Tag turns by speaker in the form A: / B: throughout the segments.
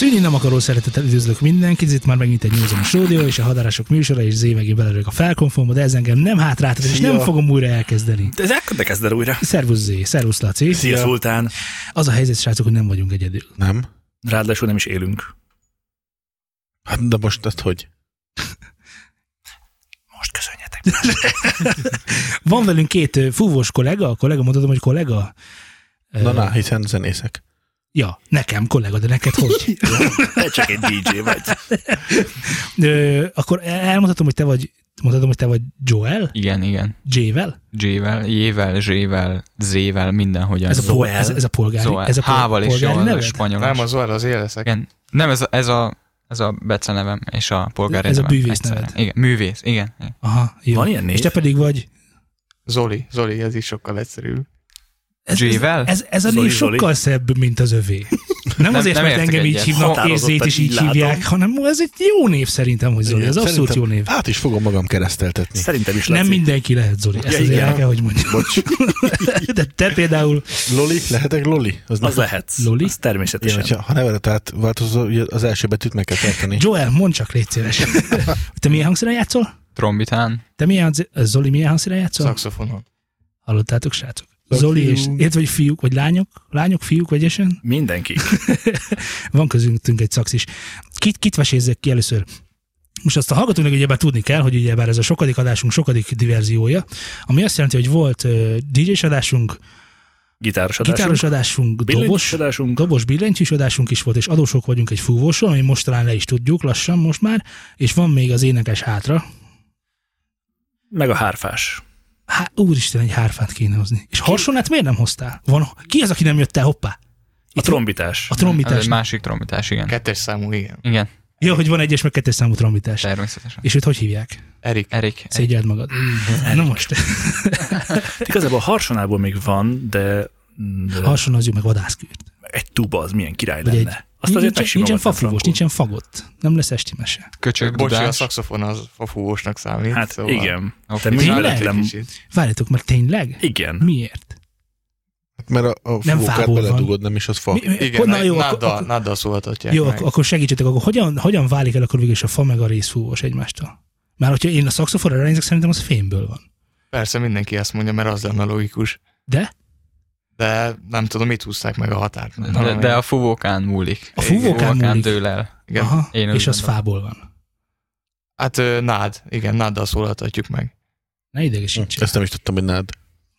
A: Innen akaró szeretettel üdvözlök mindenkit, itt már megint egy nyúzom stúdió, és a hadarások műsora, és Zé megint belerők a felkonfomba, de ez engem nem hátrát, és nem
B: Szia.
A: fogom újra elkezdeni.
B: De ez ekkor kezd el újra.
A: Szervusz Zé, szervusz Laci.
B: Szia, Szultán.
A: Az a helyzet, srácok, hogy nem vagyunk egyedül.
C: Nem?
B: Ráadásul nem is élünk.
C: Hát de most ezt hogy?
B: Most köszönjetek.
A: Van velünk két ö, fúvós kollega, a kollega, mondhatom, hogy kollega? Ö,
C: Na, na, hiszen zenészek.
A: Ja, nekem kollega, de neked hogy?
B: Te csak egy DJ vagy.
A: Ö, akkor elmondhatom, hogy te vagy, mondhatom, hogy te vagy Joel,
D: Igen, igen.
A: J-vel?
D: J-vel, J-vel, Z-vel, Z-vel, mindenhogyan.
A: Ez a, pol,
B: Zoel.
A: ez, ez a polgári,
D: Zoel.
A: ez a pol,
D: Hával is
A: polgári
D: jól, a
A: neved?
D: spanyol.
E: Nem, az olyan, az én leszek.
D: Igen. Nem, ez a, ez a, ez a becenevem és a polgári
A: Ez a
D: nevem
A: bűvész
D: egyszerre.
A: neved.
D: Igen, művész, igen. igen.
A: Aha, jó.
B: Van ilyen név?
A: És te pedig vagy
E: Zoli, Zoli, ez is sokkal egyszerűbb.
A: Ez,
D: J-vel?
A: ez, ez a
B: Zoli,
A: név
B: Zoli.
A: sokkal szebb, mint az övé. Nem azért,
D: nem
A: mert
D: értek
A: engem így
D: egyet.
A: hívnak, és
B: Határozottan
A: Zét is így
B: így látom.
A: hívják, hanem ez egy jó név szerintem, hogy Zoli.
C: Igen,
A: Ez abszolút jó
C: szerintem
A: név.
C: Át is fogom magam kereszteltetni.
B: Szerintem is
A: Nem
B: Laci.
A: mindenki lehet Zoli. Ezt
B: Ja,
A: azért
B: igen.
A: el kell, hogy mondjam.
C: Bocs.
A: De te például
C: Loli? Lehetek Loli? Az,
B: Az
C: nem-
B: lehetsz.
A: Loli?
B: Az
C: Igen,
B: természetesen.
C: hogyha, ha nevedet átváltozol, ugye az első betűt meg kell tartani.
A: Joel, mondd csak légy szíves. Te milyen hangszínen játszol?
D: Trombitán.
A: Te milyen, hangsz- Zoli milyen hangszínen játszol?
E: Szaxofonon.
A: Hallottátok, srácok?
C: Vagy
A: Zoli
C: fiú.
A: és, illetve vagy fiúk, vagy lányok, lányok, fiúk egyesen?
B: Mindenki.
A: Van közöttünk egy szax is. Kit, kit vesézzek ki először? Most azt a hallgatóknak ugyebár tudni kell, hogy ugyebár ez a sokadik adásunk sokadik diverziója, ami azt jelenti, hogy volt uh, DJ-s adásunk,
B: Gitáros adásunk.
A: gitáros adásunk,
B: Billentyűs
A: dobos,
B: adásunk.
A: dobos billentyűs adásunk is volt, és adósok vagyunk egy fúvóson, ami most talán le is tudjuk lassan most már, és van még az énekes hátra.
B: Meg a hárfás.
A: Há, úristen, egy hárfát kéne hozni. És harsonát miért nem hoztál? Van, ki az, aki nem jött el, hoppá?
B: A trombitás.
A: A
D: Ez
A: trombitás.
D: egy másik trombitás, igen.
E: Kettes számú, igen.
D: Igen,
A: Ja, hogy van egyes meg kettes számú trombitás.
D: természetesen.
A: És őt hogy hívják?
E: Erik,
D: Erik.
A: Szégyeld magad. Na most,
B: Igazából a harsonából még van, de, de
A: hasonlózzuk meg vadászkürt.
B: egy tuba az milyen király
A: Vagy
B: lenne.
A: egy-
B: Azt azért
A: nincsen, nincsen
B: megsimogatnám
A: fafúvós, nincsen
B: frankul.
A: fagott. Nem lesz esti mese.
D: Köcsög,
E: bocsi, a
D: dudás.
E: szaxofon az a fúvósnak számít.
B: Hát
E: szóval
B: igen.
D: Oké.
B: Te mi
E: Tényleg?
B: mellettem-
E: Egy kicsit.
A: Várjátok, mert tényleg?
B: Igen.
A: Miért?
C: Mert a, a
A: Nem
C: fúvókát
A: fából van.
C: beledugod, nem is az fa.
A: Mi, mi,
E: Igen,
A: na, jó, akkor,
E: náddal,
A: akkor,
E: náddal szólhatják
A: jó
E: meg.
A: akkor, akkor segítsetek, akkor hogyan, hogyan válik el akkor végül is a fa meg a részfúvós egymástól? Már hogyha én a szakszofonra ránézek, szerintem az fémből van.
E: Persze mindenki ezt mondja, mert az lenne logikus.
A: De?
E: De nem tudom, mit húzták meg a határt.
D: De, de a fúvókán múlik.
A: A fúvókán múlik.
D: dől el.
E: Igen.
A: Aha,
D: Én úgy
A: és az
D: gondolom.
A: fából van.
E: Hát ö, nád, igen, náddal szólaltatjuk meg.
A: Ne idegesítsél.
C: Ezt nem is tudtam, hogy nád.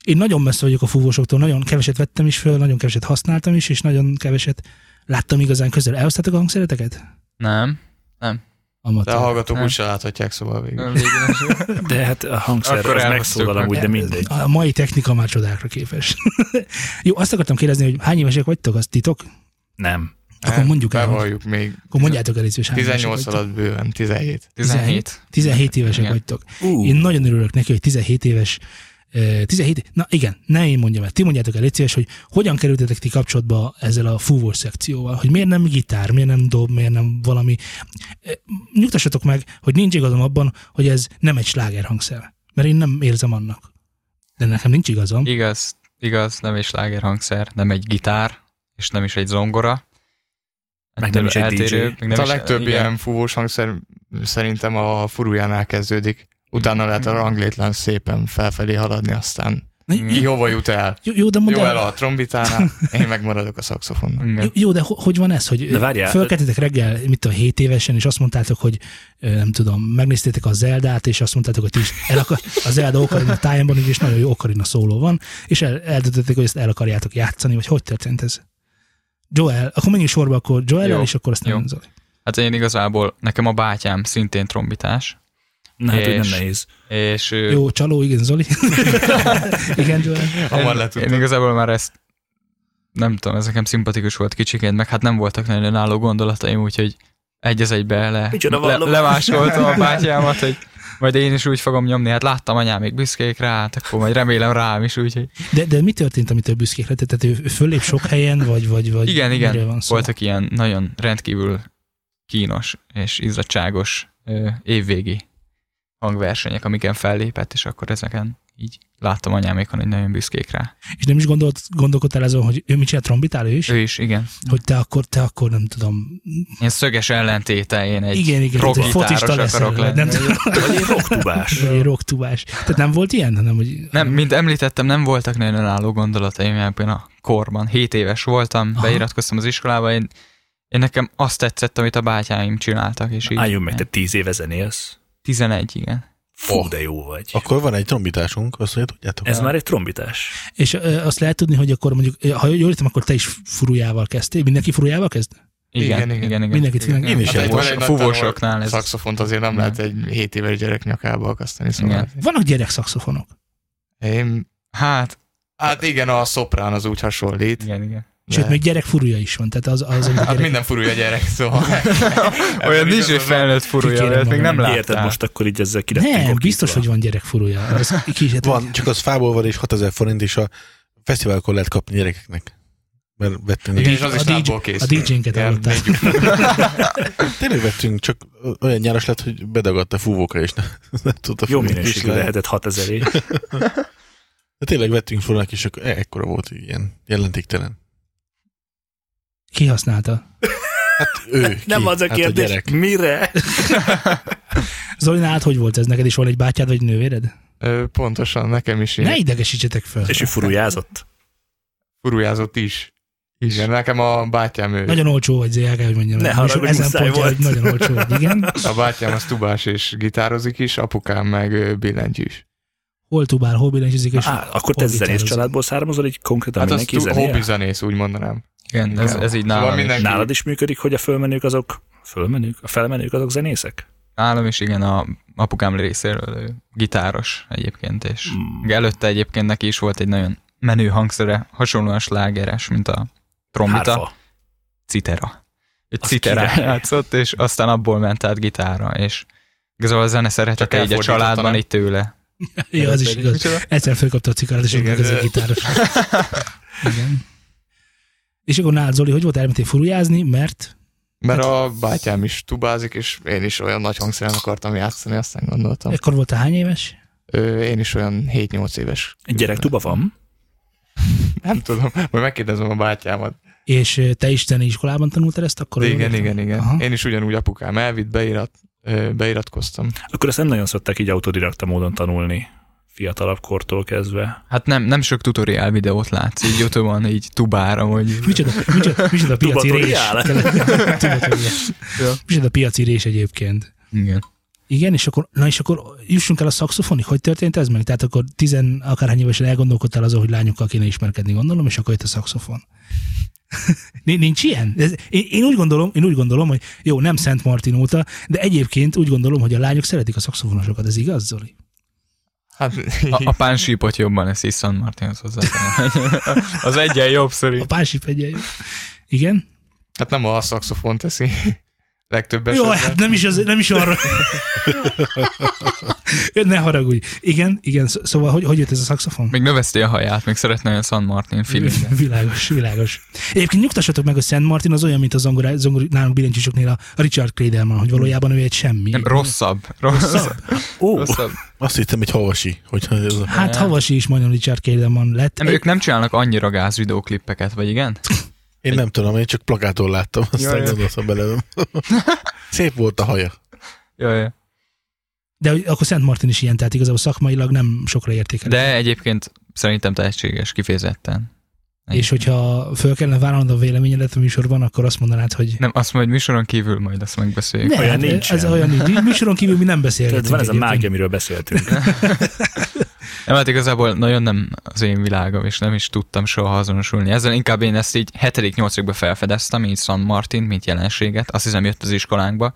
A: Én nagyon messze vagyok a fúvósoktól, nagyon keveset vettem is föl, nagyon keveset használtam is, és nagyon keveset láttam igazán közel. Elhoztátok a hangszereteket?
D: Nem.
E: De a
A: Amatőr.
E: hallgatók
D: Nem.
E: úgy se láthatják, szóval végül.
D: Végül-
B: De hát a hangszer
D: Akkor
B: az
D: elhoztuk
B: megszólal
D: meg.
B: amúgy, de mindegy.
A: A mai technika már csodákra képes. Jó, azt akartam kérdezni, hogy hány évesek vagytok, az titok?
B: Nem.
A: Akkor mondjuk el, hogy-
E: Hát, Bevalljuk még.
A: akkor mondjátok el, hogy hány évesek
E: 18
A: vagytok.
E: alatt bőven, 17.
D: 17.
A: 17 évesek
D: Igen.
A: vagytok.
B: Ú,
A: Én nagyon örülök neki, hogy 17 éves ö, 17, na igen, ne én mondjam el, ti mondjátok el, légy szíves, hogy hogyan kerültetek ti kapcsolatba ezzel a fúvós szekcióval, hogy miért nem gitár, miért nem dob, miért nem valami. Ö, Nyugtassatok meg, hogy nincs igazam abban, hogy ez nem egy slágerhangszer, mert én nem érzem annak. De nekem nincs igazam.
D: Igaz, igaz, nem egy slágerhangszer, nem egy gitár, és nem is egy zongora.
B: Meg nem is egy DJ.
D: meg
E: Nem
D: nem
E: Hát a
D: is-
E: legtöbb
D: igen.
E: ilyen fúvós hangszer szerintem a furujánál kezdődik. Utána lehet a ranglétlán szépen felfelé haladni, aztán
A: Na,
D: igen.
A: Jó,
E: hova jut el?
A: jó, jó, de mondd
E: Jó el
A: el,
E: a trombitánál, én megmaradok a szaxofonnal.
D: Igen.
A: jó, jó, de ho- hogy van ez, hogy
B: De várjál.
A: fölkeltetek reggel, mit tudom, 7 évesen, és azt mondtátok, hogy ö, nem tudom, megnéztétek a Zeldát, és azt mondtátok, hogy ti is el akar, a Zelda okarina tájában, és nagyon jó okarina szóló van, és el, eldöntöttek, hogy ezt el akarjátok játszani, vagy hogy történt ez? Joel, akkor menjünk sorba, akkor Joel
D: Jó,
A: és akkor azt
D: jó.
A: nem Zoli.
D: Hát én igazából, nekem a bátyám szintén trombitás,
B: na hát, hogy nem
D: és-
B: nehéz.
D: és ő-
A: Jó, csaló, igen, Zoli. igen, Joel.
E: Hamar
D: én, én
E: letudtam.
D: igazából már ezt nem tudom, ez nekem szimpatikus volt kicsiként, meg hát nem voltak nagyon önálló gondolataim, úgyhogy egy az egybe le,
B: Micsoda
D: le,
B: vallomás.
D: lemásoltam a bátyámat, hogy majd én is úgy fogom nyomni, hát láttam anyám még büszkék rá, hát akkor majd remélem rám is, úgyhogy
A: De, de mi történt, amitől büszkék lettek? Tehát ő ő föllép sok helyen, vagy, vagy, vagy
D: igen,
A: miről
D: igen,
A: van
D: van
A: szó?
D: voltak ilyen nagyon rendkívül kínos és izzadságos ö, évvégi hangversenyek, amiken fellépett, és akkor ezeken így láttam anyámékon, hogy nagyon büszkék rá.
A: És nem is gondolt, gondolkodtál azon, hogy ő mit csinál, trombitál ő is?
D: Ő is, igen.
A: Hogy te akkor, te akkor nem tudom.
D: Ilyen szöges ellentéte, én egy
A: igen, igen, tehát egy
D: rockgitáros
A: focista leszel.
D: akarok lenni.
A: Nem tudom,
B: Vagy egy rocktubás.
A: egy rocktubás. Tehát nem volt ilyen, hanem hogy...
D: Nem, mint említettem, nem voltak nagyon önálló gondolataim ebben a korban. Hét éves voltam,
A: Aha.
D: Aha. beiratkoztam az iskolába, én, én nekem azt tetszett, amit a bátyáim csináltak, és így...
B: Álljunk meg, te tíz éve zenélsz.
D: 11, igen.
B: Fú, de jó vagy.
C: Akkor van egy trombitásunk, azt mondja, tudjátok.
B: Ez már egy trombitás.
A: És ö, azt lehet tudni, hogy akkor mondjuk, ö, ha jól értem, akkor te is furujával kezdtél. Mindenki furujával kezd?
D: Igen, igen, igen. igen, igen.
A: Mindenkit mindenki-
C: Én is
E: Hát
C: egy
E: itt van egy
D: A
E: nagy
D: fúvósoknál ez...
E: Szaxofont azért nem
D: Igen.
E: lehet egy 7 éves gyerek nyakába akasztani, szóval.
A: Vannak gyerek szakszofonok.
E: Én,
D: Hát,
E: hát igen, a szoprán az úgy hasonlít.
D: igen, igen.
E: de-
A: Sőt, még gyerek furuja is van. Tehát az, az amit a
E: Hát
A: gyerek...
E: minden furulja gyerek, szóval.
D: Olyan nincs,
E: igazad
D: hogy
E: van.
D: felnőtt furulja,
A: Kikérem
D: olyat még
A: magam.
D: nem láttál.
B: Érted most akkor így ezzel ki lettünk
A: Nem,
B: okítva.
A: biztos, hogy van gyerek furuja. Az kicsit,
C: Van, csak az fából van, és 6000 forint, és a fesztiválkor lehet kapni gyerekeknek. Mert vettünk.
E: Igen, és az
A: A
E: is
A: DJ
E: lábból kész.
A: a DJ-nket hallottál.
C: Tényleg vettünk, csak olyan nyáros lett, hogy bedagadt a fúvóka, és nem, nem tudta
B: Jó
C: fúvni.
B: minőségű
C: Viszlát.
B: lehetett 6000 év.
C: De tényleg vettünk fúrnak, és akkor e- ekkora volt így ilyen jelentéktelen.
A: Kihasználta.
C: Hát ő ki?
B: Nem az a
C: hát
B: kérdés,
C: A gyerek.
B: mire?
A: Zoli, nálad hogy volt ez neked? És van egy bátyád vagy nővéred?
E: Ö, Pontosan, nekem is
A: Ne
E: ilyen
A: idegesítsetek fel.
B: És ő furujázott.
E: furujázott is. Igen, nekem a bátyám ő.
A: Nagyon olcsó vagy, ZHK, hogy mondjam.
B: Ne
A: És
B: haragudj,
A: Ezen
B: muszáj
A: pontja,
B: volt.
A: hogy nagyon olcsó vagy, igen.
E: A bátyám az tubás és gitározik is, apukám meg ö, billentyűs.
A: Hol tubál, hol billentyűzik, és
B: Á, akkor te
A: hobbitározik.
B: zenész családból származol, így konkrétan
E: Hát az
B: mindenki
E: tu-
B: zenél?
E: hobbi zenész, úgy mondanám.
D: Igen, ez,
E: Igen.
D: ez így
E: Szóval
D: nálam is.
E: mindenki-
B: Nálad is működik, hogy a fölmenők azok fölmenők, a felmenők azok zenészek?
D: Nálam is, igen, a apukám részéről ő gitáros egyébként, és
B: Mm.
D: előtte egyébként neki is volt egy nagyon menő hangszere, hasonlóan slágeres, mint a trombita.
B: Hárfa.
D: citera. Ő
B: Az
D: citerán
B: király.
D: játszott, és aztán abból ment át gitára, és igazából a zene szeretete
E: Csak
D: így a
E: elfordította,
D: családban,
E: nem?
D: itt tőle.
A: Ja, az is igaz.
D: Micsoda?
A: Egyszer fölkapta a cikarát, és
E: Igen,
A: akkor ez egy
E: ö-
A: gitáros. Igen. És akkor nálad, Zoli, hogy volt elmentél furujázni, mert
E: Mert a bátyám is tubázik, és én is olyan nagy hangszeren akartam játszani, aztán gondoltam.
A: ekkor voltál hány éves?
E: Ö, én is olyan 7-8 éves.
B: Egy gyerektuba van?
E: Nem tudom, majd megkérdezem a bátyámat.
A: És ö, te is zenei iskolában tanultál ezt akkor? jól
E: igen,
A: értem?
E: igen, igen.
A: Aha.
E: Én is ugyanúgy apukám elvitt, beirat, ö, beiratkoztam.
B: Akkor ezt nem nagyon szokták így autodidakta módon tanulni fiatalabb kortól kezdve.
D: Hát nem, nem sok tutoriál videót látsz így Youtube-on, így tubára, hogy
A: Micsoda, micsoda, micsoda piaci rés.
B: Tubatoriál.
A: Tubatoriál.
D: Ja.
A: Micsoda piaci rés egyébként.
D: igen.
A: Igen, és akkor, na és akkor jussunk el a szakszofonig, hogy történt ez meg? Tehát akkor tizen akárhány évesen elgondolkodtál azon, hogy lányokkal kéne ismerkedni, gondolom, és akkor jött a szakszofon. Ni- Nincs ilyen? Ez, én, én, úgy gondolom, én úgy gondolom, hogy jó, nem Szent Martin óta, de egyébként úgy gondolom, hogy a lányok szeretik a szakszofonosokat, ez igaz, Zoli?
E: Hát,
D: A, a pánsípot jobban, ezt is San Martinhoz hozzá. Az egyen jobb
A: A
D: szerint.
A: pásip egy Igen?
E: hát nem a szaxofon teszi. Legtöbb
A: Jó,
E: esetben.
A: hát nem is, az, nem is arra. ne haragudj. Igen, igen, szó- szóval hogy, hogy jött ez a szakszofon?
D: Még növeszti a haját, még szeretne olyan San Martin feelinget.
A: Világos, világos. Egyébként nyugtassatok meg, hogy Szent Martin az olyan, mint a zongorá, zongori, nálunk billentyűsöknél a Richard Cradleman, hogy valójában ő egy semmi.
D: Nem, rosszabb. Rosszabb.
B: Ó,
D: rosszabb.
C: Azt hittem egy havasi, hogy ez a...
A: Hát Havasi is majdnem Richard Cradleman lett.
D: Nem, ők nem csinálnak annyira gáz videóklippeket, vagy igen?
C: Én nem tudom, én csak plakától láttam, aztán
D: Jaj,
C: ja,
D: jaj.
C: gondoltam bele. Szép volt a haja.
D: Jaj, jaj.
A: De hogy akkor Szent Martin is ilyen, tehát igazából szakmailag nem sokra értékelő.
D: De egyébként szerintem tehetséges, kifejezetten.
A: És hogyha föl kellene vállalnod a véleményedet a műsorban, akkor azt mondanád, hogy
D: Nem, azt majd műsoron kívül majd azt megbeszéljük.
A: Ne,
B: olyan
A: hát
B: nincsen.
A: Ez olyan nincs. Műsoron kívül mi nem beszélgetünk.
B: tehát van ez
A: egyébként.
B: a mágia, amiről beszéltünk.
D: Nem, hát igazából nagyon nem az én világom, és nem is tudtam soha azonosulni. Ezzel inkább én ezt így 7.-8.-ba felfedeztem, így San Martin, mint jelenséget. Azt hiszem jött az iskolánkba,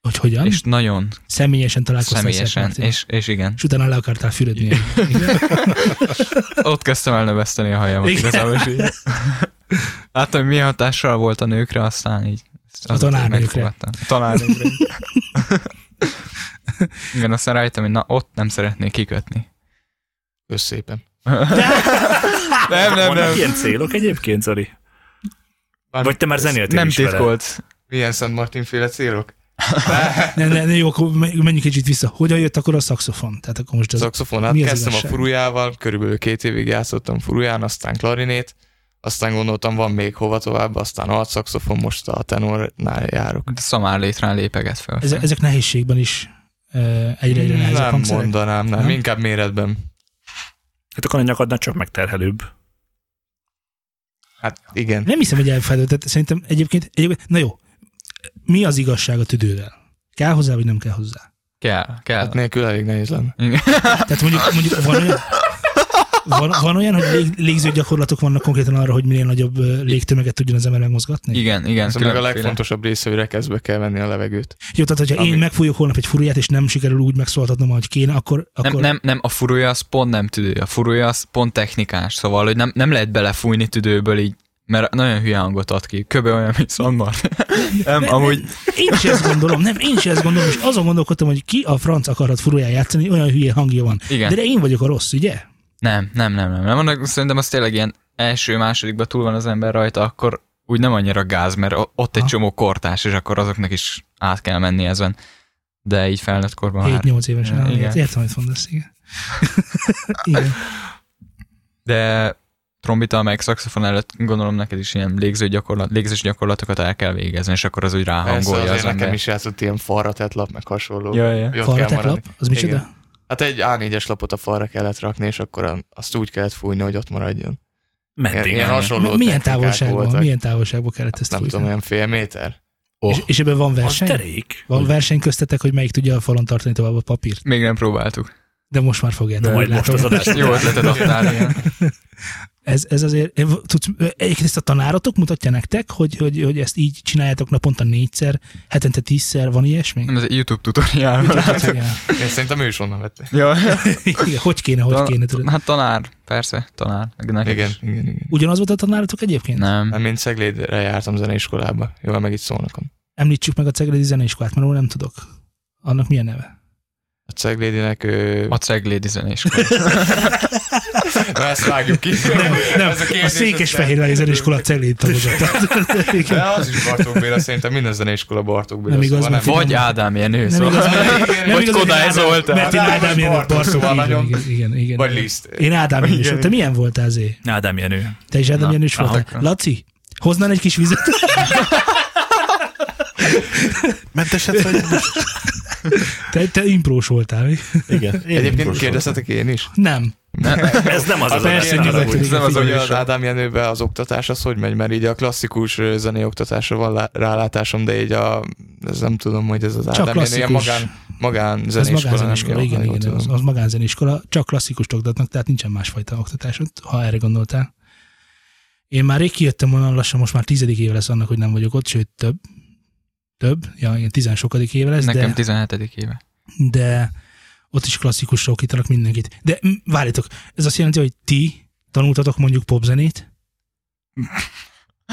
A: Hogy hogyan?
D: és nagyon
A: személyesen találkoztál Szent
D: személyesen.
A: Martinnal.
D: És, és igen,
A: és utána le akartál fürödni.
D: ott kezdtem el növeszteni a hajamat
A: Igen.
D: igazából. és így- Láttam, hogy milyen hatással volt a nőkre, aztán így
A: A tanárnőkre.
D: megfogadtam. A tanárnőkre. Igen, aztán rájöttem, hogy na ott nem szeretnék kikötni.
E: Kösz szépen.
D: Nem, nem,
B: Vannak
D: nem.
B: ilyen célok egyébként, Zoli? Vagy te már zenéltél
D: Nem
B: is vele?
D: titkolt.
E: Milyen Szent Martin féle célok?
A: ne, ne, ne, jó, akkor me- menjünk kicsit vissza. Hogyan jött akkor a szaxofon? Tehát akkor most az...
E: Szaxofonát
A: mi az
E: kezdtem a
A: igazság?
E: furujával, körülbelül két évig játszottam furuján, aztán klarinét, aztán gondoltam, van még hova tovább, aztán alt szaxofon, most a tenornál járok.
D: De szamár létrán lépeget fel.
A: ezek, ezek nehézségben is ö, egyre-egyre nehezebb
E: nem
A: hangszerek.
E: mondanám, nem,
A: Nem?
E: inkább méretben.
B: Hát akkor a nyakadnak csak megterhelőbb.
E: Hát igen.
A: Nem hiszem, hogy elfelejtett. Tehát Szerintem egyébként, egyébként, na jó, mi az igazság a tüdővel? Kell hozzá, vagy nem kell hozzá?
D: Kell, kell.
E: Hát nélkül elég nehéz lenne.
D: Igen.
A: Tehát mondjuk, mondjuk van olyan, van, van olyan, hogy lég, légző gyakorlatok vannak konkrétan arra, hogy minél nagyobb ö, légtömeget tudjon az ember megmozgatni?
D: igen, igen.
E: Ez meg a
D: különféle.
E: legfontosabb része, hogy rekeszbe kell venni a levegőt.
A: Jó, tehát hogyha én
E: Ami-
A: megfújok holnap egy furuját, és nem sikerül úgy megszólaltatnom, ahogy kéne, akkor... akkor...
D: Nem, nem, nem, a furúja az pont nem tüdő, a furúja az pont technikás, szóval, hogy nem, nem lehet belefújni tüdőből így, mert nagyon hülye hangot ad ki, köbe olyan, mint szandmar. nem, amúgy
A: Én is ezt gondolom, nem, én is ezt gondolom, és azon gondolkodtam, hogy ki a franc akarhat furuján játszani, olyan hülye hangja van.
D: Igen.
A: De, de én vagyok a rossz, ugye?
D: nem, nem, nem, nem, nem, annak szerintem az tényleg ilyen első-másodikban túl van az ember rajta, akkor úgy nem annyira gáz, mert o- ott egy
A: Aha.
D: csomó kortás, és akkor azoknak is át kell menni ezen. De így felnőtt korban már
A: 7-8 évesen.
D: Igen.
A: Igen. Értem, hogy mondasz, igen. igen.
D: De trombita meg szaxofon előtt gondolom neked is ilyen légző gyakorlat, légzős gyakorlatokat el kell végezni, és akkor az úgy
E: Persze,
D: ráhangolja
E: azért
D: az
E: nekem
D: ember.
E: is játszott ilyen falra tett lap, meg hasonló.
D: Ja, ja.
E: Hogy ott kell maradni.
A: Farrateklap, az micsoda?
E: Igen. Hát egy A4-es lapot a falra kellett rakni, és akkor a- azt úgy kellett fújni, hogy ott maradjon.
D: Hát
E: Ilyen,
B: Meddig?
E: ilyen hasonló
A: Mi- Milyen
E: technikák
A: távolságban,
E: voltak.
A: milyen távolságban kellett ezt
E: Nem tudom,
A: fújni?
E: olyan fél méter.
A: És, és ebben van
B: Az
A: verseny?
B: derék.
A: Van verseny köztetek, hogy melyik tudja a falon tartani tovább a papírt?
D: Még nem próbáltuk.
A: De most már fogjátok.
B: De
A: ahogy
B: majd most
A: látom.
B: az adás.
D: Jó ötleted adtál, igen.
A: Ez, ez azért, tudsz, egyébként ezt a tanáratok mutatja nektek, hogy, hogy, hogy ezt így csináljátok naponta négyszer, hetente tízszer, van ilyesmi?
D: Nem, ez egy YouTube tutoriál.
A: Hát, igen.
E: Én szerintem ő is onnan vette.
D: ja.
A: Igen, hogy kéne, hogy
D: Tan-
A: kéne, tudod.
D: Hát tanár, persze, tanár. Meg Neked
E: Igen,
D: is.
E: igen, igen.
A: Ugyanaz volt a tanáratok egyébként?
D: Nem.
E: Hát Mint Szeglédre jártam zeneiskolába. Jól meg itt szólnakon.
A: Említsük meg a Cegledi Zeneiskolát, mert róla nem tudok. Annak milyen neve?
E: A Ceglédinek... Ő...
D: A ceglédi zenéskola.
E: Na, ezt vágjuk ki.
A: Ah. Nem, nem,
E: Ez kérdés,
A: a
E: ez
A: Székesfehérvári
E: nem-
A: Zeneiskola Cegledi tagozata.
E: De az is Bartók Béla, szerintem minden zeneiskola Bartók Béla.
A: Nem igaz,
E: szóval
A: mert
E: nem-
D: Vagy Ádám Jenő,
A: Nem igaz,
D: szóval.
A: mert,
E: Igen,
A: nem
E: vagy
A: igaz,
D: Kodály
A: hogy én Ádám-
D: Zoltán.
A: Mert én
E: Ádám
A: Ádám
E: vagy
A: Jenő
E: Bartók,
A: Bartók,
E: szóval
A: igen,
E: nagyon-
A: igen, igen, igen.
E: Vagy Liszt.
A: Én Ádám
E: Igen,
A: Jenős. Te
E: igen.
A: milyen voltál Zé?
B: Ádám Jenő.
A: Te is Ádám
D: Na,
A: Jenős voltál?
D: aha.
A: Laci, hoznál egy kis vizet?
C: Mentesed vagy?
A: Te, te imprós voltál, mi?
C: Igen. Én
E: Egyébként
C: Miklós
E: kérdeztetek én is?
A: Nem.
B: Ez nem az az
A: Persze,
B: adás, ne
A: nyugodtan,
B: haragudj.
E: Ez
A: igen,
E: nem az, hogy
A: figyelj.
E: az Ádám Jenőbe az oktatás az hogy megy, mert így a klasszikus ö, zenei oktatásra van lá- rálátásom, de így a, ez nem tudom, hogy ez az
A: Csak
E: Ádám Jenő, ilyen
A: klasszikus.
E: magán, magán
A: Ez
E: zeneiskola.
A: magánzeniskola,
E: nem,
A: igen,
E: ha jól
A: igen, az,
E: tudom.
A: az magánzeniskola, csak klasszikust oktatnak, tehát nincsen másfajta oktatásod, ha erre gondoltál. Én már rég kijöttem onnan lassan, most már tizedik éve lesz annak, hogy nem vagyok ott, sőt több. Több, ja, igen, tizen sokadik éve lesz,
D: Nekem
A: de,
D: 17. éve.
A: de ott is klasszikusra okítanak mindenkit. De m- várjátok, ez azt jelenti, hogy ti tanultatok mondjuk popzenét,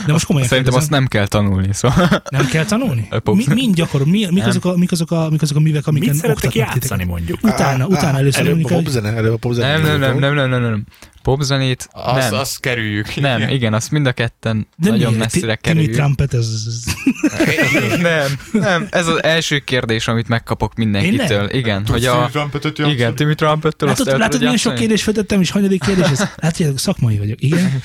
A: de most komolyan
D: Szerintem
A: kérdezem,
D: azt nem kell tanulni, szóval.
A: nem kell tanulni?
D: A pop-
A: Mi, mind gyakorol, mi, mik,
D: Nem.
A: azok a, mik, azok a, mik azok a művek, amiken
B: Mit szerettek
A: oktatnak titeket?
B: játszani mondjuk?
A: Utána, utána először
C: Előbb a
A: kommunikál-
C: popzene, előbb a popzene.
D: Nem, nem, nem, nem, nem, nem, nem. Popzenét,
E: Azt,
D: nem.
E: azt kerüljük.
D: Nem,
E: Igen.
D: igen, azt mind a ketten nagyon
A: miért?
D: messzire
A: Ti- Timmy
D: kerüljük.
A: Trumpet, ez, ez, ez.
D: Nem, nem, ez az első kérdés, amit megkapok mindenkitől.
A: Tényleg?
D: Igen, hogy a... Igen, Timmy Trumpettől azt
A: Látod,
D: el
A: látod
D: tudod
A: milyen sok
D: játszani?
A: kérdést feltettem, és hanyadik kérdés ez? Hát, hogy szakmai vagyok, igen.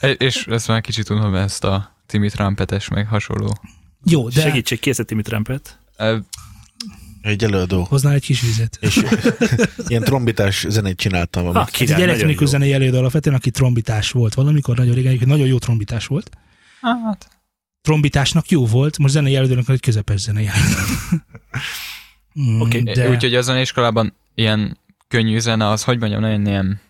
D: E- És ezt már kicsit tudom ezt a Timmy Trumpetes meg hasonló.
A: Jó, de Segít.
B: Segítség, készíti mit rempet.
D: Ö,
C: Egy előadó.
A: hoznál egy kis vizet.
C: És ilyen trombitás zenét csináltam.
B: Ha,
C: Amit.
A: Ez egy
B: Ah, király, nagyon jó.
A: elektronikus zenei előadó alapvetően, aki trombitás volt valamikor, nagyon régen, egyébként nagyon jó trombitás volt.
D: Hát,
A: Trombitásnak jó volt, most zenei előadónak egy közepes zenei előadó. Mm,
B: Oké,
A: de
D: úgyhogy a zeneiskolában ilyen könnyű zene, az hogy mondjam, nagyon ilyen...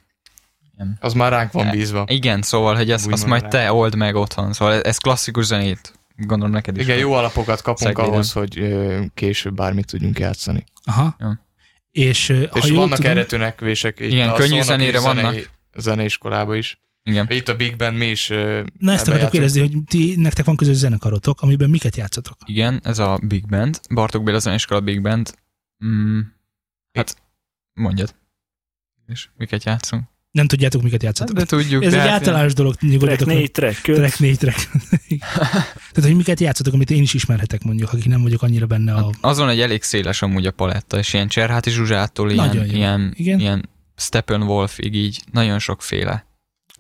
E: Az már ránk van bízva.
D: Igen, szóval, hogy ezt,
E: Úgy
D: azt
E: mondanám.
D: majd te old meg otthon. Szóval ez, ez klasszikus zenét, gondolom neked is.
E: Igen, jó alapokat kapunk
D: Szegléden.
E: ahhoz, hogy ö, később bármit tudjunk játszani.
A: Aha.
D: Ja.
A: És, eh, ha
E: És
A: jól
E: vannak
A: tudom,
E: erre tönekvések. itt
D: Igen,
E: a
D: könnyű
E: Szónak
D: zenére
E: és zenei-
D: vannak.
E: Zeneiskolába is.
D: Igen.
E: Itt a Big Band mi is ö,
A: Na ezt akartok
E: ebbe játszunk.
A: kérdezni, hogy ti, nektek van közös zenekarotok, amiben miket játszatok?
D: Igen, ez a Big Band. Bartók Béla zeneiskola Big Band. Mm, hát, mondjad. És miket játszunk?
A: Nem tudjátok, miket
D: Hát,
A: játszatok.
D: de tudjuk.
A: Ez
D: de
A: egy
D: hát-
A: általános dolog,
B: Track
A: nyugodjatok meg.
B: 4, track 5.
A: Track 4, track. Tehát Tehát, hogy miket játszotok, amit én is ismerhetek mondjuk, akik nem vagyok annyira benne a...
D: hát Azon egy elég széles amúgy a paletta, és ilyen Cserháti Zsuzsától, ilyen,
A: Nagyon jó.
D: ilyen,
A: Igen.
D: ilyen Steppenwolfig így, nagyon sokféle.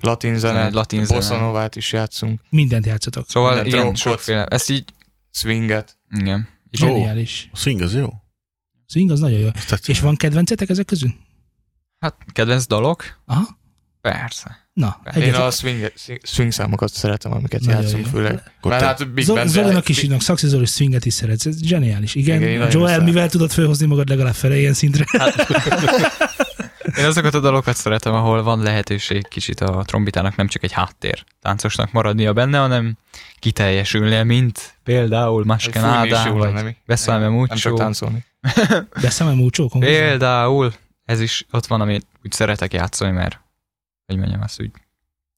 E: Latin zene,
D: Egy latin
E: latin
D: zene.
E: bossanovát is játszunk,
A: Mindent játszotok.
D: Szóval
E: Minden
D: ilyen
E: trompot.
D: sokféle. Ezt így,
E: swinget.
D: igen.
A: És Zseniális.
C: A swing az jó?
A: Swing az nagyon jó.
C: Azt tetszett.
A: És van kedvencetek ezek közül?
D: Hát kedvenc dalok?
A: Aha.
D: Persze.
A: Na,
E: Hát Én
A: egyet.
E: a swing, swing számokat szeretem, amiket
A: Nagyon
E: játszunk
A: jó.
E: főleg.
C: Akkor
E: Mert
C: te-
E: hát Big
A: Zo-
E: Band.
A: Zolinak is írnak, Saxi Zoli swinget is szeretsz. Ez zseniális. Igen,
E: Igen, én
A: Igen
E: nagyon
A: Joel,
E: szeretem.
A: mivel tudod felhozni magad legalább fele ilyen szintre?
D: Én azokat a dalokat szeretem, ahol van lehetőség kicsit a trombitának nem csak egy háttér táncosnak maradnia benne, hanem kiteljesülnie, mint például Masken
E: fújni is
D: Ádám,
E: jó lenne,
D: vagy
E: mi?
D: Veszelme
E: Nem csak
D: Múcsó.
E: táncolni.
A: Beszemem múcsó, konkrétan.
D: Például ez is ott van, amit úgy szeretek játszani, mert hogy mondjam azt, úgy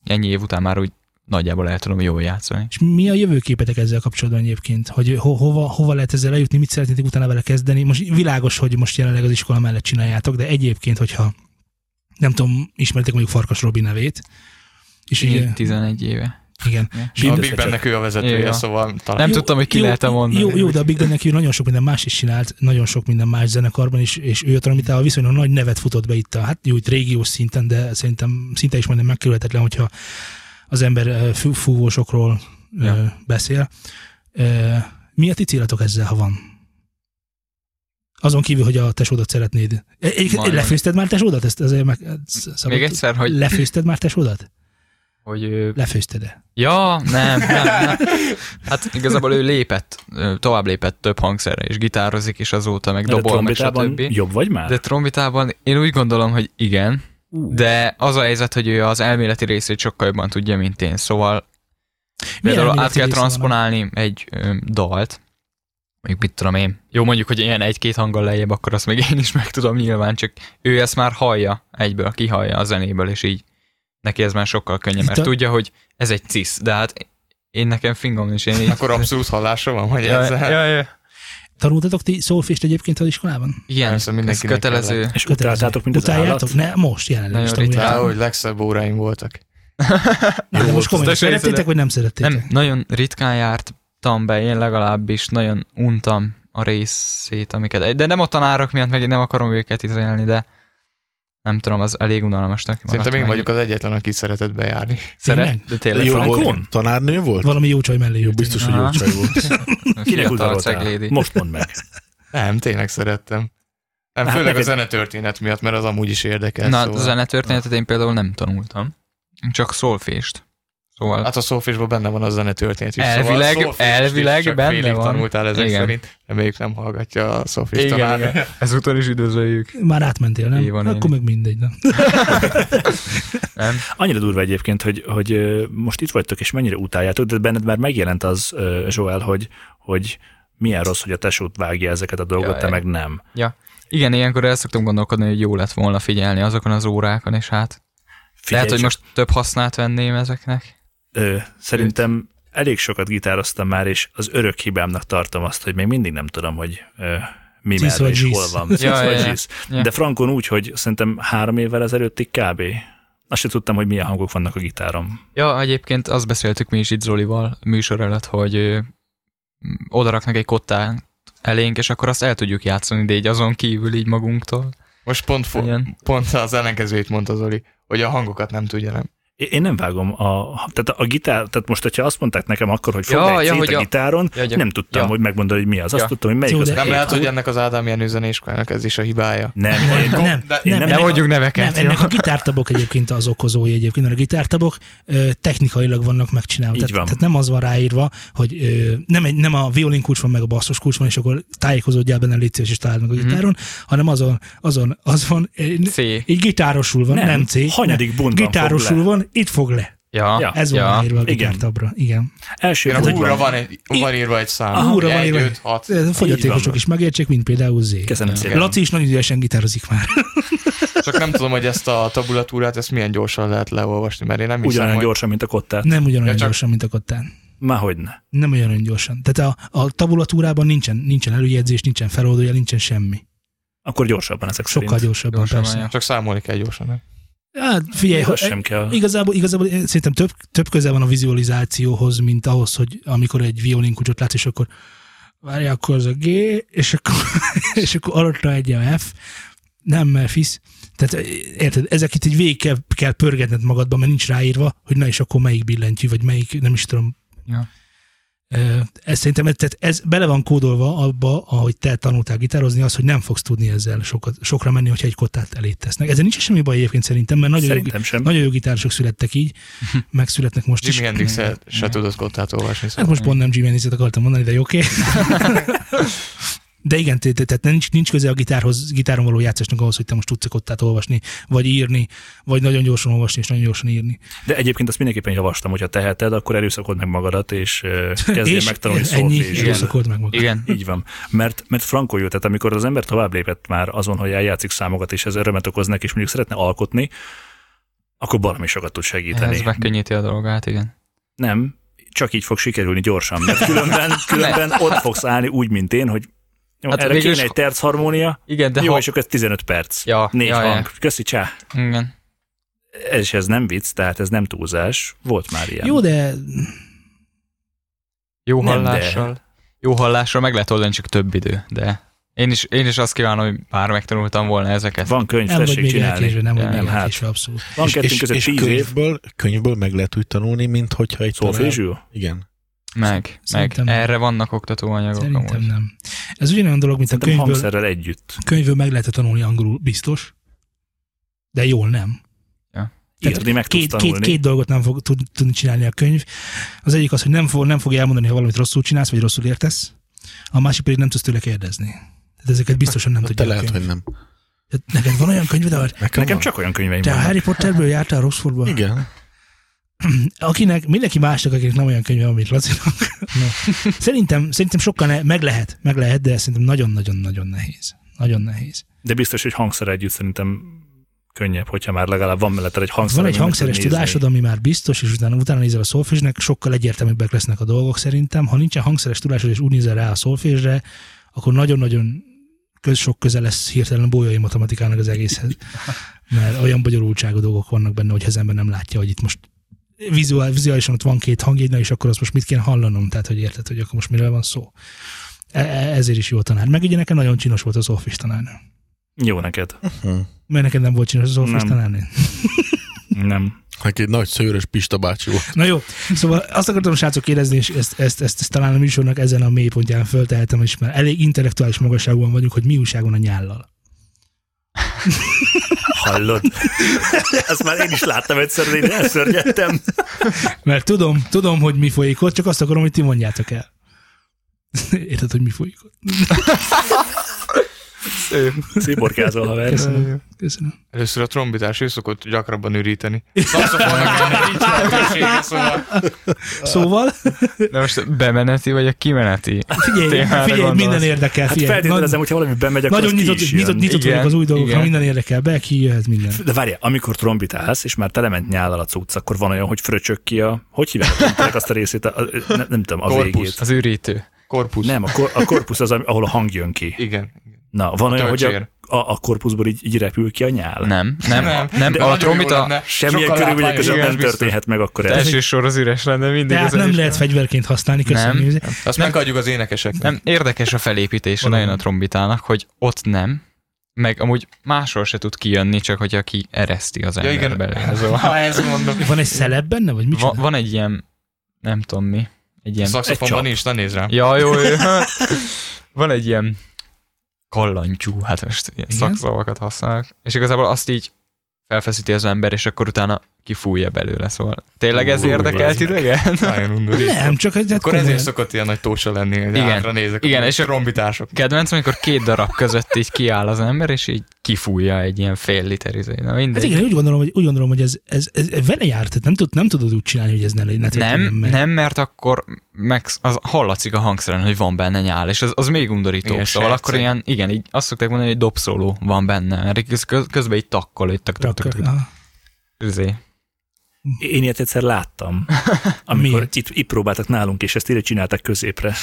D: ennyi év után már úgy nagyjából el tudom jól játszani.
A: És mi a jövőképetek ezzel kapcsolatban egyébként? Hogy ho- hova, hova lehet ezzel eljutni, mit szeretnétek utána vele kezdeni? Most világos, hogy most jelenleg az iskola mellett csináljátok, de egyébként, hogyha nem tudom, ismertek mondjuk Farkas Robi nevét, és így,
D: Így 11 éve.
A: igen.
E: És a
A: Mindössze
E: Big Bandnek ő a
D: Jó.
E: vezetője, szóval talán.
D: Nem tudtam, hogy ki lehet-e mondani.
A: Jó, jó, de a Big Bandnek ő nagyon sok minden más is csinált, nagyon sok minden más zenekarban is, és ő a trombitával viszonylag nagy nevet futott be itt a, hát jó, itt régiós szinten, de szerintem szinte is majdnem megkerülhetetlen, hogyha az ember eh, fú- fúvósokról
D: Ja.
A: ja. beszél. Ö, Mi a ti célatok ezzel, ha van? Azon kívül, hogy a tesódat szeretnéd. E- Egyébként
D: Majdnem.
A: lefőzted már tesódat? Ezt azért meg... Szabad,
D: Még egyszer, hogy...
A: Lefőzted már tesódat?
D: hogy ö,
A: Lefőzted-e?
D: ja, nem, nem, nem. Hát igazából ő lépett, ö, tovább lépett több hangszerre, és gitározik, és azóta meg
B: Mert a
D: dobol, meg
B: trombitában
D: stb.
B: jobb vagy már?
D: De trombitában én úgy gondolom, hogy igen, de az a helyzet, hogy ő az elméleti részét sokkal jobban tudja, mint én. Szóval Például át
A: elméleti
D: kell
A: része van a-
D: transponálni egy ö, dalt, mondjuk mit tudom én. Jó, mondjuk, hogy ilyen egy-két hanggal lejjebb, akkor azt még én is meg tudom nyilván, csak ő ezt már hallja egyből, kihallja a zenéből, és így neki ez már sokkal könnyebb,
A: Itt
D: mert
A: a-
D: tudja, hogy ez egy cisz, de hát én nekem fingom is, én így...
E: Akkor abszolút hallása van, hogy
D: ja,
E: ezzel.
D: ja, ja.
A: Tanultatok ti szólfést egyébként az iskolában?
D: Igen,
E: Persze,
D: ez
E: mindenkinek
D: kötelező.
B: és utáltátok, mint az állat?
A: Utáljátok? Ne, most jelenleg
D: Nagyon
A: is tanuljátok.
E: Á, hogy legszebb óráim voltak.
A: Na, de most komolyan
D: Azt se
A: szerettétek,
D: észre-
A: vagy nem szerettétek?
D: Nem, nagyon ritkán jártam be, én legalábbis nagyon untam a részét, amiket, de nem a tanárok miatt, meg én nem akarom őket izraelni, de nem tudom, az elég unalmasnak maradt
E: Szerintem én
D: meg.
E: vagyok az egyetlen, aki szeretett bejárni.
A: Tényleg?
D: Szeret, de tényleg
C: Jó
D: Frankon?
C: volt. Tanárnő volt?
A: Valami jó csaj mellé
C: Jó,
A: jött.
C: biztos, hogy jó
D: Aha.
C: csaj volt.
B: Kinek
D: Fiatal
B: utaltál?
D: ceglédi.
B: Most mondd meg.
E: Nem, tényleg szerettem. Nem,
B: Hát
E: főleg a
B: neked-
E: zenetörténet miatt, mert az amúgy is érdekel.
D: Na,
E: szóval.
D: szóval. zenetörténetet én például nem tanultam. Csak szolfést. Szóval
E: Hát a szófésban benne van a zenetörténet is.
D: Elvileg-
E: szóval a szófést
D: elvileg
E: is csak
D: benne
E: félig
D: van.
E: tanultál ezek
D: Igen.
E: igen. szerint. Reméljük nem hallgatja a szófés tanár.
D: ezúttal is üdvözöljük.
A: Már átmentél, nem?
D: Így van,
A: Akkor
D: én.
A: meg mindegy, nem?
D: Nem?
B: Annyira durva egyébként, hogy, hogy ö, most itt vagytok, és mennyire utáljátok, de benned már megjelent az, ö, Joel, hogy, hogy milyen rossz, hogy a tesót vágja ezeket a dolgot, te
D: Jaj.
B: meg nem.
D: Igen, ilyenkor el szoktam gondolkodni, hogy jó lett volna figyelni azokon az órákon, és hát Figyelj,
B: Figyelj,
D: lehet, hogy
B: csak,
D: most több hasznát venném ezeknek.
B: ö, szerintem elég sokat gitároztam már, és az örök hibámnak tartom azt, hogy még mindig nem tudom, hogy ö, mi
A: Cisz
B: merre
A: vagy
B: és
A: zsisz.
B: hol van.
D: Ja,
B: Cisz vagy
D: ja, ja.
B: zsisz.
D: Ja.
B: De Frankon úgy, hogy szerintem három évvel ezelőttig kb. Azt se tudtam, hogy milyen hangok vannak a gitárom.
D: Ja, egyébként azt beszéltük mi is itt Zolival műsor előtt, hogy ö, m, odaraknak egy kottát elénk, és akkor azt el tudjuk játszani, de így azon kívül így magunktól.
E: Most pont, fo-
D: Ilyen.
E: pont az ellenkezőjét mondta Zoli, hogy a hangokat nem tudja nem.
B: É- Én nem vágom a, tehát a gitár, tehát most, hogyha azt mondták nekem akkor, hogy
D: Ja,
B: fogják
D: ja,
B: ja,
D: hogy
B: a
D: a-
B: gitáron,
D: ja, ja.
B: nem tudtam,
D: Ja.
B: hogy megmondod, hogy mi az. Azt
D: Ja.
B: tudtam, hogy melyik
A: Jó,
B: az.
A: de-
B: a
E: Nem
A: Én-
E: lehet, hogy ennek az Ádám Jenő zenéskolának ez is a hibája.
B: Nem, én,
A: Nem, nem,
E: de-
A: nem,
B: nem-
D: Ne
A: ennek-
D: mondjuk
A: nem,
D: neveket, jó?
A: ennek a gitártabok egyébként az okozói egyébként, mert a gitártabok ö, technikailag vannak megcsinálva.
B: Így
A: Tehát,
B: van.
A: tehát nem az van ráírva, hogy ö, nem, egy, nem a violin kulcs van, meg a basszus kulcs van, és akkor tájékozódjál benne, légy szíves, és találd meg a gitáron, hanem azon, azon, az van, ö,
D: Mhm. C.
A: így gitárosul van, nem,
B: Nem,
A: nem C.
B: hanyadik
A: nem.
B: bundban
A: Gitárosul
B: fog
A: van, itt fog le.
D: Ja,
B: Ja.
A: Ez van
D: Ja,
A: ráírva a
B: igen.
A: gitártabra, igen.
B: első
E: Én a
B: volt, hogy
E: húra
B: van.
E: van, egy, van írva egy szám.
A: A húra van
E: Egy,
A: írva.
E: öt, hat.
A: Ez A
B: Így van.
A: fogyatékosok is megértsék, mint például Z.
B: Köszönöm szépen.
A: Laci is nagyon ügyesen gitározik már.
E: Csak nem tudom, hogy ezt a tabulatúrát, ezt milyen gyorsan lehet leolvasni, mert én nem hiszem,
B: Ugyanolyan
E: hogy...
B: gyorsan, mint a kottát.
A: Nem ugyanolyan
E: Ja, csak-
A: gyorsan, mint a kottán.
B: Máhogyne.
A: Nem olyan gyorsan. Tehát a, a tabulatúrában nincsen, nincsen előjegyzés, nincsen feloldója, nincsen semmi.
B: Akkor gyorsabban ezek
A: Sokkal
B: szerint.
A: gyorsabban,
D: Gyorsabban,
A: persze.
D: ja.
E: Csak számolni kell gyorsan, nem?
A: Hát figyelj,
B: Ahhoz
A: ha,
B: sem kell.
A: Igazából, igazából én szerintem több, több köze van a vizualizációhoz, mint ahhoz, hogy amikor egy violinkutyot látsz, és akkor várjál, akkor az a G, és akkor, és akkor alatta egy a F. Nem, mert fisz. Tehát érted, ezek itt így végig kell, kell pörgetned magadban, mert nincs ráírva, hogy na és akkor melyik billentyű, vagy melyik, nem is tudom.
D: Ja.
A: Ö, Ez szerintem, ez- tehát ez bele van kódolva abba, ahogy te tanultál gitározni, az, hogy nem fogsz tudni ezzel sokat, sokra menni, hogyha egy kottát elét tesznek. Ezzel nincs semmi baj egyébként szerintem, mert nagyon jó,
B: Szerintem sem.
A: nagyon jó gitárosok születtek így, megszületnek most
E: Jimi
A: is.
E: Hendrix se, se
D: Igen.
E: tudott kottát olvasni.
A: Hát
E: Szóval.
A: most pont nem Jimi Hendrixet akartam mondani, de jó, oké. De igen, te- te- tehát nincs, nincs köze a gitárhoz, gitáron való játszásnak ahhoz, hogy te most tudsz kottát olvasni, vagy írni, vagy nagyon gyorsan olvasni és nagyon gyorsan írni.
B: De egyébként azt mindenképpen javaslom, hogyha teheted, akkor erőszakod meg magadat, és ö, kezdjél
A: és
B: megtanulni
A: ennyi
B: szólni.
A: és szakold meg magad.
D: Igen.
B: Így van. Mert, mert frankó jó, tehát amikor az ember tovább lépett már azon, hogy eljátszik számokat, és ez örömet okoz neki, és mondjuk szeretne alkotni, akkor valami sokat tud segíteni.
D: Ez megkönnyíti a dolgát, igen.
B: Nem, csak így fog sikerülni gyorsan, mert különben, különben ott fogsz állni úgy, mint én, hogy jó,
D: Hát
B: hát erre
D: végül
B: kéne
D: is-
B: egy terc harmónia,
D: Igen, de
B: de jó,
D: ha...
B: és akkor ez 15 perc.
D: Ja,
B: Négy
D: ja,
B: hang.
D: ja.
B: Köszi, csá.
D: Igen.
B: Ez, és ez nem vicc, tehát ez nem túlzás. Volt már ilyen.
A: Jó, de
D: Jó
B: Nem, de-
D: hallással. Jó hallással meg lehet oldani, csak több idő, de én is, én is azt kívánom, hogy bár megtanultam volna ezeket.
B: Van könyv,
A: nem vagy
B: tessék
A: még
B: csinálni.
A: elkésve, nem vagy
D: Nem,
A: még
B: hát.
A: elkésve, abszolút.
B: Van
C: és,
B: kettőnk
C: és,
B: között
C: és
B: 10 év. Szóval,
C: könyvből, könyvből meg lehet úgy tanulni, mint hogyha egy
D: Szóval
C: tanár...
B: Szófézsül?
C: Igen.
D: Meg, meg.
A: Szerintem-
D: Erre vannak oktatóanyagok
A: Szerintem
D: amúgy.
A: nem. Ez ugyanolyan dolog, mint
B: Szerintem
A: a könyvből,
B: hangszerrel együtt.
A: könyvből meg lehet tanulni angolul, biztos, de jól nem. Tehát
B: Írni meg tudsz
A: két, két,
B: tanulni.
A: két dolgot nem fog tud, tudni csinálni a könyv. Az egyik az, hogy nem fog, nem fog elmondani, ha valamit rosszul csinálsz, vagy rosszul értesz. A másik pedig nem tudsz tőle kérdezni. Tehát ezeket biztosan nem
C: Hát te
A: tudja a
C: lehet,
A: könyv.
C: hogy nem.
A: Tehát neked van olyan könyved, ahol
C: Nekem,
B: Nekem
C: van.
B: csak olyan könyveim
A: te a
B: vannak.
A: Harry Potterből jártál Roxfordba?
C: Igen.
A: Akinek, mindenki másnak, akinek nem olyan könyve, van, mint Lacinak. No. Szerintem, szerintem sokkal ne, meg lehet, meg lehet, de szerintem nagyon-nagyon-nagyon nehéz. Nagyon nehéz.
B: De biztos, hogy hangszer együtt szerintem könnyebb, hogyha már legalább van mellette egy hangszer.
A: Van egy
B: amit meg
A: hangszeres
B: tud nézni.
A: tudásod, ami már biztos, és utána, utána nézel a szolfésnek, sokkal egyértelműbbek lesznek a dolgok szerintem. Ha nincsen hangszeres tudásod, és úgy nézel rá a szolfésre, akkor nagyon-nagyon köz, sok közel lesz hirtelen a bolyai matematikának az egészhez. Mert olyan bonyolultságú dolgok vannak benne, hogy az ember nem látja, hogy itt most vizuál, vizuálisan ott van két hangjegy, na és akkor azt most mit kéne hallanom, tehát hogy érted, hogy akkor most miről van szó. E- e- Ezért is jó a tanár. Meg ugye nekem nagyon csinos volt az szolfés tanárnő.
B: Jó neked.
A: Mert neked nem volt csinos az szolfés
B: Nem.
A: tanárnő?
B: Nem.
C: Aki egy nagy szőrös Pista bácsi volt.
A: Na jó, szóval azt akartam srácok kérdezni, és ezt, ezt, ezt, ezt talán a műsornak ezen a mélypontján föltehetem, és már elég intellektuális magasságban vagyunk, hogy mi újság van a nyállal.
B: Hallod? Ezt már én is láttam egyszer, de én elszörnyedtem.
A: Mert tudom, tudom, hogy mi folyik ott, csak azt akarom, hogy ti mondjátok el. Érted, hogy mi folyik ott?
B: Sziborkázol, haver.
A: Köszönöm. Köszönöm.
E: Először a trombitás ő szokott gyakrabban üríteni. Szakszofonnak ennek nincs jelentősége, szóval.
A: Szóval,
D: De most bemeneti vagy a kimeneti?
A: figyelj,
D: Témára
A: figyelj
D: gondolsz.
A: minden érdekel,
B: Hát
A: figyelj.
B: feltételezem, hogyha valami bemegy, akkor
A: nagyon
B: az ki
A: nyitott,
B: is
A: nyitott,
B: jön.
A: nyitott vagyok
D: Igen,
A: az új dolgokra,
D: igen.
A: minden érdekel be, ki jöhet minden.
B: De várjál, amikor trombitálsz, és már telement nyállal a cucc, akkor van olyan, hogy fröcsök ki a... Hogy hívják a trombiták azt a részét? A, a- nem, nem tudom, a
E: Korpusz.
B: végét.
D: Az ürítő.
E: Korpusz.
B: Nem, a, kor, a korpusz az, ami- ahol a hang jön ki.
E: Igen.
B: Na, van olyan, hogy
E: töltsér.
B: a, a, a korpuszból így, így repül ki a nyál.
D: Nem, nem, nem. nem.
E: de
D: A
E: nagyon jó
D: trombita
E: lenne.
B: Semmilyen
E: Sokkal
B: körülmények
E: látványosabb,
B: között nem
E: biztos.
B: történhet meg akkor ez.
D: első sor az üres lenne, mindig
A: Tehát
D: az
A: hát nem
D: üres
A: lehet fegyverként használni, köszönöm.
D: Nem.
E: Azt
D: Nem.
E: megadjuk az énekeseknek.
D: Nem, érdekes a felépítése
A: Valami.
D: nagyon a trombitának, hogy ott nem, meg amúgy máshol se tud kijönni, csak hogyha ki ereszti az
E: Ja
D: ember
E: igen,
D: belőle. Szóval
E: ha ezt mondom.
A: Van egy szelep benne, vagy
D: va,
A: micsoda?
D: van egy ilyen, nem tudom mi, egy ilyen...
E: Szakszofonban
B: Egy
E: nincs, ne nézz rám.
D: Ja, jó, jó. Van egy ilyen kallantyú, hát most ilyen
A: Igen?
D: szakszavakat használnak, és igazából azt így felfeszíti az ember, és akkor utána kifújja belőle, szóval tényleg ez
E: Ú,
D: érdekelt
E: bazd meg.
D: idegen?
E: Nagyon undorító.
A: Nem, csak egy... hát
E: Akkor ezért szokott ilyen nagy tócsa lenni, hogy
D: Igen.
E: hátra nézek.
D: Igen, és a-
E: trombitások.
D: Kedvenc, amikor két darab között így kiáll az ember, és így kifújja egy ilyen fél liter izé. Na
A: Hát
D: mindegy.
A: igen, úgy gondolom, hogy, úgy gondolom, hogy ez, ez, ez vele járt, tehát nem, tud, nem tudod úgy csinálni, hogy ez ne, ne
D: Nem,
A: történjen meg.
D: nem, mert akkor meg, az hallatszik a hangszeren, hogy van benne nyál, és az, az még undorító.
E: Igen,
D: Igen, szóval
E: serceg.
D: akkor ilyen, igen, így azt szokták mondani, hogy dobszóló van benne, mert így köz, közben így takkol, így tak, tak, tak,
A: Akkor-
D: tak,
A: aha.
D: izé.
B: Én ilyet egyszer láttam, amikor
A: Miért?
B: itt, itt próbáltak nálunk, és ezt ide csináltak középre.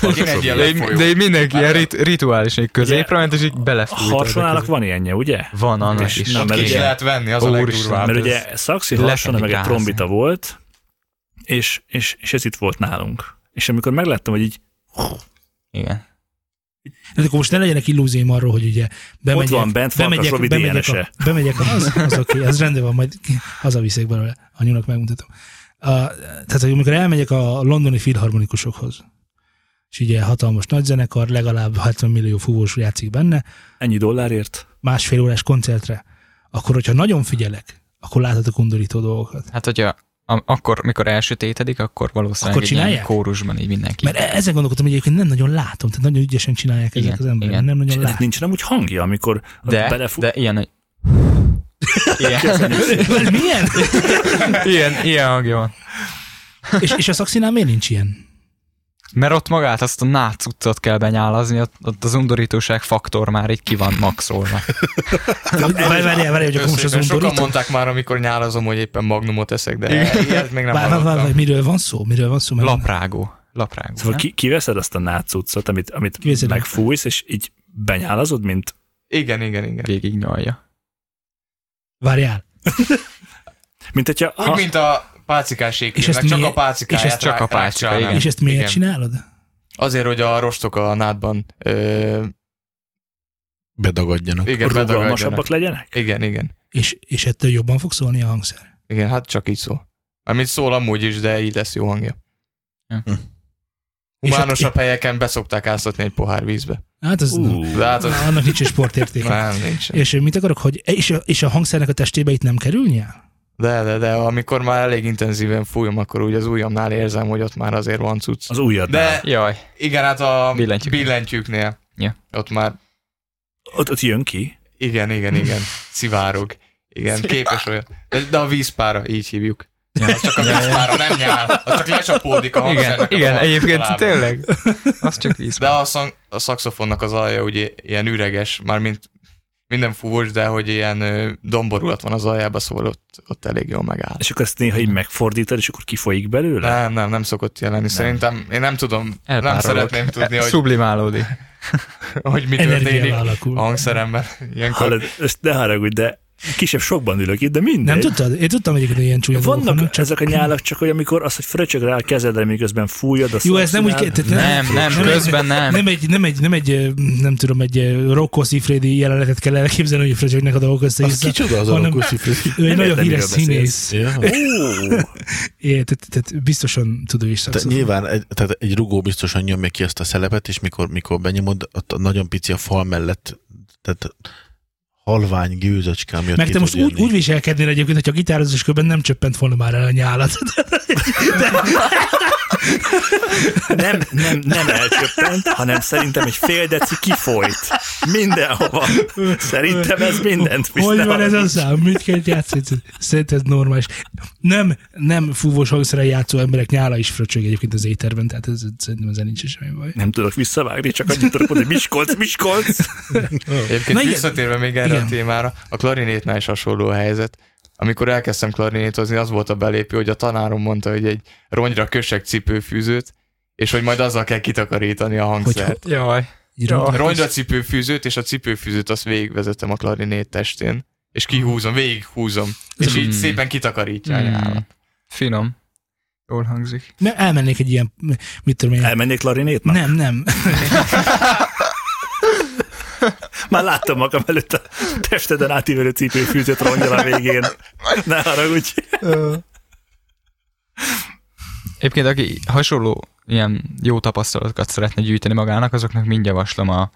C: Pontosan.
E: Kéne egy ilyen
D: De, így-
E: lefolyó.
D: de így mindenki ilyen rit- rituális, így középre ment, és így
B: A
D: belefújt.
B: harsonának van ilyenje, ugye?
D: Van annak
B: És
D: is.
B: nem,
D: Ott
B: mert
D: ki
E: Ki
B: ugye-
D: lehet-
E: lehet venni, az a
D: Úristen,
E: legdurvább.
B: Mert
D: ez-
B: ugye szaxi
D: le
B: harsona,
D: kell
B: meg egy
D: gázni.
B: trombita volt, és, és, és ez itt volt nálunk. És amikor megláttam, hogy így
D: Igen.
A: De Hát akkor most ne legyenek illúzióim arról, hogy ugye bemegyek,
B: van bent Farkas
A: bemegyek,
B: Robi
A: bemegyek, a,
B: DNS-e.
A: bemegyek a, az, az oké, okay, az rendben van, majd ki- hazaviszek belőle, a nyúlnak megmutatom. A, tehát, hogy amikor elmegyek a londoni filharmonikusokhoz, és ugye hatalmas nagy zenekar, legalább 70 millió fúvós játszik benne,
B: ennyi dollárért,
A: másfél órás koncertre, akkor hogyha nagyon figyelek, akkor láthatok undorító dolgokat.
D: Hát, hogyha a- akkor, mikor elsötétedik, akkor valószínűleg
A: Akkor
D: egy ilyen
A: csinálják?
D: kórusban így mindenki.
A: Mert e- ezen gondolkodtam, hogy egyébként nem nagyon látom, tehát nagyon ügyesen csinálják ezek
D: Igen,
A: az emberek,
D: igen.
A: nem nagyon
B: ennek
A: látom.
B: nincs nem úgy hangja, amikor
D: de,
B: belefú...
D: de ilyen, hogy- ilyen,
A: Milyen?
D: ilyen, ilyen hangja van.
A: és, és a szaxinál miért nincs ilyen?
D: Mert ott magát azt a nácuccot kell benyálazni, ott, ott az undorítóság faktor már így ki van maxolva.
E: Hát
A: Várj, várj, várj, várj, hogy akkor most az
E: Összesen Sokan
A: undorító.
E: mondták már, amikor nyálazom, hogy éppen magnumot eszek, de ilyet még
A: Várj, várj,
E: nem
A: várj,
E: hallottam.
A: várj, miről van szó? Miről van szó? Mert
D: Laprágó. Laprágó.
B: Szóval
D: nem?
B: ki, kiveszed azt a nácucot, amit, amit
A: Kiveszed.
B: megfújsz, és így benyálazod, mint
E: Igen, igen, igen.
D: Végig nyalja.
A: Várjál.
B: mint hogyha,
E: Úgy,
B: ha,
E: mint a pácikás
A: És ezt
E: ékkének, csak
A: miért-
E: a pácikáját
A: és ezt
D: csak a
E: rá-
D: pácika,
E: rácsának.
D: igen.
A: És ezt miért
E: Igen.
A: csinálod?
E: Azért, hogy a rostok a nádban ö,
C: Bedagadjanak.
E: igen, bedagadjanak.
B: rugalmasabbak legyenek.
E: Igen, igen.
A: És, és ettől jobban fog szólni a hangszer?
E: Igen, hát csak így szól. Amit szól amúgy is, de így lesz jó hangja.
D: Ja.
E: Hm. Humánosabb helyeken beszokták áztatni egy pohár vízbe.
A: Hát az,
B: Ú,
E: De hát az...
A: annak nincs is sportértéke.
E: Nem, nincs.
A: És mit akarok, hogy és a, és a hangszernek a testébe itt nem kerülnie?
E: De, de, de, amikor már elég intenzíven fújom, akkor úgy az ujjamnál érzem, hogy ott már azért van cucc.
B: az újad.
E: De
D: Jaj.
E: igen, hát a
D: Billentyűk.
E: billentyűknél.
D: Ja.
E: Ott már
B: Ott, ott jön ki.
E: Igen, igen, igen. Szivárog. Igen, képes olyan. De, de a vízpára, így hívjuk. Az csak a vízpára nem nyál, az csak lecsapódik a
D: Igen,
E: hangszernek. a
D: igen
E: fal-
D: egyébként
E: talán.
D: tényleg. Az csak víz.
E: De a, szang, a szakszofonnak az alja ugye ilyen üreges, már mint minden fúvós, de hogy ilyen ö, domborulat van az aljába, szóval ott, ott elég jól megáll.
B: És akkor ezt néha így megfordítod, és akkor kifolyik belőle?
E: Nem, nem, nem szokott ilyen lenni. Szerintem én nem tudom, nem szeretném tudni, hogy,
D: E, Sublimálódik.
E: hogy mi történik
A: Energia
E: a
A: alakul.
E: hangszeremmel. Ilyenkor
B: Hallod, ezt ne haragudj, de kisebb sokban ülök itt, de mindegy.
A: Nem tudtad? Én tudtam egyébként, hogy ilyen csúnya dolgok
B: Vannak
A: vannak,
B: csak... ezek a nyálak, csak hogy amikor az, hogy fröcsög rá a kezedre, miközben fújod, azt
A: Jó, ez nem úgy...
B: csinál-
A: ke- tehát
D: Nem, nem,
A: egy-
D: közben nem.
A: Nem egy, nem egy, nem egy, ö, nem tudom, egy ö, Rocco Siffredi jelenetet kell elképzelni, hogy fröcsögnek a dolgok össze
C: Az kicsoda az a
A: Hanem-
C: Rokó Szifredi?
A: Ő egy
B: Nem
A: nagyon
B: értem,
A: híres
B: miről beszélsz.
A: színész.
C: Ja.
B: Ó,
A: É, tehát, tehát biztosan tudó is
C: Te,
A: szakszofon.
C: nyilván egy, tehát egy rugó biztosan nyomja ki ezt a szelepet, és mikor, mikor benyomod, ott a nagyon pici a fal mellett, tehát halvány gőzöcske, ami ott
A: Meg
C: ki
A: te
C: tud
A: most úgy,
C: jönni.
A: úgy viselkednél egyébként, hogy a gitározás körben nem csöppent volna már el a nyálat.
B: nem, nem, nem elcsöppent, hanem szerintem egy fél deci kifolyt. Mindenhova. Szerintem ez mindent
A: Hogy van ez
B: viszont.
A: a szám? Mit kell játszani? Szerintem ez normális. Nem, nem fúvós hangszeren játszó emberek nyála is fröcsög egyébként az éterben, tehát ez, szerintem ezzel nincs semmi baj.
B: Nem tudok visszavágni, csak annyit tudok mondani, hogy Miskolc, Miskolc.
E: Egyébként
A: Na igen.
E: visszatérve még erre
A: Igen.
E: a témára, a klarinétnál is hasonló a helyzet. Amikor elkezdtem klarinétozni, az volt a belépő, hogy a tanárom mondta, hogy egy rongyra kösek cipőfűzőt, és hogy majd azzal kell kitakarítani a hangszert.
D: Jaj.
A: Így
D: Ja.
A: ront-
E: A rongyra cipőfűzőt és a cipőfűzőt azt végigvezetem a klarinét testén, és kihúzom, végighúzom, és így
D: Mm.
E: szépen kitakarítja a
D: Mm.
E: nyálat.
D: Finom. Jól hangzik.
A: Nem, elmennék egy ilyen, mit tudom én,
B: Elmennék klarinétnak?
A: nem, nem.
B: Már láttam magam előtt a testeden átívelő cipőfűzött rongyal a végén. Ne haragudj.
D: Egyébként, aki hasonló ilyen jó tapasztalatokat szeretne gyűjteni magának, azoknak mind javaslom a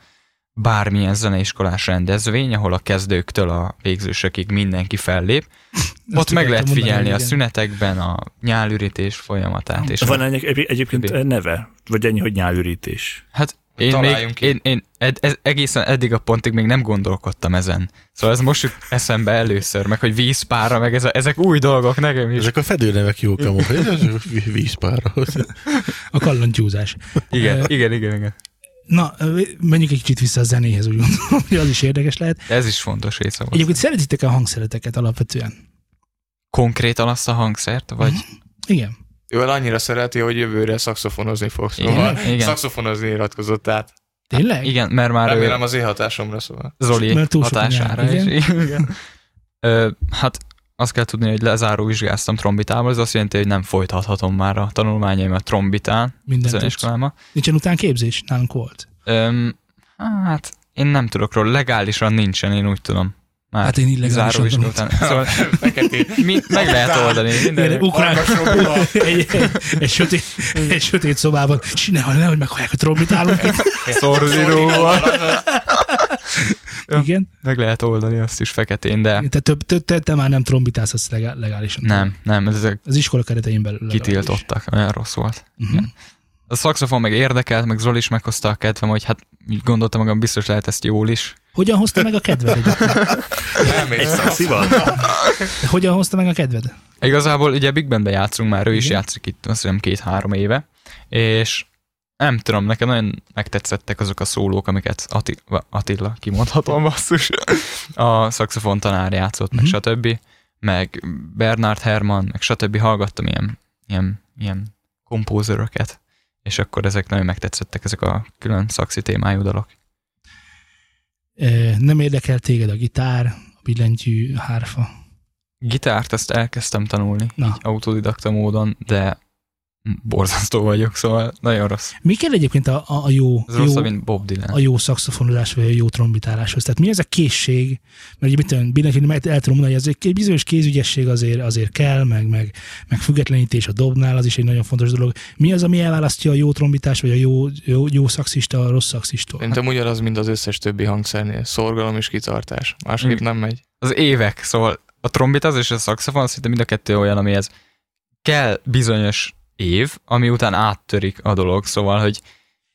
D: bármilyen zeneiskolás rendezvény, ahol a kezdőktől a végzősökig mindenki fellép. Ott meg
A: akartam
D: lehet
A: mondani,
D: figyelni a
A: igen.
D: szünetekben a nyálürítés folyamatát. És
B: Van ennek egy- egyébként
D: Többi.
B: neve? Vagy ennyi, hogy nyálürítés?
D: Hát én
E: Találjunk
D: még,
E: ki.
D: én, én ed, ez, egészen eddig a pontig még nem gondolkodtam ezen. Szóval ez most jut eszembe először, meg hogy vízpára, meg ez a, ezek új dolgok nekem is.
C: Ezek a fedőnevek jók amúgy. Ez a vízpára.
A: A kallantyúzás.
D: Igen, igen, igen, igen.
A: Na, ö, menjünk egy kicsit vissza a zenéhez, úgy gondolom, hogy az is érdekes lehet.
D: De ez is fontos része volt.
A: Egyébként szeretitek a hangszereteket alapvetően?
D: Konkrétan azt a hangszert, vagy
A: Igen.
E: ő el annyira szereti, hogy jövőre szaxofonozni fog. Szóval
D: Igen, igen,
E: szaxofonozni iratkozott át.
A: Tényleg?
D: Hát, igen, mert már ő
E: Remélem az én hatásomra szóval.
D: Zoli
A: Mert túl sokan
D: hatására
A: jár,
D: is. Igen. Ö, hát azt kell tudni, hogy lezáró vizsgáztam trombitával, ez azt jelenti, hogy nem folytathatom már a tanulmányaimat trombitán
A: Minden
D: az
A: tudsz.
D: iskoláma.
A: Nincsen utánképzés? Nálunk volt.
D: Öm, hát én nem tudok róla, legálisan nincsen, én úgy tudom. Már
A: Hát én illegálisan
D: záró vizsga
A: tanultam.
D: után. Szóval
E: Feketét.
D: mi, meg lehet oldani.
A: Ilyen
D: Minden,
A: ukrán,
E: Hallgass, Robival.
A: egy, egy, egy, sötét, egy sötét szobában, csinálj, nehogy meghallják a trombitálunk.
D: szorzíróval.
A: Igen?
D: Meg lehet oldani azt is feketén, de
A: Te, több, te, te, te már nem trombitálsz, azt legá- legálisan.
D: nem, nem, ezek
A: Az iskola keretein belül. legalábbis.
D: kitiltottak, olyan rossz volt.
A: Mhm.
D: A szaxofon meg érdekelt, meg Zoli is meghozta a kedvem, hogy hát így gondoltam magam, biztos lehet ezt jól is.
A: Hogyan hozta meg a kedved? egyébként?
E: Nem,
B: Egy
E: és
B: szaxival?
A: Hogyan hozta meg a kedved?
D: Igazából ugye Big Bandbe játszunk már, ő is
A: Igen.
D: játszik itt, azt hiszem két-három éve, és nem tudom, nekem nagyon megtetszettek azok a szólók, amiket Ati- va- Attila, kimondhatom basszus, a szaxofon tanár játszott, meg
A: Mhm.
D: stb. Meg Bernard Herman, meg stb. hallgattam ilyen, ilyen, ilyen kompózöröket, és akkor ezek nagyon megtetszettek, ezek a külön szaxi témájú dalok.
A: Ö, Nem érdekel téged a gitár, a billentyű, a hárfa.
D: Gitárt ezt elkezdtem tanulni,
A: Na.
D: így autodidakta módon, de borzasztó vagyok, szóval nagyon rossz.
A: Mi kell egyébként a, a, a jó,
D: Ez
A: jó,
D: rosszabb, mint Bob Dylan.
A: a jó szakszofonozás, vagy a jó trombitáláshoz? Tehát mi ez a készség? Mert ugye mit tudom, billentyűn meg el tudom mondani, hogy ez egy bizonyos kézügyesség azért, azért kell, meg, meg, meg függetlenítés a dobnál, az is egy nagyon fontos dolog. Mi az, ami elválasztja a jó trombitás, vagy a jó, jó, jó szakszista a rossz szakszistól? Hát,
E: Szerintem ugyanaz, mint az összes többi hangszernél. Szorgalom és kitartás. Másképp
D: Mm.
E: nem megy.
D: Az évek, szóval a trombita az és a szaxofon, szinte mind a kettő olyan, amihez kell bizonyos év, ami után áttörik a dolog, szóval, hogy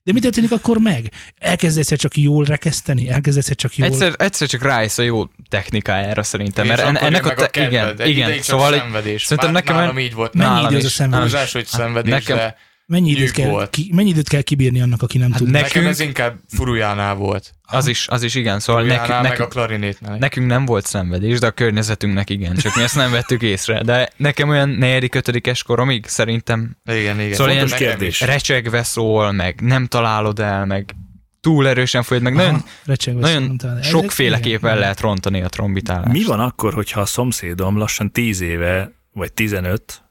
A: De mi történik akkor meg? Elkezd egyszer csak jól rekeszteni? Elkezd egyszer csak jól...
D: egyszer, egyszer csak rájössz a jó technikájára szerintem, mert
E: És
D: en,
E: akkor
D: ennek
E: jön
D: a,
E: meg
D: te, igen,
E: kedved. Egy ideig
D: igen,
E: csak
D: szóval egy-
E: szenvedés.
D: szerintem
E: Már
D: nekem
E: nálam így volt.
A: Mennyi
D: nálam
A: idő az a
D: is.
A: szenvedés?
E: Túlzás, hogy szenvedés, Hát
D: nekem-
E: de
A: Mennyi időt,
E: nyűg
A: kell,
E: volt.
A: ki, mennyi időt kell kibírni annak, aki nem
D: Hát
A: tud?
D: ne-
E: nekem ez
D: nekünk-
E: inkább furujánál volt.
D: az is, az is igen, szóval
E: Furujánál,
D: nekünk,
E: meg a
D: nekünk,
E: klarinétnál.
D: nekünk nem volt szenvedés, de a környezetünknek igen, csak mi ezt nem vettük észre, de nekem olyan negyedik, ötödikes koromig szerintem
E: igen, igen.
D: Szóval ilyen
E: Fontos kérdés.
B: kérdés.
D: recsegve szól, meg nem találod el, meg túl erősen folyod, meg
A: Aha,
D: nagyon,
A: recsegve
D: nagyon
A: szerintem. Ez-
D: sokféleképpen
A: igen.
D: lehet rontani a trombitálást.
B: Mi van akkor, hogyha a szomszédom lassan 10 éve, vagy 15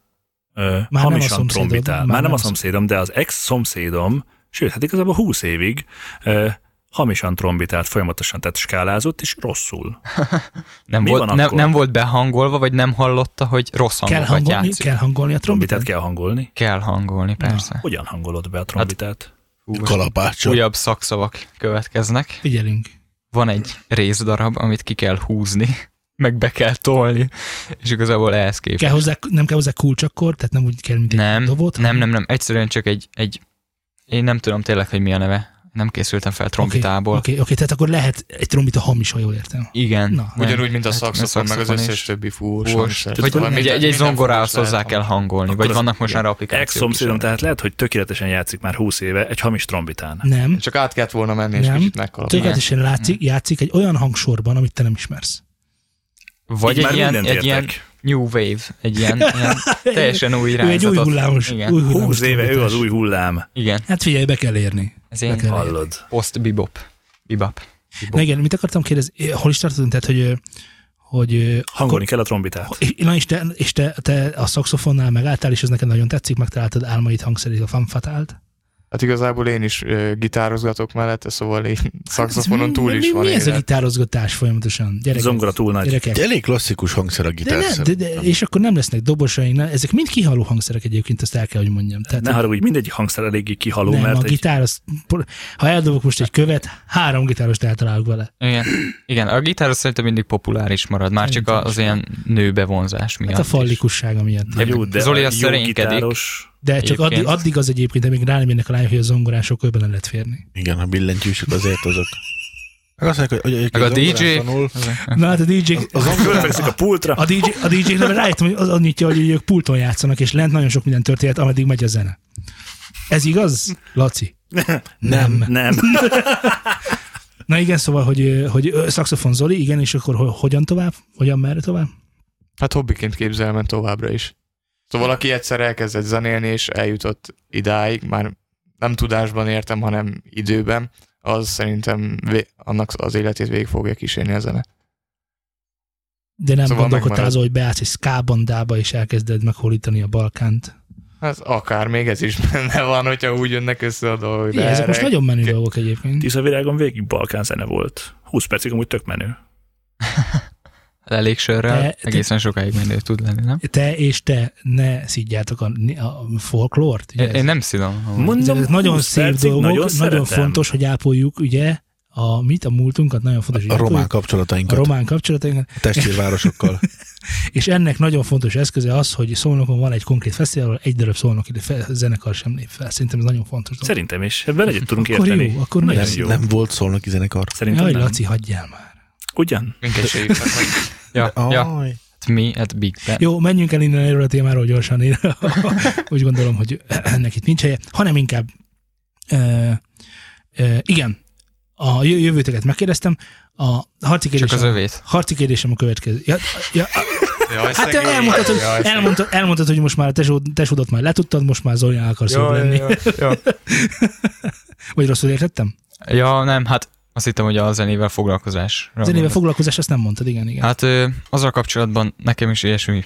B: ö,
A: nem a
B: hamisan
A: szomszédod,
B: trombitál? Már, nem a
A: szom-
B: szomszédom, de az ex-szomszédom, sőt, hát igazából 20 évig ö, hamisan trombitált folyamatosan, tehát skálázott, és rosszul.
D: Nem,
B: mi
D: volt,
B: van
D: nem,
B: akkor?
D: nem volt behangolva, vagy nem hallotta, hogy rossz
A: Kell
D: hangokat
A: hangolni,
D: játszik.
A: kell hangolni a
B: Trombitát
A: trombitát.
B: kell hangolni.
D: Kell hangolni, persze.
B: Hogyan hangolod be a trombitát?
C: Kalapáccsal.
D: Újabb szakszavak következnek.
A: Figyelünk.
D: Van egy részdarab, amit ki kell húzni, meg be kell tolni, és igazából ehhez képest.
A: Kell hozzá, nem kell hozzá kulcs akkor, tehát nem úgy kell, mint egy
D: Nem,
A: dobot.
D: nem, nem, nem, egyszerűen csak egy, egy, én nem tudom tényleg, hogy mi a neve. Nem készültem fel trombitából.
A: Oké, okay, okay, tehát akkor lehet egy trombita hamis, ha jól értem.
D: Igen.
A: Na.
D: nem.
E: Ugyanúgy, mint a
D: Hát,
E: szakszofon, meg az
D: szaxofon
E: összes
D: is.
E: többi fúvós
D: Fúvós.
E: hangszer.
A: Tudom,
D: Vagy
E: Szóval
D: egy,
E: minden-
D: egy, egy
E: minden
D: zongorához
E: fúvós lehet
D: hozzá kell hangolni,
B: Akkor
D: vagy
B: az-
D: vannak most
B: igen.
D: már applikációk is.
B: Ex-szomszédom,
D: arra.
B: tehát lehet, hogy tökéletesen játszik már 20 éve egy hamis trombitán.
A: Nem.
E: Csak át kellett volna menni, és
A: Nem.
E: kicsit megkalapálni.
A: Tökéletesen
D: Mhm.
A: látszik, játszik egy olyan hangsorban, amit te nem ismersz.
D: Vagy
B: Így
D: egy
B: már
D: ilyen,
B: mindent
D: egy ilyen
B: értek.
D: new wave, egy ilyen, ilyen teljesen új
A: Ő egy
D: irányzatot.
A: új hullámos.
D: Igen,
A: Új hullámos
B: 20 éve ő az
A: trombitás.
B: új hullám.
D: igen.
A: Hát figyelj, be kell érni.
D: ez
A: Be kell
D: ilyen
A: érni.
B: Hallod.
D: post bebop. Bebop.
A: Na igen, mit akartam kérdezni? Hol is tartottunk? Tehát, hogy, ö, hogy ö,
B: Hangolni kell a trombitát.
A: És- Na és te, és te, te a szaxofonnál megálltál, és ez neked nagyon tetszik, megtaláltad álmaid hangszerét, a fanfatált.
E: Hát igazából én is ö, gitározgatok mellette, szóval én szakszofonon túl
A: mi,
E: is
A: mi,
E: van
A: Mi Hát ez a
E: élet.
A: gitározgatás folyamatosan? Gyerekek,
B: Zongora túl nagy.
A: Gyerekek.
C: Egy elég klasszikus hangszer a
A: De
C: gitár.
A: ne, de, de, és akkor nem lesznek dobosaink, ne, ezek mind kihaló hangszerek egyébként, ezt el kell, hogy mondjam. Tehát,
B: Ne haragudj, mindegyik hangszer eléggé kihaló,
A: nem, a
B: mert egy
A: gitár, az, ha eldobok most egy követ, három gitárost eltalálok vele. Hát
D: Igen. igen, a gitár az szerintem mindig populáris marad, már csak
A: Szerintem
D: az ilyen nőbevonzás miatt.
A: Hát a
D: is.
A: fallikussága miatt.
B: Na jó, de
D: Zoli
B: a
D: azt
B: jó
D: szerénykedik.
B: gitáros,
A: De csak addig,
D: Egyébként.
A: addig, az egyébként, amíg rá nem jönnek a lányok, hogy a zongorán sokkal nem lehet férni.
C: Igen, a billentyűsök azért azok. Meg azt mondják, hogy, hogy
D: Meg a
C: zongorán
D: DJ.
C: Tanul,
A: Na hát a DJ...
C: az
B: fölfekszik a pultra,
A: A DJ, a DJ nem rájöttem, hogy az annyitja, hogy ők pulton játszanak, és lent nagyon sok minden történet, ameddig megy a zene. Ez igaz, Laci? Nem.
B: nem.
A: Na igen, szóval, hogy, hogy ö, szaxofon Zoli, igen, és akkor ho- hogyan tovább? Hogyan merre tovább?
E: Hát hobbiként képzelem el továbbra is. Szóval aki egyszer elkezdett zenélni, és eljutott idáig, már nem tudásban értem, hanem időben, az szerintem vé- annak az életét végig fogja kísérni a zene.
A: De nem szóval
E: Szóval
A: gondolkodtál
E: megmarad.
A: azon, hogy beállsz egy szkábandába, és elkezded meghódítani a Balkánt.
E: Hát akár még ez is benne van, hogyha úgy jönnek össze a dolgok.
A: Igen,
E: De
A: ezek most
E: erre-
A: nagyon menő
E: Ke-
A: dolgok egyébként.
B: Tisza virágon végig Balkán zene volt. 20 percig amúgy tök menő.
D: Elég sörrel,
A: De-
D: egészen sokáig menő tud lenni, nem?
A: Te és te ne szidjátok a, a folklórt. ugye
D: E- Én,
A: ez-
D: én nem szidom. amúgy.
A: Ezek
B: Mondom,
A: nagyon
B: 20
A: szép
B: percig
A: dolgok, nagyon,
B: szeretem.
A: nagyon fontos, hogy ápoljuk, ugye, a mit, a múltunkat, nagyon fontos, hogy
C: A román
A: ápoljuk. a
C: kapcsolatainkat, a
A: román kapcsolatainkat,
C: testvérvárosokkal.
A: és ennek nagyon fontos eszköze az, hogy Szolnokon van egy konkrét fesztivál, ahol egy darab szolnoki fe- zenekar sem lép fel. Szerintem ez nagyon fontos dolog.
B: Szerintem is. Ebben egyet tudunk
A: Akkor jó,
B: érteni.
A: akkor
B: Nagyon
A: nagyon
C: nem,
B: jó.
C: nem volt szolnoki zenekar.
B: Szerintem
A: Jaj,
B: nem.
A: Laci, hagyjál már.
B: Ugyan?
E: Minket se hívtak meg.
D: Ja, ja,
C: Aj.
D: hát mi, hát Big Ben.
A: Ah. Jó, menjünk el innen erről a témáról gyorsan. Én úgy gondolom, hogy ennek itt nincs helye, hanem inkább ö, ö, igen, a jö- jövőteket megkérdeztem, a harci
D: Csak
A: kérdésem,
D: az övét.
A: harci kérdésem a következő. Ja, ja,
E: Jaj,
A: Hát te
E: szegény.
A: elmondtad, hogy,
E: Jaj, szegény.
A: elmondtad, elmondtad, hogy most már a tesód, tesódat már letudtad, most már Zolián akarsz jobb lenni.
D: ja, ja.
A: Vagy rosszul értettem?
D: ja, nem, hát azt hittem, hogy a zenével foglalkozás.
A: Zenével foglalkozás, azt nem mondtad, igen, igen.
D: Hát ö, azzal kapcsolatban nekem is ilyesmi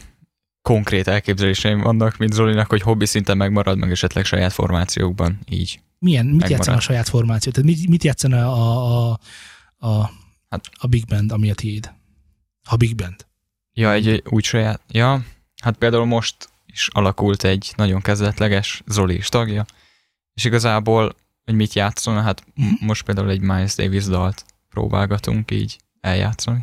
D: konkrét elképzeléseim vannak, mint Zolinak, hogy hobbi szinten megmarad, meg esetleg saját formációkban, így.
A: Milyen, mit
D: megmaradt.
A: játszana a saját formáció? Tehát mit, mit játszana a, a, a,
D: Hát-
A: a Big Band, ami a tiéd? A Big Band.
D: Ja, egy úgy saját, ja, hát például most is alakult egy nagyon kezdetleges Zoli is tagja, és igazából, hogy mit játszon, hát m-
A: Mhm.
D: most például egy Miles Davis dalt próbálgatunk így eljátszani.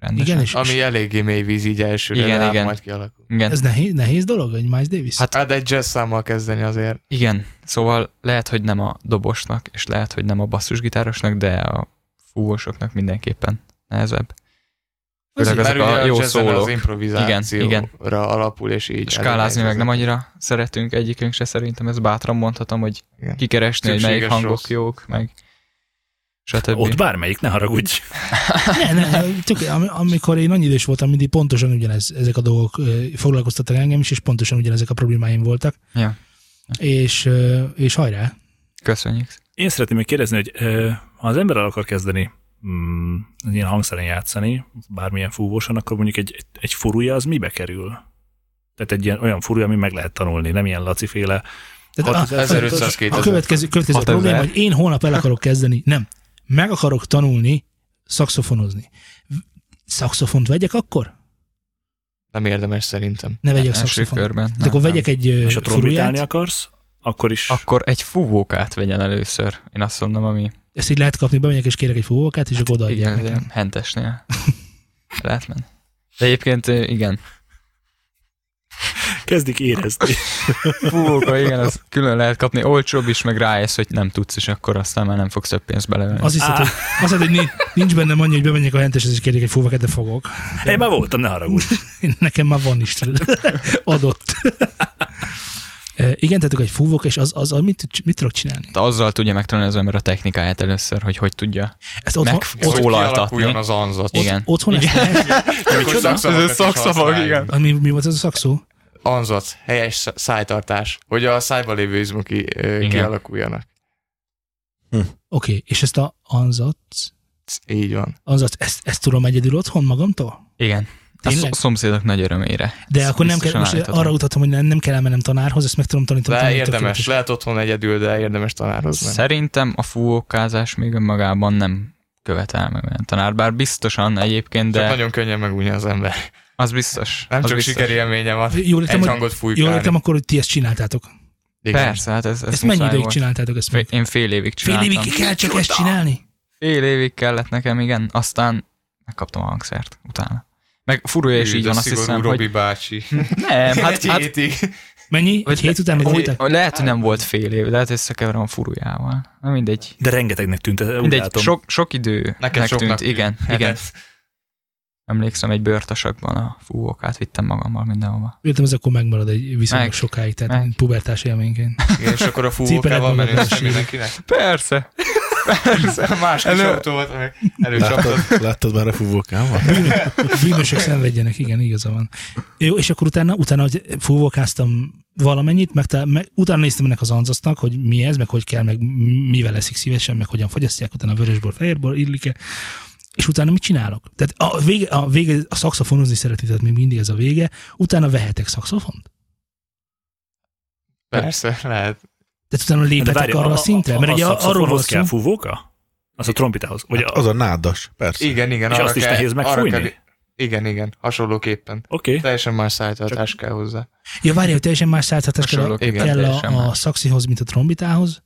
D: Rendesen.
A: Igen, és, és
E: Ami eléggé mély víz így elsőre,
D: Igen,
E: igen,
D: igen.
E: igen. majd kialakul.
D: Igen,
A: ez nehéz, nehéz dolog, egy Miles Davis?
D: Hát-
E: Hát egy jazz számmal kezdeni azért.
D: Igen, szóval lehet, hogy nem a dobosnak, és lehet, hogy nem a basszusgitárosnak, de a fúvósoknak mindenképpen nehezebb. Főleg
E: Mert
D: ezek
E: ugye
D: a
E: a
D: jó
E: jazz zene az
D: szólók.
E: improvizációra
D: Igen,
E: alapul, és így.
D: Skálázni meg
E: elég
D: nem annyira szeretünk egyikünk se, szerintem ez bátran mondhatom, hogy
E: Igen.
D: kikeresni, hogy melyik
E: Szükséges
D: hangok
E: rossz.
D: jók, meg stb.
B: Ott bármelyik, ne haragudj.
A: Ne, ne, tök, am- amikor én annyi idős voltam, mindig pontosan ugyanez, ezek a dolgok ö, foglalkoztattak engem is, és pontosan ugyanezek a problémáim voltak.
D: Ja.
A: És, ö, és hajrá,
D: Köszönjük.
B: Én szeretném még kérdezni, hogy ö, ha az ember el akar kezdeni mm, ilyen hangszeren játszani, bármilyen fúvóson, akkor mondjuk egy, egy- egy furúja az mibe kerül? Tehát egy ilyen olyan furúja, ami meg lehet tanulni, nem ilyen laciféle.
A: Tehát a,
E: 1500
A: a
E: 2000.
A: következő, következő
D: 6000.
A: probléma, hogy én holnap el akarok kezdeni. Nem. Meg akarok tanulni szakszofonozni. V- Szakszofont vegyek akkor?
E: Nem érdemes szerintem.
A: Ne vegyek
D: Első
A: szakszofont.
D: körben.
A: Hát akkor
D: nem.
A: vegyek egy ö,
B: És ha trombitálni
A: furuját,
B: akarsz, akkor is
D: Akkor egy fúvókát vegyen először. Én azt mondom, ami
A: ezt így lehet kapni, bemegyek és kérek egy fúvókát, és akkor odaadják
D: Hát igen,
A: nekem.
D: igen, hentesnél. Lehet menni. De egyébként ö, igen,
B: kezdik érezni.
D: Fúvóka, igen, az külön lehet kapni. Olcsóbb is, meg rájössz, hogy nem tudsz, és akkor aztán már nem fogsz több pénzt belevenni.
A: Azt hiszed,
B: Á.
A: hogy, azt hiszed, hogy ni- nincs bennem annyi, hogy bemegyek a henteshez és kérjek egy fúvókát, de fogok.
B: Én már voltam, ne haragudj.
A: Nekem már van is adott. Ö, Igen, tehát akkor egy fúvók, és az, az, az mit, mit tudok csinálni?
D: De azzal tudja megtanulni az ember a technikáját először, hogy hogy tudja.
A: Ezt otthon,
D: Meg-
E: Hogy
A: otthon,
D: Szólaltatni.
E: kialakuljon az anzat.
D: Igen.
A: otthon ezt lehet?
E: Micsoda?
D: Ez a szakszavak, igen.
A: Ami, mi volt ez a szakszó?
E: Anzat, helyes szá- szájtartás, hogy a szájba lévő izmok ki, ö,
D: Igen.
E: kialakuljanak.
A: Oké, okay, és ezt a anzat,
E: Így van.
A: anzat ezt, ezt tudom egyedül otthon magamtól?
D: Igen. A
A: Tényleg?
D: szom- szomszédok nagy örömére.
A: De
D: Ezt
A: akkor nem kell,
D: biztosan
A: most
D: állíthatom.
A: arra utatom, hogy nem, nem kell elmennem tanárhoz, ezt meg tudom tanítani.
E: De
A: tanítani
E: érdemes,
A: tökéletesen.
E: lehet otthon egyedül, de érdemes tanárhoz menni.
D: Szerintem a fúvókázás még önmagában nem követel meg olyan tanár, bár biztosan egyébként,
E: Csak
D: de
E: nagyon könnyen megújja az ember.
D: az biztos.
E: Nem
D: az
E: csak
D: biztos.
E: sikerélménye van.
A: Jól értem,
E: Egy
A: hogy,
E: hangot
A: jól
E: fújkálni.
A: értem akkor, hogy ti ezt csináltátok.
E: Igen.
D: Persze, hát ez, ez
A: Ezt, mennyi
D: muszáj
A: ideig
D: volt.
A: csináltátok ezt?
D: Fél,
A: Meg?
D: én fél évig
A: Fél
D: csináltam.
A: évig kell csak ezt csinálni?
D: Fél évig kellett nekem, igen. Aztán megkaptam a hangszert utána. Meg furulja is
E: Hű,
D: így
E: de
D: van, azt
E: szigorú
D: hiszem,
E: Robi
D: hogy...
E: bácsi.
D: Nem, hát,
E: Egy
D: hát
E: hétig.
A: Mennyi? Egy hét után
D: Amúgy-
A: megtanulták?
D: Lehet, hogy nem volt fél év, lehet, hogy összekeverem a furujával. Na mindegy.
B: De rengetegnek tűnt, úgy
D: Mindegy,
B: látom.
D: sok, sok idő
E: Neked soknak
D: tűnt.
E: Hát tűnt.
D: Igen, igen. Emlékszem, egy börtösökben a fúvókát vittem magammal mindenhova.
A: Értem, ez akkor megmarad egy viszonylag
D: Meg.
A: sokáig, tehát
D: Meg.
A: pubertás élményként.
E: Igen, és akkor a
A: Cipeled
E: fúvókával
A: magad
E: menni
A: is.
E: nem mindenkinek.
D: Persze.
E: Más kis
D: Elő-
E: autó volt, ami előcsaptott.
C: Láttad, láttad már a fúvókával?
A: Bűnösök szenvedjenek, igen, igaza van. Jó, és akkor utána, utána hogy fúvókáztam valamennyit, meg, te, meg utána néztem ennek az anzacnak, hogy mi ez, meg hogy kell, meg m- mivel eszik szívesen, meg hogyan fogyasztják, utána vörösbor, fehérbor, illike, -e. és utána mit csinálok? Tehát a vége, a, vége, a szaxofonozni szereti, tehát még mindig ez a vége, utána vehetek szaxofont?
E: Persze, lehet.
A: Tehát utána léphetek arra a, szintre? Mert ugye arról
B: arról
A: volt
B: kell
A: szó,
B: fúvóka? Az a trombitához. Vagy
C: Hát
B: a,
C: az a nádas, persze.
E: Igen, igen.
B: és
E: arra
B: azt is
E: kell-
B: nehéz
E: arra kell-
B: megfújni? Hm.
E: Igen, igen, hasonlóképpen.
B: Oké.
E: Teljesen más szájtartás kell hozzá.
A: ja várj, hogy teljesen más szálltatás kell, a-
E: Hasonlóképpen
A: kell
D: teljesen
A: a, a
D: más.
A: szaxihoz, mint a trombitához.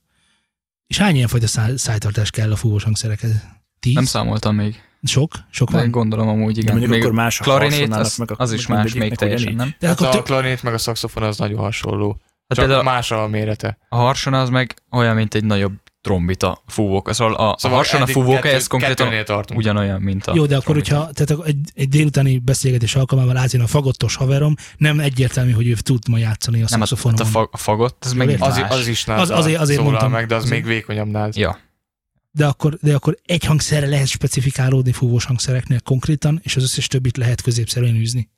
A: És hány ilyenfajta szá- szájtartás kell a fúvós hangszerekhez? Tíz?
D: Nem számoltam még,
A: Sok? Sok
D: de
A: van?
D: gondolom amúgy
B: De
D: igen.
B: mondjuk
D: még
B: akkor más a
D: klarinét,
B: harsonának,
D: az,
B: meg a-
D: az is
B: meg
D: más még
B: mindegyiknek
D: teljesen,
B: ugyanígy.
D: nem?
A: Tehát
E: Hát
A: akkor
E: a
A: tök,
E: klarinét meg a szaxofon az nagyon hasonló.
D: Hát
E: Csak
D: például a,
E: más a mérete.
D: a harsona az meg olyan, mint egy nagyobb trombita fúvóka. Szóval a, szóval a harsona
E: eddig
D: fúvóka,
E: kettő-
D: ez konkrétan
E: kettőnél tartunk.
D: ugyanolyan, mint a
A: jó, de akkor,
D: trombita.
A: hogyha tehát akkor egy, egy délutáni beszélgetés alkalmával átjön a fagottos haverom, nem egyértelmű, hogy ő tud ma játszani a
D: Nem, az, ott
A: szaxofonon.
D: a, fa, a fagott, ez megint
E: Az,
D: más.
E: az is
A: Az- azért- azért
E: szólal
A: mondtam.
E: meg, de az
A: Azért-
E: még vékonyabbnál.
D: Ja,
A: de, akkor, de akkor egy hangszerre lehet specifikálódni fúvós hangszereknél konkrétan, és az összes többit lehet középszerűen űzni.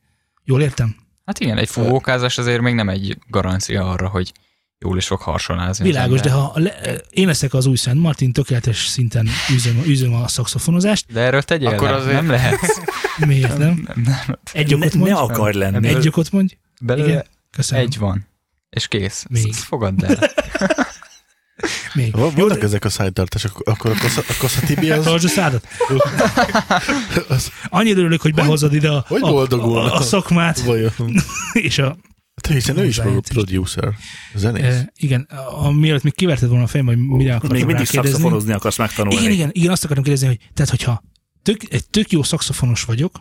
A: Jól értem?
D: hát igen, egy fúvókázás azért még nem egy garancia arra, hogy jól is fog harsonázni. az
A: Világos, de
D: ember.
A: ha le, én leszek az új Szent Martin, tökéletes szinten üzem, üzem a szaxofonozást,
D: De erről tegyél
E: Akkor
D: akkor
E: azért-
D: azért... nem lehetsz.
A: miért nem?
D: Nem, nem.
A: Egy okot
B: Ne,
A: mondj.
B: ne akarj lenni.
A: Egy okot mondj. Igen.
D: Belőle
A: Köszönöm.
D: egy van. És kész.
A: Még.
D: Még. Ezt fogadd el.
A: Még.
C: Va- Vannak ezek a szájtartások, akkor a kosza, a kosza tibi az,
A: Tartsd a szádat.
C: az
A: Annyira örülök, hogy behozod ide a,
C: hogy
A: a,
C: boldogulnak?
A: a, a szakmát
C: vajon.
A: és a,
C: Hát hiszen ő is maga
A: Hozzájárult is.
C: producer, zenész.
B: Eh,
A: E, igen, a, mielőtt még kiverted volna a fejem, hogy mire akartam
B: Még mindig
A: rákérdezni.
B: szakszafonozni akarsz megtanulni.
A: Igen, igen, igen, azt akartam kérdezni, hogy tehát, hogyha tök, egy tök jó szakszofonos vagyok,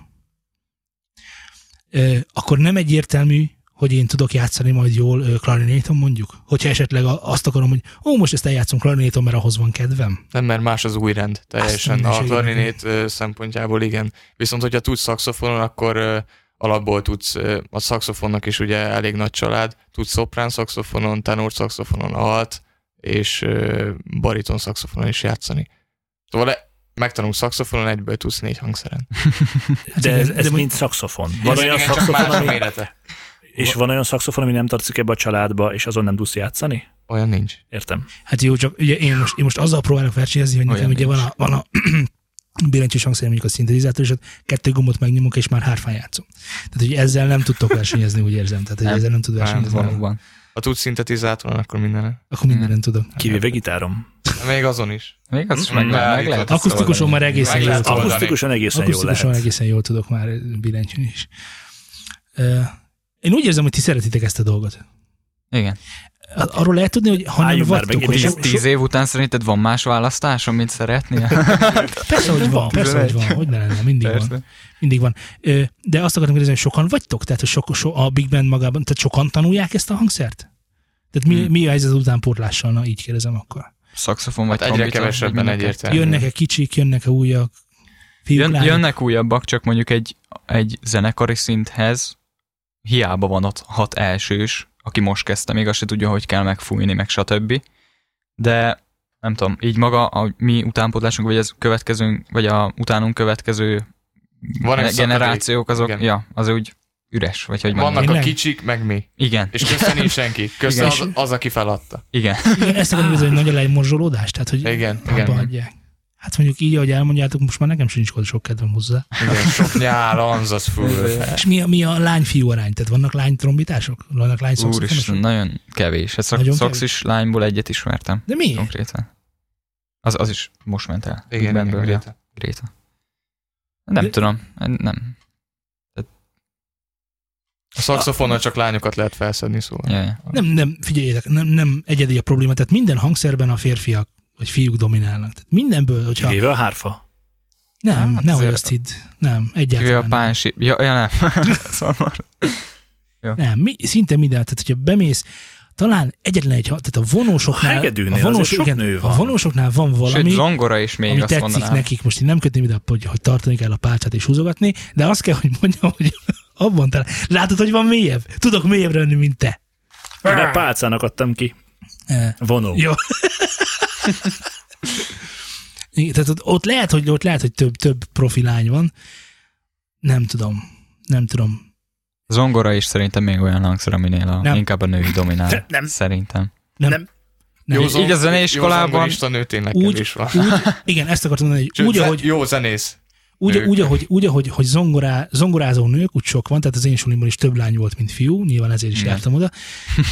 A: ö, akkor nem egyértelmű, hogy én tudok játszani majd jól ö, klarinéton mondjuk? Hogyha esetleg a- azt akarom, hogy ó, most ezt eljátszom klarinéton, mert ahhoz van kedvem.
E: Nem, mert más az új rend teljesen.
A: Azt
E: A
A: nem is,
E: klarinét ö, szempontjából igen. Viszont, hogyha tudsz szaxofonon, akkor ö, alapból tudsz, ö, a szaxofonnak is ugye elég nagy család, tudsz szoprán szaxofonon, tenor szaxofonon, alt, és ö, bariton szaxofonon is játszani. Szóval le- megtanulsz szaxofonon, egyből tudsz négy hangszeren.
B: De
A: Hát igen,
B: ez,
A: de
B: ez
A: mondjuk-
B: mind szakszofon. Van olyan
E: Igen, csak
B: szakszofon,
E: más a
B: ami,
E: mérete.
B: és van olyan szakszofon, ami nem tartozik ebbe a családba, és azon nem tudsz játszani?
E: Olyan nincs.
B: Értem.
A: Hát jó, csak ugye én most, én most azzal próbálok versenyezni, hogy nekem
D: Olyan
A: ugye van
D: nincs.
A: a, van a billentyűs hangszer, mondjuk a szintetizátor, és ott kettő gombot megnyomok, és már hárfán játszom. Tehát, hogy ezzel nem tudtok versenyezni, úgy érzem. Tehát, hogy
D: Nem.
A: ezzel nem tud
E: Nem,
A: versenyezni.
D: Valóban.
E: Ha tudsz szintetizátoron, akkor minden.
A: Akkor mindenen tudok.
B: Kivéve gitárom.
E: Még azon is.
D: Még az is meg,
E: Beállított.
D: meg lehet.
A: Akusztikuson már egészen
E: Meg
A: jól
E: lehet
A: tudok.
E: oldani.
B: Akusztikusan egészen jól
A: Akusztikusan
B: lehet.
A: egészen jól tudok már billentyűn is. Ö, Én úgy érzem, hogy ti szeretitek ezt a dolgot.
D: Igen.
A: Ar- Arról lehet tudni, hogy ha nem
B: Hát Álljunk már
A: vagytok,
B: meg,
A: hogy
B: én
A: so,
D: Tíz,
A: so,
D: tíz év után szerinted van más választásom, mint szeretnél?
A: persze, hogy van, persze, hogy van, hogy ne lenne, mindig van. Mindig van. Ö, De azt akartam kérdezni, hogy sokan vagytok? Tehát hogy sok, so, a Big Band magában, tehát sokan tanulják ezt a hangszert? Tehát mi,
D: Hmm.
A: mi a helyzet az utánpótlással? Na, így kérdezem akkor.
D: Szaxofon vagy
E: Hát egyre
D: trombita, vagy
E: kevesebben
D: mindenki?
E: egyértelmű.
A: Jönnek-e kicsik, jönnek-e újak? Fiúk,
D: Jön,
A: lányok?
D: jönnek újabbak, csak mondjuk egy, egy zenekari szinthez hiába van ott hat elsős, aki most kezdte, még azt se tudja, hogy kell megfújni, meg stb. De nem tudom, így maga a mi utánpótlásunk, vagy az következőnk, vagy a utánunk következő
E: Van egy
D: ne- generációk, azok,
E: igen.
D: ja, az úgy üres, vagy hogy mondjam.
E: Vannak a
A: Tényleg?
E: kicsik, meg mi.
D: Igen,
E: És közte nincs senki. Közte
D: Igen.
E: az, az, aki feladta.
D: igen.
A: Igen, ezt akarom nézni, hogy nagy a lejmorzsolódás, tehát hogy
E: Igen,
A: abba
E: igen.
A: hagyják. Hát mondjuk így, ahogy elmondjátok, most már nekem sincs oda sok kedvem hozzá.
E: Igen, sok nyál, anzasz fúr.
A: És mi a, mi a lány-fiú arány? Tehát vannak lány trombitások? Vannak lány
D: Úristen,
A: szakszofonosok?
D: nagyon kevés. Ez
A: Nagyon
D: szak, szax
A: kevés.
D: is lányból egyet ismertem
A: De mi?
D: konkrétan. Az, az is most ment el. Big
E: Igen,
D: Bandből,
E: igen,
D: ja.
E: Gréta.
D: Gréta. Nem
A: De-
D: tudom, nem.
E: A szakszofonnal csak lányokat lehet felszedni, szóval.
D: Ja, ja.
A: Nem, nem, figyeljétek, nem, nem egyedi a probléma. Tehát minden hangszerben a férfiak vagy fiúk dominálnak. Tehát mindenből, hogyha...
B: Kivéve a hárfa.
A: Nem,
D: Hát
A: nehogy
D: azért-
A: azt hidd. Nem,
D: Kivéve a
A: egyáltalán nem.
D: pánsi... Ja, ja nem. szóval
A: Nem, mi, szinte minden. Tehát, hogyha bemész, talán egyetlen egy, tehát a vonósoknál,
B: A hegedűnél
A: a,
B: azért sok
A: igen,
B: nő
A: a
B: van.
A: vonósoknál van valami,
D: Sőt, zongora is még
A: ami
D: azt
A: tetszik
D: mondanám.
A: nekik, most én nem kötném ide, hogy, hogy tartani kell a pálcát és húzogatni, de azt kell, hogy mondjam, hogy abban talán. Látod, hogy van mélyebb? Tudok mélyebbre lenni, mint te.
B: De pálcának adtam ki.
A: E,
B: Vonó.
A: Jó. Igen, Tehát ott, ott, lehet, hogy, ott lehet, hogy több, több profilány van. Nem tudom. Nem tudom.
D: Zongora is szerintem még olyan hangszer, aminél a,
A: Nem.
D: inkább a női dominál.
B: Nem.
D: Szerintem.
A: Nem.
B: Nem.
A: nem.
D: Jó, így a zeneiskolában-
E: Jó zongorista nő tényleg
A: Úgy-
E: úgy, is van.
A: Úgy, igen, ezt akartam mondani, hogy
E: Sőt,
A: úgy,
E: ze-
A: ahogy,
E: Jó zenész.
A: úgy,
E: nők.
A: úgy, ahogy, úgy, ahogy hogy zongorá, zongorázó nők, úgy sok van, tehát az én sulimban is több lány volt, mint fiú, nyilván ezért is
D: Igen.
A: jártam oda,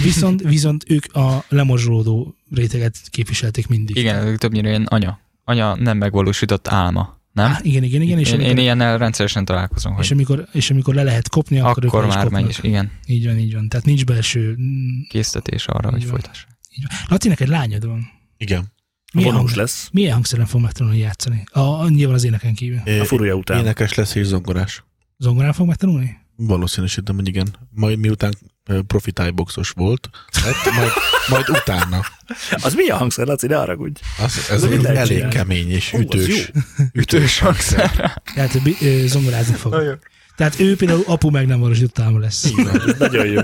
A: viszont, viszont ők a lemorzsolódó réteget képviselték mindig.
D: Igen, ők többnyire ilyen anya. Anya nem megvalósított álma, nem?
A: Á, igen, Hát, igen, igen, és,
D: én,
A: amikor,
D: én ilyennel rendszeresen találkozom,
A: és,
D: hogy
A: amikor, és amikor le lehet kopni, akkor,
D: akkor,
A: ők le is
D: már
A: kopnak.
D: megy, és igen,
A: Így van, így van. Tehát nincs belső... mm,
D: késztetés arra,
A: Így
D: hogy
A: van.
D: folytassa.
A: Így van. Lacinak egy lányod van.
C: Igen.
A: Milyen,
B: Vonós
A: hang,
B: lesz
A: milyen hangszeren fog megtanulni játszani? A, a, nyilván az éneken kívül.
B: a furúja után.
C: Énekes lesz és zongorás.
A: Zongorán fog megtanulni?
C: Valószínűsítem, hogy igen. Majd miután ö, profi tájboxos volt, lett, majd, majd utána.
B: Az milyen hangszer, Laci? Ne haragudj.
C: Az, ez
B: De mit
C: úgy
B: lehet
C: elég
B: csinálni?
C: kemény és
B: Ó, az
C: ütős.
B: jó.
C: ütős hangszer.
A: Tehát bi- ö, zongorázni fog. Tehát ő például apu meg nem valósított álma lesz.
B: Ez nagyon jó.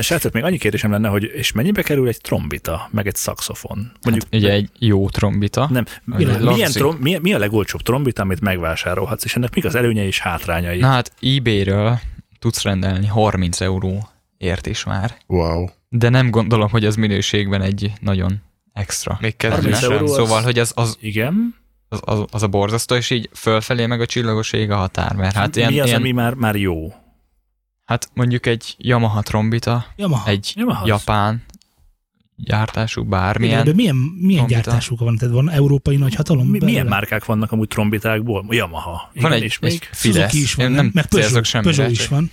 B: Srácok, még annyi kérdésem lenne, hogy és mennyibe kerül egy trombita, meg egy szaxofon? Mondjuk,
D: Hát, Ugye egy jó trombita.
B: nem,
D: Milyen
B: milyen
D: lakcik?
B: trom, mi, mi a legolcsóbb trombita, amit megvásárolhatsz, és ennek mik az előnyei és hátrányai?
D: Na hát eBay-ről tudsz rendelni 30 euró ért is már.
C: Wow.
D: De nem gondolom, hogy az minőségben egy nagyon extra.
E: Még
B: 30
E: kezdős.
B: euró. az-
D: Szóval, hogy az, az,
B: Igen.
D: az, az, az a borzasztó, és így fölfelé meg a csillagos ég a határ, mert hát,
B: Hát
D: ilyen,
B: mi az,
D: ilyen,
B: ami már, már jó?
D: hát mondjuk egy Yamaha trombita,
A: Yamaha.
D: egy
B: Yamaha.
D: japán gyártású bármilyen,
A: De milyen, milyen
D: Trombita.
A: gyártásuk van? Tehát van európai nagyhatalom?
B: Mi, milyen
A: belőle?
B: márkák vannak amúgy trombitákból? Yamaha.
D: Van egy,
B: és
D: egy
B: még.
D: Fidesz.
A: Suzuki is van,
D: Én
A: nem?
D: nem
A: Meg
D: célzok
A: Peugeot,
D: semmire.
A: Peugeot is van.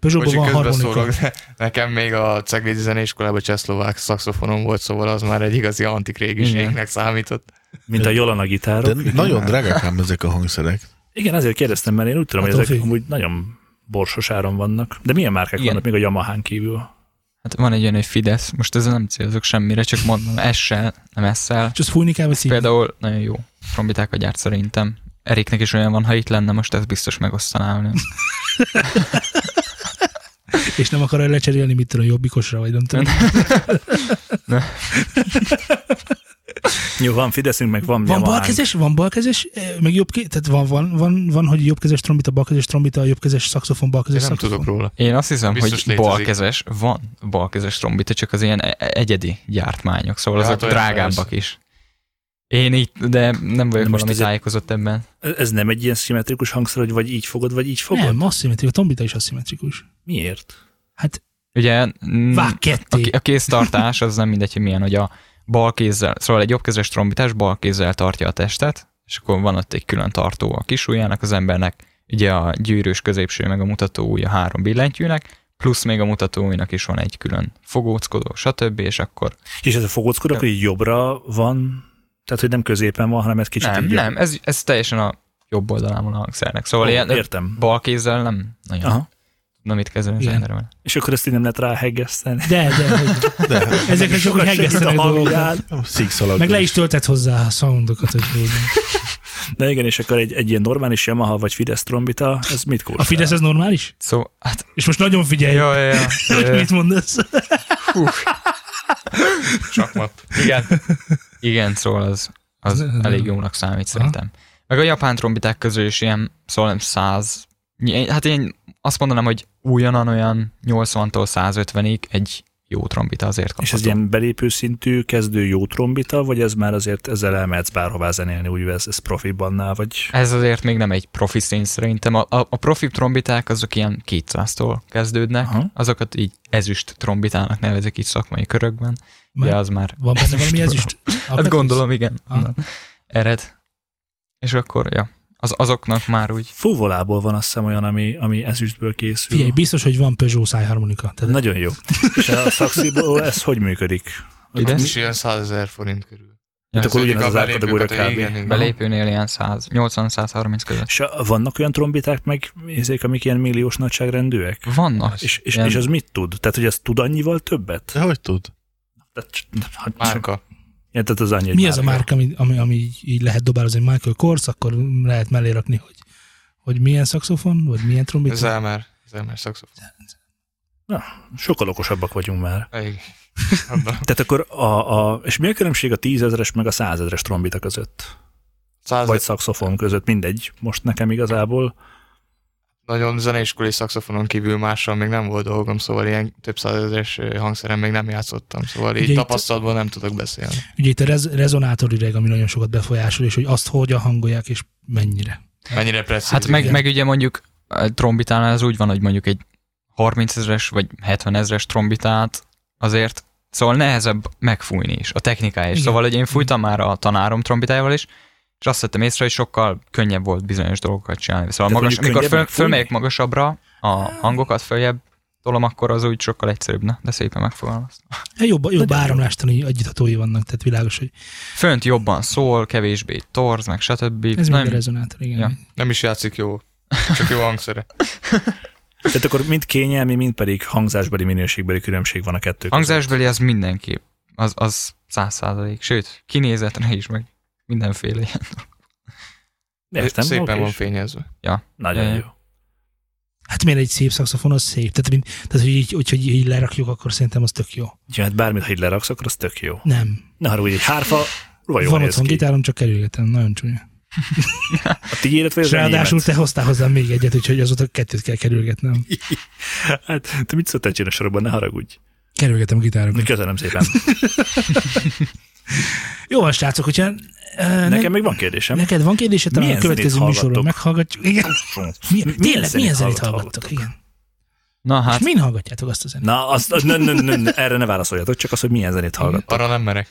A: Peugeotban
E: Bocsi,
A: van
E: közben
A: harmonika.
E: szólok, de nekem még a Ceglédi Zeneiskolában csehszlovák szakszofonom volt, szóval az már egy igazi
D: Igen.
E: antikrégiségnek számított.
B: Mint a Jolana
C: De
B: gitárok.
C: nagyon drágák ám ezek a hangszerek.
B: Igen, azért kérdeztem, mert én úgy tudom, hogy
A: Attól
B: ezek
A: függ.
B: amúgy nagyon borsos áron vannak. De milyen márkák
D: Igen.
B: vannak még a Yamahán kívül?
D: hát van egy olyan, hogy Fidesz, most ezzel nem célzok semmire, csak mondom, essel, nem essel.
A: És azt fújni kell, vagy szívni?
D: Például nagyon jó trombitákat gyárt szerintem. Eriknek is olyan van, ha itt lenne, most ezt biztos megosztaná velem.
A: És nem akar lecserélni, mit tudom, jobbikosra, vagy nem tudom.
B: Jó, van Fideszünk, meg van,
A: Van
B: Yamahánk.
A: balkezes, van balkezes, eh, meg jobb, tehát van, van, van, van, hogy jobbkezes trombita, balkezes trombita, jobbkezes szaxofon,
E: Én
A: balkezes
E: nem
A: szaxofon.
E: tudok róla.
D: Én azt hiszem,
E: Biztos
D: hogy
E: létezik.
D: balkezes, van balkezes trombita, csak az ilyen e- egyedi gyártmányok, szóval
E: Ja,
D: azok
E: hát olyan
D: drágábbak
E: persze.
D: is. Én így, de nem vagyok
B: most
D: valami
B: ezért-
D: tájékozott ebben.
B: Ez nem egy ilyen szimmetrikus hangszer, hogy vagy így fogod, vagy így fogod?
A: Nem, aszimmetrikus, a trombita is aszimmetrikus.
D: Hmm.
B: Miért?
A: Hát
D: Ugye mm,
A: vág
D: a,
A: ketté.
D: ké- a kéztartás az nem mindegy, hogy milyen, hogy a bal kézzel, szóval egy jobbkezes trombitás bal kézzel tartja a testet, és akkor van ott egy külön tartó a kis ujjának az embernek, ugye a gyűrűs középső meg a mutató ujja három billentyűnek, plusz még a mutató ujjnak is van egy külön fogóckodó, stb. és akkor
B: És ez a fogóckodó, akkor így jobbra van, tehát hogy nem középen van, hanem ez kicsit
D: nem,
B: így
D: nem, ez, ez teljesen a jobb oldalán van a hangszernek. Szóval
B: Ó,
D: ilyen
B: értem.
D: bal kézzel nem nagyon
B: Aha.
D: Aha. tudom mit kezdeni az
A: Igen.
D: emberrel.
B: És akkor ezt így nem lehet ráhegeszteni.
A: De, de, hogy
C: De
A: ezekre csak úgy hegesztenek dolgokat.
C: szigszalag.
A: Meg le is töltett hozzá a soundokat, hogy nézni.
B: De igen, és akkor egy, egy ilyen normális Yamaha vagy Fidesz trombita, ez mit kóstol?
A: A Fidesz ez normális?
D: Szóval, hát,
A: És most nagyon figyelj,
D: ja, ja, ja,
A: hogy mit mondasz.
E: Sakmat.
D: Igen. Igen, szóval az, az
A: Ez- ez
D: elég
A: nem-
D: jónak számít szerintem. Meg a japán trombiták közül is ilyen, szóval nem 100, ny- hát én azt mondanám, hogy újonnan olyan 80-tól 150-ig egy jó trombita azért
B: És ez
D: kapható.
B: ilyen belépő szintű kezdő jó trombita, vagy ez már azért ezzel elmehetsz bárhová zenélni, úgy ez, ez profibannál, vagy...
D: Ez azért még nem egy profi szín szerintem. A, a, a profi trombiták azok ilyen 200-tól kezdődnek,
B: Aha.
D: azokat így ezüst trombitának nevezik így szakmai körökben,
A: Már
D: de az már
A: Van benne valami ezüst?
D: Hát gondolom, igen.
A: Aha.
D: onnan Ered. És akkor, ja, az, azoknak már úgy
B: Fúvolából van azt hiszem olyan, ami, ami ezüstből készül.
A: Figyelj, biztos, hogy van Peugeot szájharmonika. Tehát
B: Nagyon jó. És a szaxiból ez hogy működik?
D: ide.
E: És ilyen 100 ezer forint körül.
D: Ja,
B: akkor ugyanaz az árkategória kb.
D: Belépőnél ilyen 100, 80-130 között.
B: És a- vannak olyan trombiták, meg ezek, amik ilyen milliós nagyságrendűek?
D: Vannak.
B: És, és,
D: ilyen,
B: és az mit tud? Tehát, hogy ez tud annyival többet?
C: De hogy tud?
B: Tehát, hát,
E: Márka.
B: Igen, tehát az annyi egy
A: Mi az a márka, ami, ami, ami így- így lehet dobározni? Michael Kors, akkor lehet mellé rakni, hogy, hogy milyen szaxofon, vagy milyen trombita?
E: Zelmer. Zelmer szakszofon.
B: Sokkal okosabbak vagyunk már.
E: Elég. Abban.
B: Tehát akkor a, a és mi a különbség a tízezres meg a százezres trombita között?
E: Száz
B: vagy szakszofon között, mindegy. Most nekem igazából
E: nagyon zeneiskolai szakszofonon kívül mással még nem volt dolgom, szóval ilyen több százezres ö, hangszeren még nem játszottam, szóval
A: Ugye
E: így
A: itt-
E: tapasztalatból nem tudok beszélni.
A: Ugye itt a rez- rezonátor ideg, ami nagyon sokat befolyásol, és hogy azt hogyan hangolják, és mennyire.
E: Mennyire presszív.
D: Hát meg,
A: igen.
D: meg ugye mondjuk a trombitánál ez úgy van, hogy mondjuk egy 30 ezres vagy 70 ezres trombitát azért, szóval nehezebb megfújni is, a technikája is.
A: Igen.
D: Szóval, hogy én fújtam már a tanárom trombitájával is, és azt vettem észre, hogy sokkal könnyebb volt bizonyos dolgokat csinálni. Szóval
B: Tehát
D: magas,
B: mondjuk
D: amikor
B: könnyebb
D: föl,
B: megfújni?
D: fölmegyek magasabbra, a
A: Ah.
D: hangokat följebb tolom, akkor az úgy sokkal egyszerűbb, na, de szépen megfogalmaztam.
A: Hát Jobb, jobb áramlástani agyitatói vannak, tehát világos, hogy
D: Fönt jobban szól, kevésbé torz, meg stb.
A: ez
D: Nem-
A: mind a rezonátor, igen.
D: Ja.
A: Ja.
E: Nem is játszik jó, csak jó hangszere.
B: Tehát akkor mind kényelmi, mind pedig hangzásbeli minőségbeli különbség van a kettő között.
D: Hangzásbeli az mindenképp, az, az száz százalék, sőt, kinézetre is, meg mindenféle ilyen.
B: Értem,
E: Szépen
B: oké,
E: van
B: és
E: fényezve.
B: Nagyon
D: Ja.
B: jó.
A: Hát miért egy szép szakszofon, az szép. Tehát, mint, tehát hogy így, hogyha így, így lerakjuk, akkor szerintem az tök jó.
B: Ja, hát bármit, ha így leraksz, akkor az tök jó.
A: Nem.
B: Na, arra úgy egy hárfa, vagy jól
A: Van
B: néz
A: otthon
B: ki.
A: gitárom, csak kerülgetem. Nagyon csúnya.
B: A tiédet vagy
A: És
B: az
A: ráadásul
B: enyémet?
A: te hoztál hozzám még egyet, úgyhogy azóta kettőt kell kerülgetnem.
B: Hát, te mit szoktál csinálni a sorokban, ne haragudj.
A: Kerülgetem a gitárokat.
B: Köszönöm szépen.
A: Jó van, srácok, hogyha... eh,
B: Nekem még van kérdésem.
A: Neked van kérdése? Talán a
B: Milyen
A: következő
B: zenét
A: műsoron
B: hallgattok?
A: meghallgatjuk. Igen. Mi, milyen, tényleg, milyen zenét hallgattok? Igen.
D: Na
A: Hát,
D: hát,
A: és min hallgatjátok azt a zenét?
B: Na, azt, az, ne, ne, ne, ne, erre ne válaszoljatok, csak az, hogy milyen zenét hallgat.
E: Arra nem merek.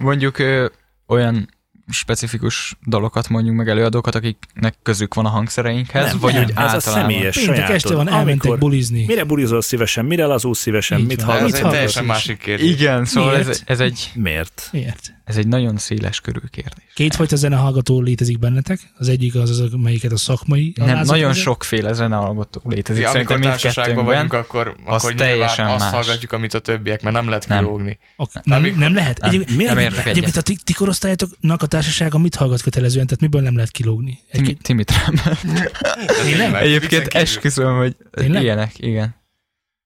D: mondjuk ö, olyan specifikus dalokat mondjuk meg előadókat, akiknek közük van a hangszereinkhez,
B: Nem,
D: vagy
A: nem,
D: úgy
B: Ez a
D: általában.
B: személyes
A: Péntek este van,
B: sajátod.
A: elmentek
B: Amikor,
A: bulizni.
B: mire bulizol szívesen, mire lazul szívesen,
A: Így
B: mit
A: van.
E: Ez
B: hallgatsz?
E: egy
A: hallgatsz
E: teljesen
A: is?
E: másik kérdés.
D: Igen, szóval ez,
A: Miért?
D: ez, egy,
B: Miért?
A: Miért?
D: ez egy nagyon széles körű kérdés.
A: Kétfajta zenehallgató létezik bennetek. Az egyik az, az melyiket a szakmai.
D: Nem,
A: alázat
D: Hát nagyon
A: vezet.
D: sokféle zenealkotó létezik,
E: Ja,
D: ja, szerintem
E: amikor társaságban
D: mindkettőnkben.
E: vagyunk, akkor,
D: az
E: akkor teljesen
D: teljesen
E: azt
D: más.
E: hallgatjuk, amit a többiek, mert nem lehet
D: Nem.
E: kilógni.
A: Ok, nem,
E: Amik-
A: nem lehet.
D: nem,
A: Egyéb,
D: nem
A: miért?
D: értek egyet.
A: Egyébként a ti, ti korosztályatoknak a társasága mit hallgat kötelezően, tehát miből nem lehet kilógni?
D: Timi,
A: Egy,
D: Timit Rámer.
E: Tényleg?
D: Egyébként
E: Viccen kívül.
D: esküszöm, hogy
A: Tényleg?
D: ilyenek, igen.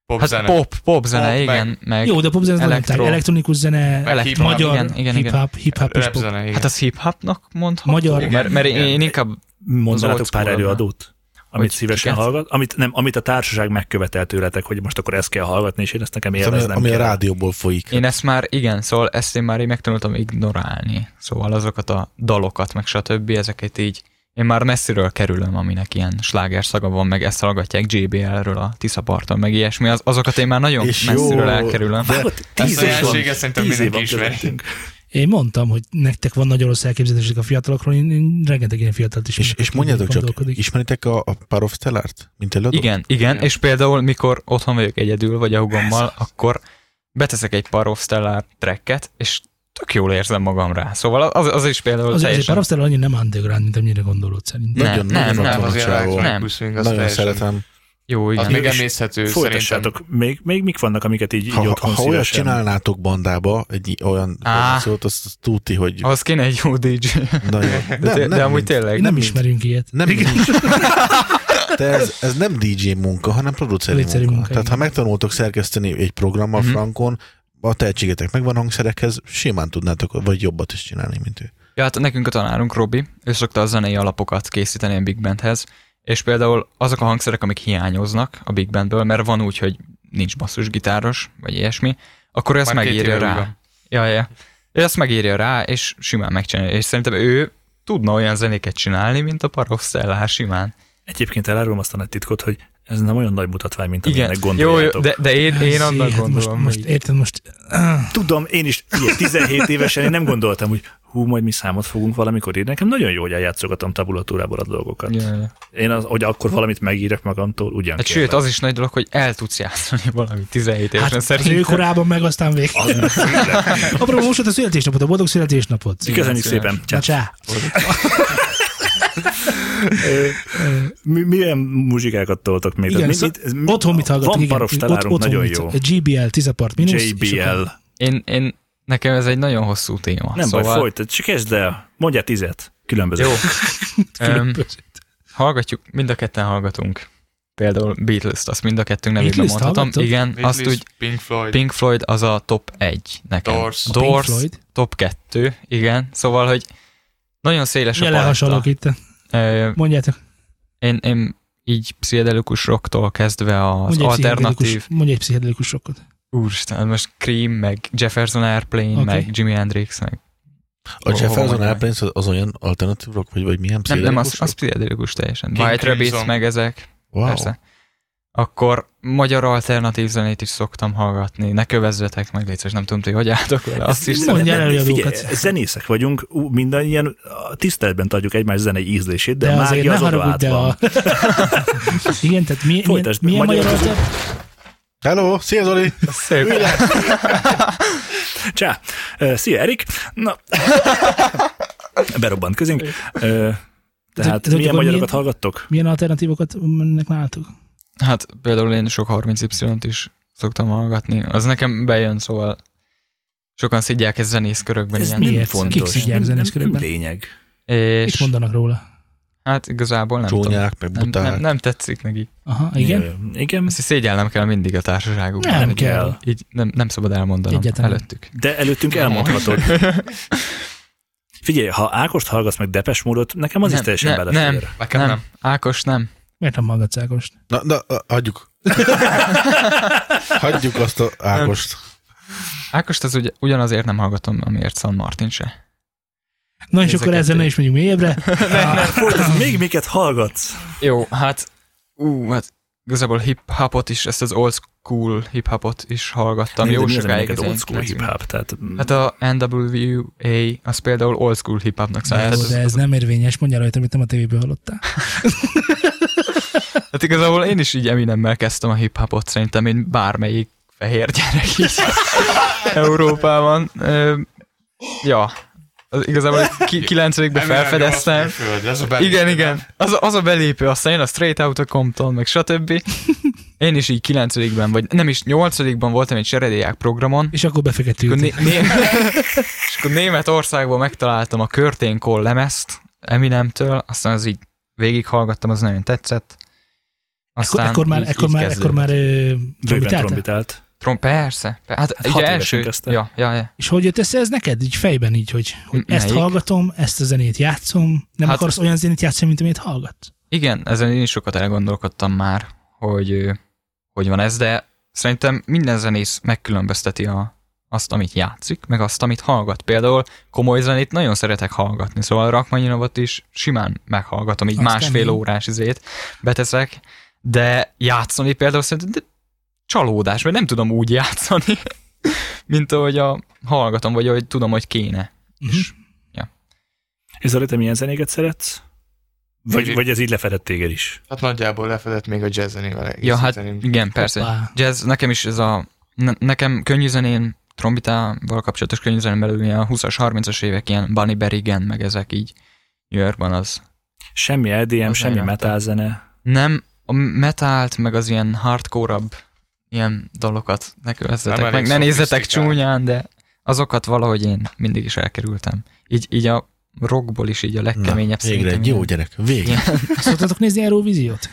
E: Pop
D: Hát
E: zene.
D: pop, pop zene,
E: Pop, meg-
D: igen, meg
A: jó, de a popzene az nagyon
D: elektro.
A: tág. elektronikus zene,
E: Meg
D: elektro-
E: hip-hop.
A: magyar,
D: igen, igen, igen.
A: hip-hop, hip-hop és
E: Rap
A: pop.
E: zene, igen.
D: Hát az hip-hopnak mondható?
A: Magyar-
D: Mert, mert én,
E: Igen.
D: én inkább
B: Mondanátok
D: old
B: pár
D: school-ra.
B: előadót? Amit
D: Hogy
B: szívesen
D: kiket?
B: hallgat, amit, nem, amit a társaság megkövetel tőletek, hogy most akkor ezt kell hallgatni, és én ezt nekem
C: Ami,
B: élveznem
C: Szóval, ami a
B: kell.
C: rádióból folyik.
D: Én ezt már, igen, szóval ezt én már így megtanultam ignorálni. Szóval azokat a dalokat, meg stb. ezeket így én már messziről kerülöm, aminek ilyen slágerszaga van, meg ezt hallgatják JBL-ről a Tiszaparton, meg ilyesmi, az, azokat én már nagyon
C: És jó,
D: messziről elkerülem.
B: Vágott, tíz
E: Ezt a
B: év van.
E: jelenséget szerintem
B: Tíz év
E: mindenki
B: van
E: ismeri.
B: közöttünk.
A: Én mondtam, hogy nektek van nagyon rossz elképzelések a fiatalokról, én, én rengeteg ilyen fiatalt is
C: És, és mondjátok csak,
A: gondolkodik.
C: ismeritek a, a Power of Stellart, mint előadó?
D: Igen, igen,
E: Igen.
D: és például mikor otthon vagyok egyedül, vagy a hugommal, akkor beteszek egy Power of Stellar tracket, és tök jól érzem magam rá. Szóval az, az is például
A: Az, azért
D: teljesen...
A: Parasztel annyira nem underground, mint amennyire gondolod szerintem.
D: Nem,
C: Nagyon-
D: nem,
C: nagyon
D: nem,
E: Nem,
C: van
E: az
C: a
E: ilyen
C: csávó.
E: elektronikus swing, az
C: Nagyon
E: teljesen-
C: szeretem.
D: Jó, igen.
E: Az még
B: És
E: emészhető szerintem.
B: Folytassátok, még, még mik vannak, amiket így, így
C: Ha, ha,
B: otthon
C: ha olyat
B: szívesen-
C: csinálnátok bandába, egy i- olyan
D: Á.
C: formációt, azt azt tuti, hogy
D: Ahhoz kéne egy jó DJ.
C: nagyon...
D: De, nem, de amúgy
C: mint-
D: tényleg.
A: Nem
C: mint-
A: ismerünk ilyet.
C: Nem nincs. De ez, ez nem DJ munka, hanem produceri munka.
A: Produceri
C: munka.
A: munka,
C: Tehát ha
A: igen.
C: megtanultok szerkeszteni egy programmal
D: Mhm.
C: mm-hmm. frankon, a tehetségetek megvan hangszerekhez, simán tudnátok, vagy jobbat is csinálni, mint ő.
D: Ja, hát nekünk a tanárunk Robi, ő szokta a zenei alapokat készíteni a Big Bandhez, és például azok a hangszerek, amik hiányoznak a Big Bandből, mert van úgy, hogy nincs basszusgitáros, vagy ilyesmi, akkor ő ezt
E: Már két
D: megírja
E: éve úgy
D: rá.
E: van.
D: Ja, ja. Ő ezt megírja rá, és simán megcsinálja. És szerintem ő tudna olyan zenéket csinálni, mint a Paroszellár simán.
B: Egyébként elárulom azt a nagy titkot, hogy ez nem olyan nagy mutatvány, mint
D: Igen,
B: aminek
D: jó, jó,
B: gondoljátok.
D: de, de én, én
A: Zé,
D: annak
A: hát
D: gondolom.
A: Most, most
D: hogy-
A: érted, most
B: Tudom, én is ilyen 17 évesen én nem gondoltam, hogy hú, majd mi számot fogunk valamikor írni. Nekem nagyon jó, hogy eljátszogatom tabulatúrából a dolgokat.
D: Ja, ja.
B: Én az, hogy akkor valamit megírek magamtól, ugyan
D: Hát sőt, az is nagy dolog, hogy el tudsz játszani valamit 17 évesen.
A: hát,
D: Hát,
A: az ő
D: szerintem
A: korában meg aztán vég. Apropó, most volt a születésnapot, a boldog születésnapot.
B: Köszönjük
D: Igen,
B: szépen.
A: Na,
B: Csá.
A: Csá.
B: Ö, mi- Milyen muzsikákat toltok még?
A: Igen,
B: Tehát
A: szó-
B: ez mi-
A: Otthon mit hallgatunk?
B: Van
A: igen,
B: paros
A: ott-
B: találunk,
A: otthon
B: nagyon
A: mit-
B: jó.
A: GBL, 10 apart mínusz. és
B: JBL.
A: akkor-
D: én, én, nekem ez egy nagyon hosszú téma.
B: Nem
D: szóval...
B: baj, folytat. Csak kezd el. Mondjál tizet. Különböző.
D: Jó. Öm, hallgatjuk, mind a ketten hallgatunk. Például Beatles-t, azt mind a kettőnk nevében
A: Beatles-t
D: mondhatom.
A: hallgattok?
D: Igen,
E: Beatles,
D: azt úgy
E: Pink Floyd,
D: Pink Floyd az a top 1 nekem.
E: Doors.
A: Pink
D: Doors
A: Floyd.
D: top 2, igen. Szóval, hogy Nagyon széles a
A: Jelen
D: paletta.
A: hasonlók itt.
D: Ö,
A: Mondjátok.
D: Én, én így pszichedelikus rocktól kezdve az
A: Mondj egy
D: alternatív,
A: pszichedelikus- Mondj egy pszichedelikus sokkot.
D: úristen, most Cream, meg Jefferson Airplane,
A: Oké.
D: okay. meg Jimi Hendrix, meg
C: A
D: Hol- hol
C: Jefferson
D: mondják?
C: Airplanes az, az olyan alternatív rock, vagy, vagy milyen
D: nem, nem, az,
C: pszichedelikus
D: az pszichedelikus teljesen.
E: King
D: White Rabbit,
E: Crimson.
D: meg ezek,
C: rock? wow.
D: persze. Akkor magyar alternatív zenét is szoktam hallgatni. Ne kövezzetek meg, légy szíves, nem tudom, ti hogy álltok vele. Azt is
A: nem-
D: szeret-
A: mondj
B: Nem, nem,
A: előadókat.
B: figyelj, Zenészek vagyunk, ú, mindannyian a tiszteletben tartjuk egymás zenei ízlését, de, de mágia az odaállt
A: de
B: van.
A: a... Igen, tehát mi, milyen,
B: Folytasd,
A: milyen
B: magyar-
A: magyar alter...
C: Hello, szia Zoli!
D: Szép.
B: Csá! Ö, Szia, Erik! Na, berobbant közénk. Ö, Tehát
A: de
B: milyen
A: akkor milyen-
B: magyarokat hallgattok?
A: milyen alternatívokat mennek nálatok?
D: Hát például én sok 30Y-t is szoktam hallgatni. Az nekem bejön, szóval sokan szidják ezt zenész körökben
B: Ez
D: ilyen.
A: miért?
B: nem
A: Kik
B: fontos.
A: szidják
B: Nem- nem
A: zenészkörökben?
B: lényeg.
A: Mit
D: És
A: mondanak róla?
D: hát igazából nem tudom.
C: Csónyák, meg
D: Nem, nem,
C: buták.
D: nem tetszik nekik.
A: Aha, igen.
B: Ö, Igen,
D: Ezt szégyellem kell mindig a társaságukban.
A: Nem
D: Így-
A: kell.
D: Így nem, nem szabad elmondanom
A: Egyáltalán.
D: előttük.
B: de előttünk elmondhatod. Figyelj, ha Ákost hallgatsz meg Depes módot, nekem az is teljesen
D: nem,
B: belefér.
D: nem,
E: Nekem
D: nem,
E: nem.
D: nem, Ákos nem.
A: Miért nem hallgatsz Ágost?
C: Na, na, a- hagyjuk. hagyjuk azt a Ágost.
D: Ákost az ugy, ugyanazért nem hallgatom, amiért San Martin se.
A: Na és
D: Ezeket
A: akkor ezzel ne
D: én.
A: is megyünk mélyebbre. Ah.
B: Nem, folytasd, még miket hallgatsz?
D: Jó, hát, ú, hát igazából hip-hopot is, ezt az old school hip-hopot is hallgattam
B: Nézd,
D: jó
B: mi az,
D: sokáig.
B: amiket
D: az
B: old
D: én
B: school
D: 90-es.
B: hip-hop, tehát mm,
D: Hát a NWA, az például old school hip-hopnak
A: De,
D: számít.
A: jó, de ez nem érvényes, mondjál rajta, amit nem a tévéből hallottál.
D: Hát igazából én is így Eminemmel kezdtem a hip-hopot, szerintem én bármelyik fehér gyerek is Európában. Ö, ja, az igazából ki, 90-ben felfedeztem.
E: Ez a belépő.
D: Igen, igen, az a, az a belépő, aztán jön a Straight Outta Compton, meg stb. Én is így 9 vagy nem is 8 voltam egy seredélyák programon,
A: És akkor
D: akkor
A: befeketült.
D: né- né- és akkor Németországban megtaláltam a Curtain Call lemezt Eminemtől, aztán az így végighallgattam, az nagyon tetszett.
A: Ekkor,
D: Aztán
A: ekkor, már,
D: így-
A: ekkor,
D: így
A: már, ekkor
D: kezdődött.
A: már ö,
B: bőven
A: trombitáltál?
B: trombitált.
D: Trom, persze. per- Hát, hát
B: hat
D: ugye
B: évesen
D: első...
B: kezdte.
D: Ja, ja, ja.
A: És hogy jött össze ez neked? Így fejben így, hogy, hogy
D: M-
A: ezt
D: melyik?
A: hallgatom, ezt a zenét játszom, nem
D: Hát-
A: akarsz olyan zenét játszani, mint amit hallgatsz?
D: Igen, ezen én is sokat elgondolkodtam már, hogy ö, hogy van ez, de szerintem minden zenész megkülönbözteti a, azt, amit játszik, meg azt, amit hallgat. Például komoly zenét nagyon szeretek hallgatni, szóval a Rachmaninovat is simán meghallgatom, így
A: Azt
D: másfél
A: kemény.
D: órás izét beteszek, de játszani például szerintem de csalódás, mert nem tudom úgy játszani, mint ahogy a hallgatom, vagy ahogy tudom, hogy kéne.
A: És
B: És Zoli, te milyen zenéket szeretsz? Vagy,
E: Én-
B: vagy ez így lefedett téged is?
E: Hát nagyjából lefedett még a jazz zenével egész
D: Ja, hát
E: zenénk.
D: igen, persze.
A: Hoppá.
D: Jazz, nekem is ez a, ne, nekem könnyű zenén, trombitával kapcsolatos könnyű zenén belül ilyen a 20-as, 30-as évek, ilyen Bunny Berrigan, meg ezek így New Yorkban az.
B: Semmi EDM,
D: Az
B: semmi
D: nem láttam.
B: metal zene.
D: Nem, a metált, meg az ilyen hardcore-abb ilyen dalokat ne
E: Nem
D: kövezzetek,
E: elég
D: meg ne nézzetek
E: szofisztikált.
D: csúnyán, de azokat valahogy én mindig is elkerültem. Így, így a rockból is így a
C: Na,
D: legkeményebb
C: végre egy jó
D: ilyen-
C: gyerek. Végre.
D: Ilyen-
A: Szoktatok nézni Eurovíziót?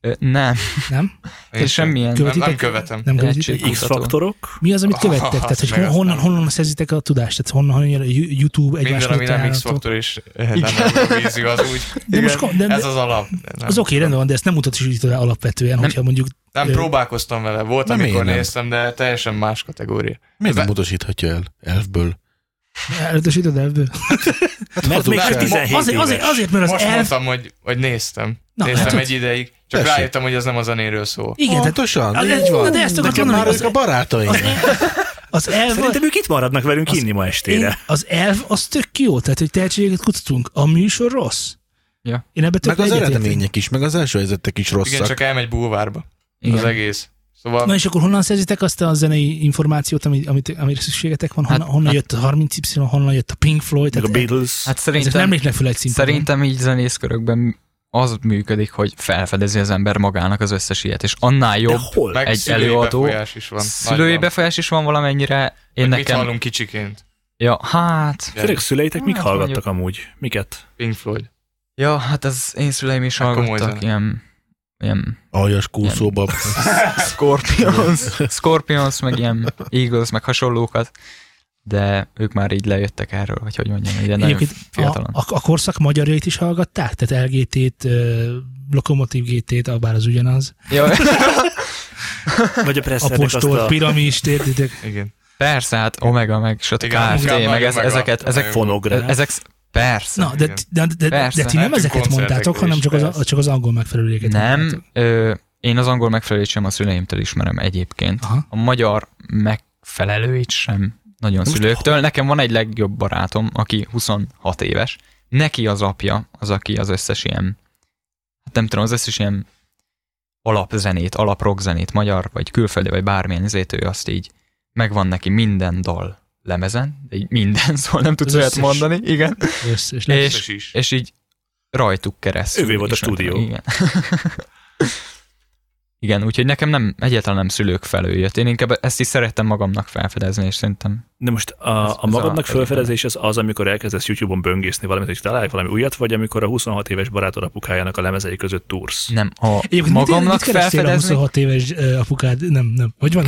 D: Ö, Nem,
A: Nem?
D: és semmilyen.
A: Követ-
E: Nem, nem
A: Követitek?
E: követem.
A: Nem
D: Egység.
A: követitek?
D: Kutató.
B: X-faktorok?
A: Mi az, amit követtek?
E: Ah,
A: Tehát, hogy
E: meg azt
A: honnan,
E: nem.
A: honnan szerzitek a tudást? Tehát honnan, honnan jön a Yu- YouTube egymás
E: Minden, ami
A: után
E: nem
A: álltok?
E: X-faktor és nem Eurovízió, az úgy.
A: De most
E: Igen,
A: ko- de-
E: ez az alap. Nem,
A: Az oké, rendben van, de ezt nem utasítod el alapvetően, hogyha mondjuk
E: Nem próbálkoztam vele, volt,
C: Nem,
E: amikor
C: én nem.
E: néztem, de teljesen más kategória.
C: Miért nem
E: Ve-
C: utasíthatja el elfből?
A: elutasítod ebből.
B: Mert
C: Hazudsz
B: még csak
C: el.
B: 17
A: Hát Azért, azért,
B: éves.
A: azért, mert az
E: Most
A: elf...
E: mondtam, hogy, hogy néztem.
A: Na,
E: néztem
A: hát ott-
E: egy ideig, csak
C: Tessék.
E: rájöttem, hogy ez nem a zenéről szól.
A: Igen, tehát
C: Pontosan,
A: az-
C: így van.
A: na de ezt akartam
C: Nekem
A: mondani,
C: már
A: hogy
C: ők
A: az-
C: a barátaim.
A: az elv...
B: Szerintem ők itt maradnak velünk inni ma
A: Én,
B: estére.
A: az elv az tök jó, tehát hogy tehetségeket kutatunk. A műsor rossz.
D: Ja.
A: Én ebbe tök
C: Meg az eredmények is, meg az első helyzetek is rosszak.
E: Igen, csak elmegy bulvárba. Az
D: Igen.
E: egész. Szóval
A: Na és akkor honnan szerzitek azt a zenei információt, amit, amit, amire szükségetek van? Honnan,
D: Hát-
A: honnan
D: hát-
A: jött a 30Y, honnan jött a Pink Floyd?
B: Meg a
A: Tehát
B: Beatles.
D: Hát
A: ezek
D: szerintem
A: nem lépnek fel egy színpadon.
D: Szerintem így zenészkörökben az működik, hogy felfedezi az ember magának az összes ilyet, és annál
B: De
D: jobb
B: hol?
E: meg
D: egy
E: szülői
D: előadó-
E: befolyás is van.
D: szülői
E: nagyban.
D: befolyás is van valamennyire. Én
E: Mit
D: nekem...
E: hallunk kicsiként?
D: Ja, hát...
B: Főleg szüleitek mik
D: Hát
B: hallgattak amúgy? Miket?
E: Pink Floyd.
D: Ja, hát az én szüleim is
E: Hát komoly
D: hallgattak
E: zene.
D: ilyen... ilyen
C: Aljas kúszóba.
D: Scorpions, Scorpions, meg ilyen Eagles, meg hasonlókat. de ők már így lejöttek erről, vagy hogy mondjam, ide nagyon
A: Egyébként a,
D: fiatalan.
A: a, a korszak magyarjait is hallgatták? Tehát LGT-t, ö, Lokomotív GT-t, ah, bár az ugyanaz.
D: Ja,
B: Vagy a Presszernek azt
A: Apostol,
B: a
A: piramist, értitek?
E: Igen.
D: persze, hát Omega, meg stb.
E: Igen,
D: KFT,
E: Omega,
D: meg ez,
E: Omega.
D: ezeket, ezek,
B: fonográf.
D: ezek, persze.
A: Na, de,
E: Igen.
A: de, de, de,
D: Persze,
A: de ti nem
E: hát
A: ezeket
E: koncertekre
A: mondtátok,
E: is,
A: hanem csak az,
E: persze.
A: csak az angol megfelelőket. mondtátok.
D: Nem, ö, én az angol megfelelőt sem a szüleimtől ismerem egyébként.
A: Aha.
D: A magyar megfelelőit sem nagyon
B: Most-
D: szülőktől. Nekem van egy legjobb barátom, aki 26 éves. Neki az apja az, aki az összes ilyen, hát nem tudom, az összes ilyen alapzenét, alaprockzenét, magyar vagy külföldi, vagy bármilyen ezért ő azt így megvan neki minden dal lemezen, de így minden szól, nem tudsz
A: Az
D: olyat
A: összes.
D: mondani, igen.
A: Össz, és
D: És-
A: és
E: És is.
D: És így rajtuk keresztül.
B: Ővé volt a
D: ismertem,
B: stúdió.
D: Igen. igen, úgyhogy nekem nem, egyáltalán nem szülők felől jött. Én inkább ezt is szerettem magamnak felfedezni, és szerintem
B: De most a,
D: Ez-
B: a
D: ez
B: magadnak
D: a-
B: felfedezés az az, amikor elkezdesz YouTube-on böngészni valamit, hogy találj valami újat, vagy amikor a 26 éves barátod apukájának a lemezei között túrsz.
D: nem a
A: Egyébként mit-
D: magamnak
A: mit keresél a
D: felfedezni.
A: 26 éves ö, apukád? Nem, nem. Hogy van?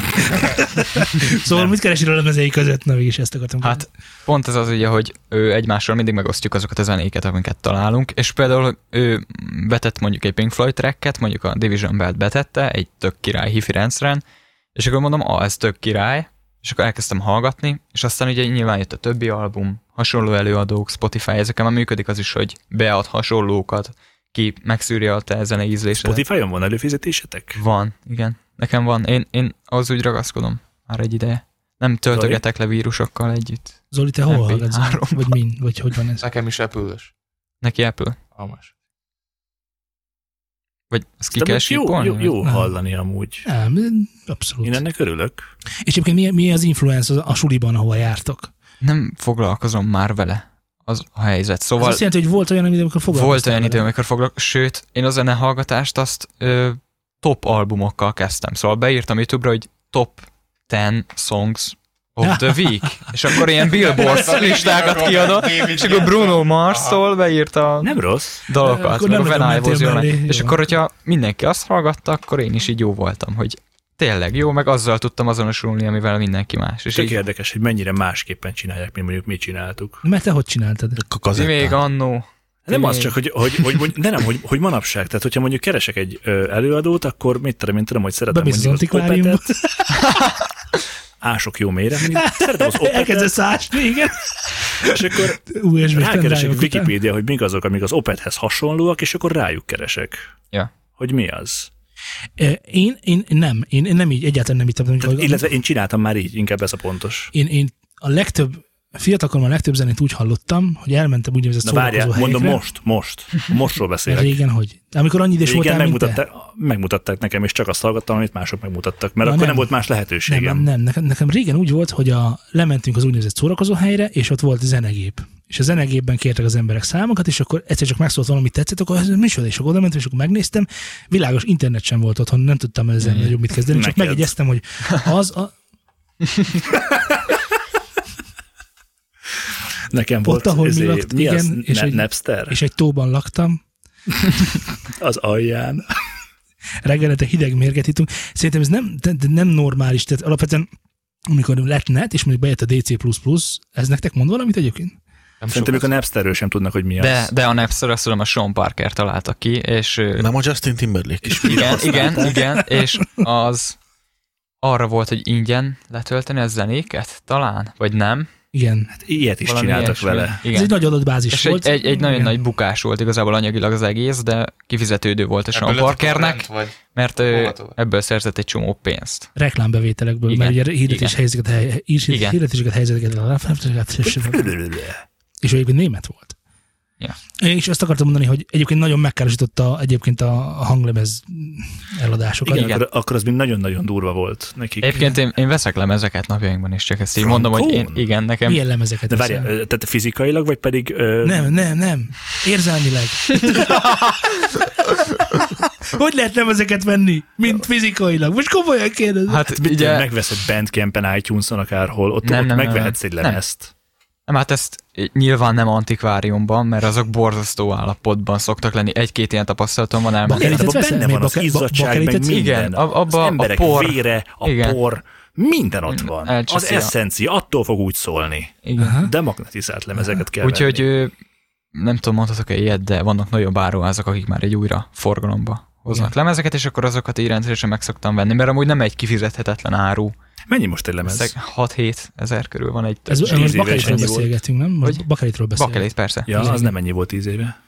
A: szóval mit keresél a lemezei között? Na, mégis ezt akartam
D: Hát, Pont ez az ugye, hogy ő egymással mindig megosztjuk azokat a zenéket, amiket találunk, és például ő betett mondjuk egy Pink Floyd tracket, mondjuk a Division Belt betette, egy tök király hifi rendszeren, és akkor mondom, ah, ez tök király, és akkor elkezdtem hallgatni, és aztán ugye nyilván jött a többi album, hasonló előadók, Spotify, ezeken már működik az is, hogy bead hasonlókat, ki megszűri a te zenei ízlésedet.
B: Spotify-on van előfizetésetek?
D: Van, igen. Nekem van. Én, én az úgy ragaszkodom már egy ideje. Nem töltögetek le vírusokkal együtt.
A: Zoli, te hol
D: MP3-ban?
A: hallgatsz? Vagy min? Vagy hogy van ez?
E: Nekem is repülős.
D: Neki Apple.
E: Almas.
D: Vagy ezt ki
B: De
D: kell
B: most jó, jó,
D: sípolni?
B: jó
A: Nem.
B: hallani amúgy.
A: Nem, abszolút.
B: Én ennek örülök.
A: És egyébként mi, mi az influence az a suliban, ahol jártok?
D: Nem foglalkozom már vele az a helyzet.
A: Val... Ez
D: Szóval
A: azt jelenti, hogy volt olyan idő, amikor foglalkoztál
D: volt olyan
A: vele.
D: idő, amikor foglalkozom, sőt, én a zenehallgatást azt ö, top albumokkal kezdtem. Szóval beírtam YouTube-ra, hogy top 10 songs of the week, és akkor ilyen billboard listákat kiadott, és akkor Bruno Mars-tól beírta
B: Nem rossz.
D: dalokat,
A: Akkor
D: akkor meg a
A: nem nagyon
D: Van
A: mentél
D: Ives jön
A: mellé,
D: le.
A: jó.
D: És akkor, hogyha mindenki azt hallgatta, akkor én is így jó voltam, hogy tényleg jó, meg azzal tudtam azonosulni, amivel mindenki más. És
B: Tök
D: így,
B: érdekes, hogy mennyire másképpen csinálják, mint mondjuk mi csináltuk.
A: Mert te hogy csináltad?
D: ti még annó,
B: Nem az
D: Igen.
B: csak, hogy, hogy, hogy, hogy de nem, hogy, hogy manapság. Tehát, hogyha mondjuk keresek egy ö, előadót, akkor mit tudom, én tudom, hogy szeretem
A: Bemész az
B: mondjuk az
A: antikváriumba.
B: opetet. Ások jó mélyre. Szeretem az opetet,
A: Elkezdesz ásni, igen.
B: és akkor
A: USB
B: rákeresek
A: pendrive-ok után.
B: Wikipédia, hogy mik azok, amik az opethez hasonlóak, és akkor rájuk keresek.
D: Ja.
B: Hogy mi az.
A: Ö, Én, én nem, én, én nem így, egyáltalán nem így tettem.
B: Tehát,
A: amikor-
B: illetve én csináltam már így, inkább ez a pontos.
A: Én, én a legtöbb, fiatalkoromban a legtöbb zenét úgy hallottam, hogy elmentem úgynevezett
B: Na várjál,
A: szórakozó
B: mondom
A: helyekre.
B: most, most. Mostról beszélek.
A: Régen hogy? De Amikor annyi idős
B: Régen
A: voltál, mint te?
B: megmutatták, megmutatták nekem, és csak azt hallgattam, amit mások megmutattak, mert
A: Na
B: akkor nem.
A: nem.
B: volt más lehetőségem.
A: Nem, nem, nem. Nekem, nekem régen úgy volt, hogy a, lementünk az úgynevezett szórakozó helyre, és ott volt zenegép. És a zenegépben kértek az emberek számokat, és akkor egyszer csak megszólt valami tetszett, akkor ez micsoda, és akkor oda mentem, és akkor megnéztem. Világos internet sem volt otthon, nem tudtam ezzel
D: Mhm.
A: nagyobb mit kezdeni, csak
B: Hmm. Neked.
A: megjegyeztem, hogy az a,
B: Nekem
A: Ott,
B: volt
A: ahol mi
B: izé,
A: lakt-
B: mi az?
A: igen, és
B: Ne-
A: egy-
B: Napster?
A: és egy tóban laktam,
B: az alján. Hát
A: reggelente hideg mérget ittunk. Szerintem ez nem, de- de nem normális, tehát alapvetően amikor lett net, és mondjuk bejött a DC++, ez nektek mond valamit egyébként?
E: Nem
B: Szerintem ők a
E: sokat.
B: Napsterről sem tudnak, hogy mi
D: de,
B: az. Hát
D: de a Napster azt tudom, a Sean Parker találta ki, és ö,
C: Nem a Justin Timberlake.
D: igen, igen, igen, és az arra volt, hogy ingyen letölteni a zenéket, talán, vagy nem.
A: Igen. Hát
B: Ilyet is csináltak
D: ilyesmi.
B: vele.
A: Ez
D: Igen.
A: egy nagy adatbázis
D: És
A: volt.
D: egy, egy, egy nagyon
A: Igen.
D: nagy bukás volt igazából anyagilag az egész, de kifizetődő volt a Sean
E: Ebből lett a
D: Parkernek,
E: torrent, vagy-
D: mert ő
E: Hova tovább?
D: ebből szerzett egy csomó pénzt.
A: Reklámbevételekből,
D: Igen.
A: mert ugye hirdetés
D: Igen.
A: helyzeteket, hely, is-
D: Igen.
A: hirdetéseket, helyzeteket, és ő egyébként német volt.
D: Ja.
A: És azt akartam mondani, hogy egyébként nagyon megkárosította egyébként a a hanglemez eladásokat.
B: Igen,
D: Igen.
B: Akkor, akkor az mind nagyon-nagyon durva volt nekik.
D: Egyébként én, én veszek lemezeket napjainkban is, csak ezt így
B: Frankon?
D: mondom, hogy én, igen, nekem
A: Milyen lemezeket?
B: de várjál,
A: veszel?
B: ö, tehát fizikailag, vagy pedig... Ö,
A: Nem, nem, nem. Érzelmileg. hogy lehet nem ezeket venni, mint fizikailag? Most komolyan kérdezem. Hát,
D: Hát
B: Ugye,
D: ugye,
B: megveszed Bandcampen, iTunes-on, akárhol, ott,
D: Nem,
B: ott
D: nem, nem,
B: megvehetsz egy
D: nem.
B: lemezt.
D: nem, hát ezt nyilván nem antikváriumban, mert azok borzasztó állapotban szoktak lenni. Egy-két ilyen tapasztalatom van elmentem.
A: Bakelitet
B: Szerintem
A: veszel?
B: benne
A: Mi,
B: van az
A: bake- ba-
B: izzadság, meg
A: bakelitet?
B: minden.
D: Igen, ab- abba
B: az
D: a
B: emberek
D: por.
B: vére, a
D: Igen. Mm,
B: por, Minden ott van. Az
D: Elcseszi a-
B: eszencia, attól fog úgy szólni.
D: Igen.
B: De magnetizált lemezeket kell
D: Úgyhogy
B: venni.
D: ö, nem tudom, mondhatok-e ilyet, de vannak nagyobb áruházak, akik már egy újra forgalomba hoznak lemezeket, és akkor azokat így rendszeresen meg szoktam venni, mert amúgy nem egy kifizethetetlen áru.
B: Mennyi most egy lemez?
D: Ezek 6-7 ezer körül van egy
A: Ez,
D: több.
A: most
B: éves
A: bakelitről
B: ennyi volt.
A: beszélgetünk, nem? Most
D: Hogy?
A: bakelitről beszélgetünk.
D: Bakelét persze.
B: Ja,
A: Igen.
B: az nem ennyi volt tíz éve.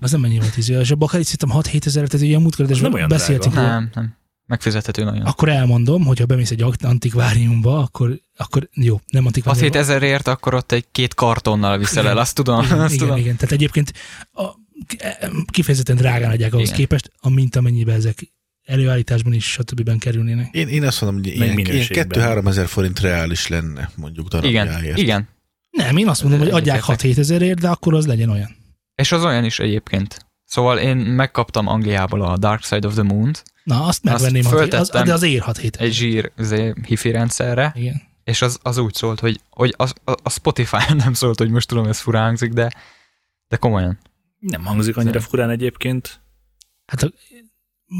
A: Az nem mennyi volt tíz éves. A bakelit szerintem 6-7 ezer, tehát ilyen
B: Az nem
A: múltkor,
B: olyan
A: beszéltünk. róla.
D: Nem, nem. Megfizethető nagyon.
A: Akkor elmondom, hogy ha bemész egy akt- antikváriumba, akkor, akkor jó, nem
D: 6
A: antikváriumba.
D: 7 ezerért akkor ott egy két kartonnal viszel el, azt tudom.
A: Igen,
D: Azt
A: igen,
D: tudom.
A: igen. Tehát egyébként a, e- kifejezetten drágán adják ahhoz
D: Igen.
A: képest, amint amennyibe ezek előállításban is, stb. kerülnének.
C: Én, én azt mondom, hogy ilyen, ilyen
B: minőségben.
C: 2-3 ezer forint reális lenne mondjuk
D: Igen,
C: darabjáért.
D: igen.
A: Nem, én azt mondom, hogy adják
D: Egyetértek.
A: 6-7 ezerért, de akkor az legyen olyan.
D: És az olyan is egyébként. Szóval én megkaptam Angliából a Dark Side of the Moon-t,
A: Na, azt
D: Azt
A: megvenném, hat- az,
D: föltettem.
A: de az ér 6-7
D: egy zsír izé, hifi rendszerre,
A: Igen.
D: és az, az úgy szólt, hogy, hogy az, a, a Spotify nem szólt, hogy most tudom, ez furán hangzik, de, de komolyan.
B: Nem hangzik annyira furán egyébként.
A: Hát a-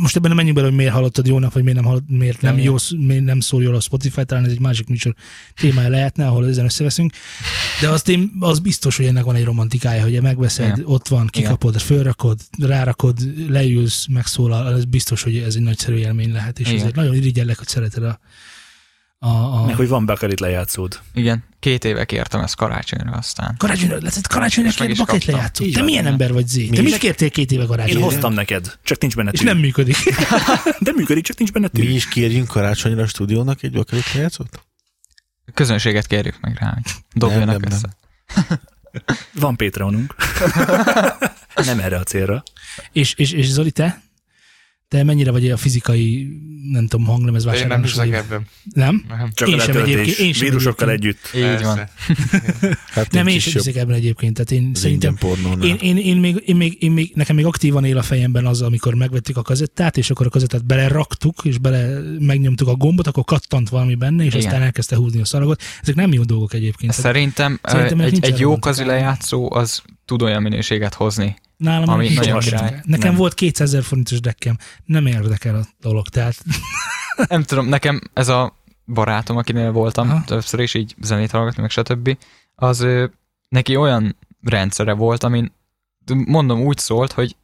A: most ebben nem menjünk bele, hogy miért hallottad jónak, vagy miért nem, hallott, miért nem,
D: Nem,
A: jó, sz- miért nem szól jól a Spotify, talán ez egy másik műsor témája lehetne, ahol ezen összeveszünk. De azt én, az biztos, hogy ennek van egy romantikája, hogy megveszed,
D: Igen.
A: ott van, kikapod, fölrakod, rárakod, leülsz, megszólal, ez biztos, hogy ez egy nagyszerű élmény lehet, és
D: Igen.
A: ezért nagyon irigyellek, hogy szereted a, a,
B: Meg
A: a
B: hogy van Bakelit lejátszód.
D: Igen, két éve kértem ezt karácsonyra aztán.
A: karácsonyra, lesz karácsonyra
D: És meg
A: két
D: is
A: bakét
D: kaptam.
A: lejátszó.
D: Így
A: Te
D: van,
A: milyen
D: igen.
A: ember vagy, Zé? Te
C: is.
A: mit kértél két éve
B: Én
A: karácsonyra?
B: hoztam neked, csak nincs benne
A: És
B: tű.
A: nem működik.
B: De működik, csak nincs benne
C: Mi
B: tű.
C: is kérjünk karácsonyra a stúdiónak egy bakelit játszót?
D: Közönséget kérjük meg rá, hogy dobjanak
C: Nem, nem, nem.
D: össze.
B: Van Patreonunk. nem erre a célra.
A: És, és, és Zoli, te? Te mennyire vagy a fizikai, nem tudom, hanglemez
E: De én nem
A: vásárlás?
E: hiszek ebben.
A: Nem?
E: Nem.
B: Csak
A: Én
B: a
A: sem
B: letöltés
A: egyébként, én sem
B: vírusokkal
A: egyébként.
B: együtt.
D: Így
E: Persze.
D: van.
C: Hát
A: Nem,
C: nincs
A: én
C: is
A: sem
C: jobb
A: hiszek ebben egyébként. Tehát én
C: az
A: szerintem
C: ingyen pornónál.
A: én, én, én, még, én, még, én még, nekem még aktívan él a fejemben az, amikor megvettük a kazettát, és akkor a kazettát beleraktuk, és bele megnyomtuk a gombot, akkor kattant valami benne, és Igen.
D: Igen.
A: aztán elkezdte húzni a szaragot. Ezek nem jó dolgok egyébként. Tehát
D: Szerintem,
A: Szerintem
D: Szerintem
A: ennek
D: egy,
A: nincs
D: egy jó
A: romantikája.
D: kazi lejátszó az tud olyan minőséget hozni.
A: Nálam
D: ami
A: nincs
D: nagyon
A: érdekel.
D: király.
A: Nekem
B: Nem.
A: volt 200 ezer forintos dekkem, nem érdekel a dolog. Tehát
D: Nem tudom, nekem ez a barátom, akinél voltam
A: Aha.
D: Aha. többször is így zenét hallgatni, meg stb. Az ő, neki olyan rendszere volt, amin mondom úgy szólt, hogy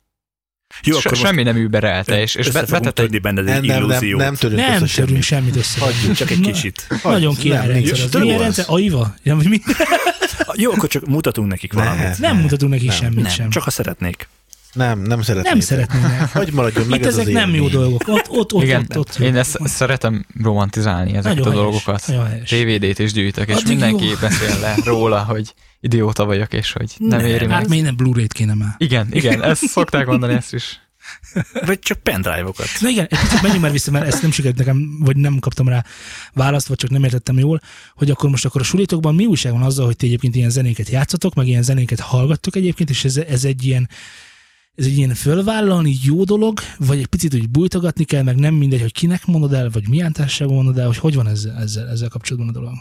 B: Jó,
D: se-
B: akkor most
D: semmi nem überelte, és, és
B: össze
D: be-
B: fogunk
D: vetett egy
B: törni benned
C: Nem,
B: egy
C: nem, nem,
B: illúziót.
C: nem törünk
A: nem
C: össze
A: törünk semmit össze.
C: Hagyjuk,
B: Csak egy
A: Na,
B: kicsit.
C: Hagy,
A: Nagyon király
C: nem,
A: rendszer.
C: nincs.
A: Az.
C: Tök
A: Milyen
C: az.
A: rendszer? AIVA? Ja, vagy mi?
B: Jó, akkor csak mutatunk nekik valamit.
A: Nem mutatunk neki
C: nem,
A: semmit
B: Nem,
A: sem.
B: csak ha szeretnék.
C: Nem, nem szeretnék.
A: nem szeretnének.
C: Hogy maradjon meg
A: Itt
C: ez az
A: ezek nem jó
C: élmény.
A: dolgok. Ott, ott, ott,
D: Igen,
A: ott, ott.
D: én ezt szeretem romantizálni ezeket
A: Nagyon
D: a
A: helyes,
D: dolgokat.
A: nagyon helyes.
D: DVD-t is gyűjtök, és
A: Addig
D: mindenki
A: jó.
D: beszél le róla, hogy idióta vagyok, és hogy nem,
B: Nem,
D: éri
A: Hát
D: meg.
A: még nem Blu-ray-t kéne már.
D: Igen, igen, ezt szokták mondani ezt is.
B: Vagy csak pendrive-okat.
A: Na igen, egy picit menjünk már vissza, mert ezt nem sikerült nekem, vagy nem kaptam rá választ, vagy csak nem értettem jól, hogy akkor most akkor a sulitokban mi újság van azzal, hogy ti egyébként ilyen zenéket játszotok, meg ilyen zenéket hallgattok egyébként, és ez, ez egy ilyen ez egy ilyen fölvállalni jó dolog, vagy egy picit úgy bújtogatni kell, meg nem mindegy, hogy kinek mondod el, vagy milyen társaságban mondod el, hogy hogy van ezzel, ezzel, ezzel kapcsolatban a dolog.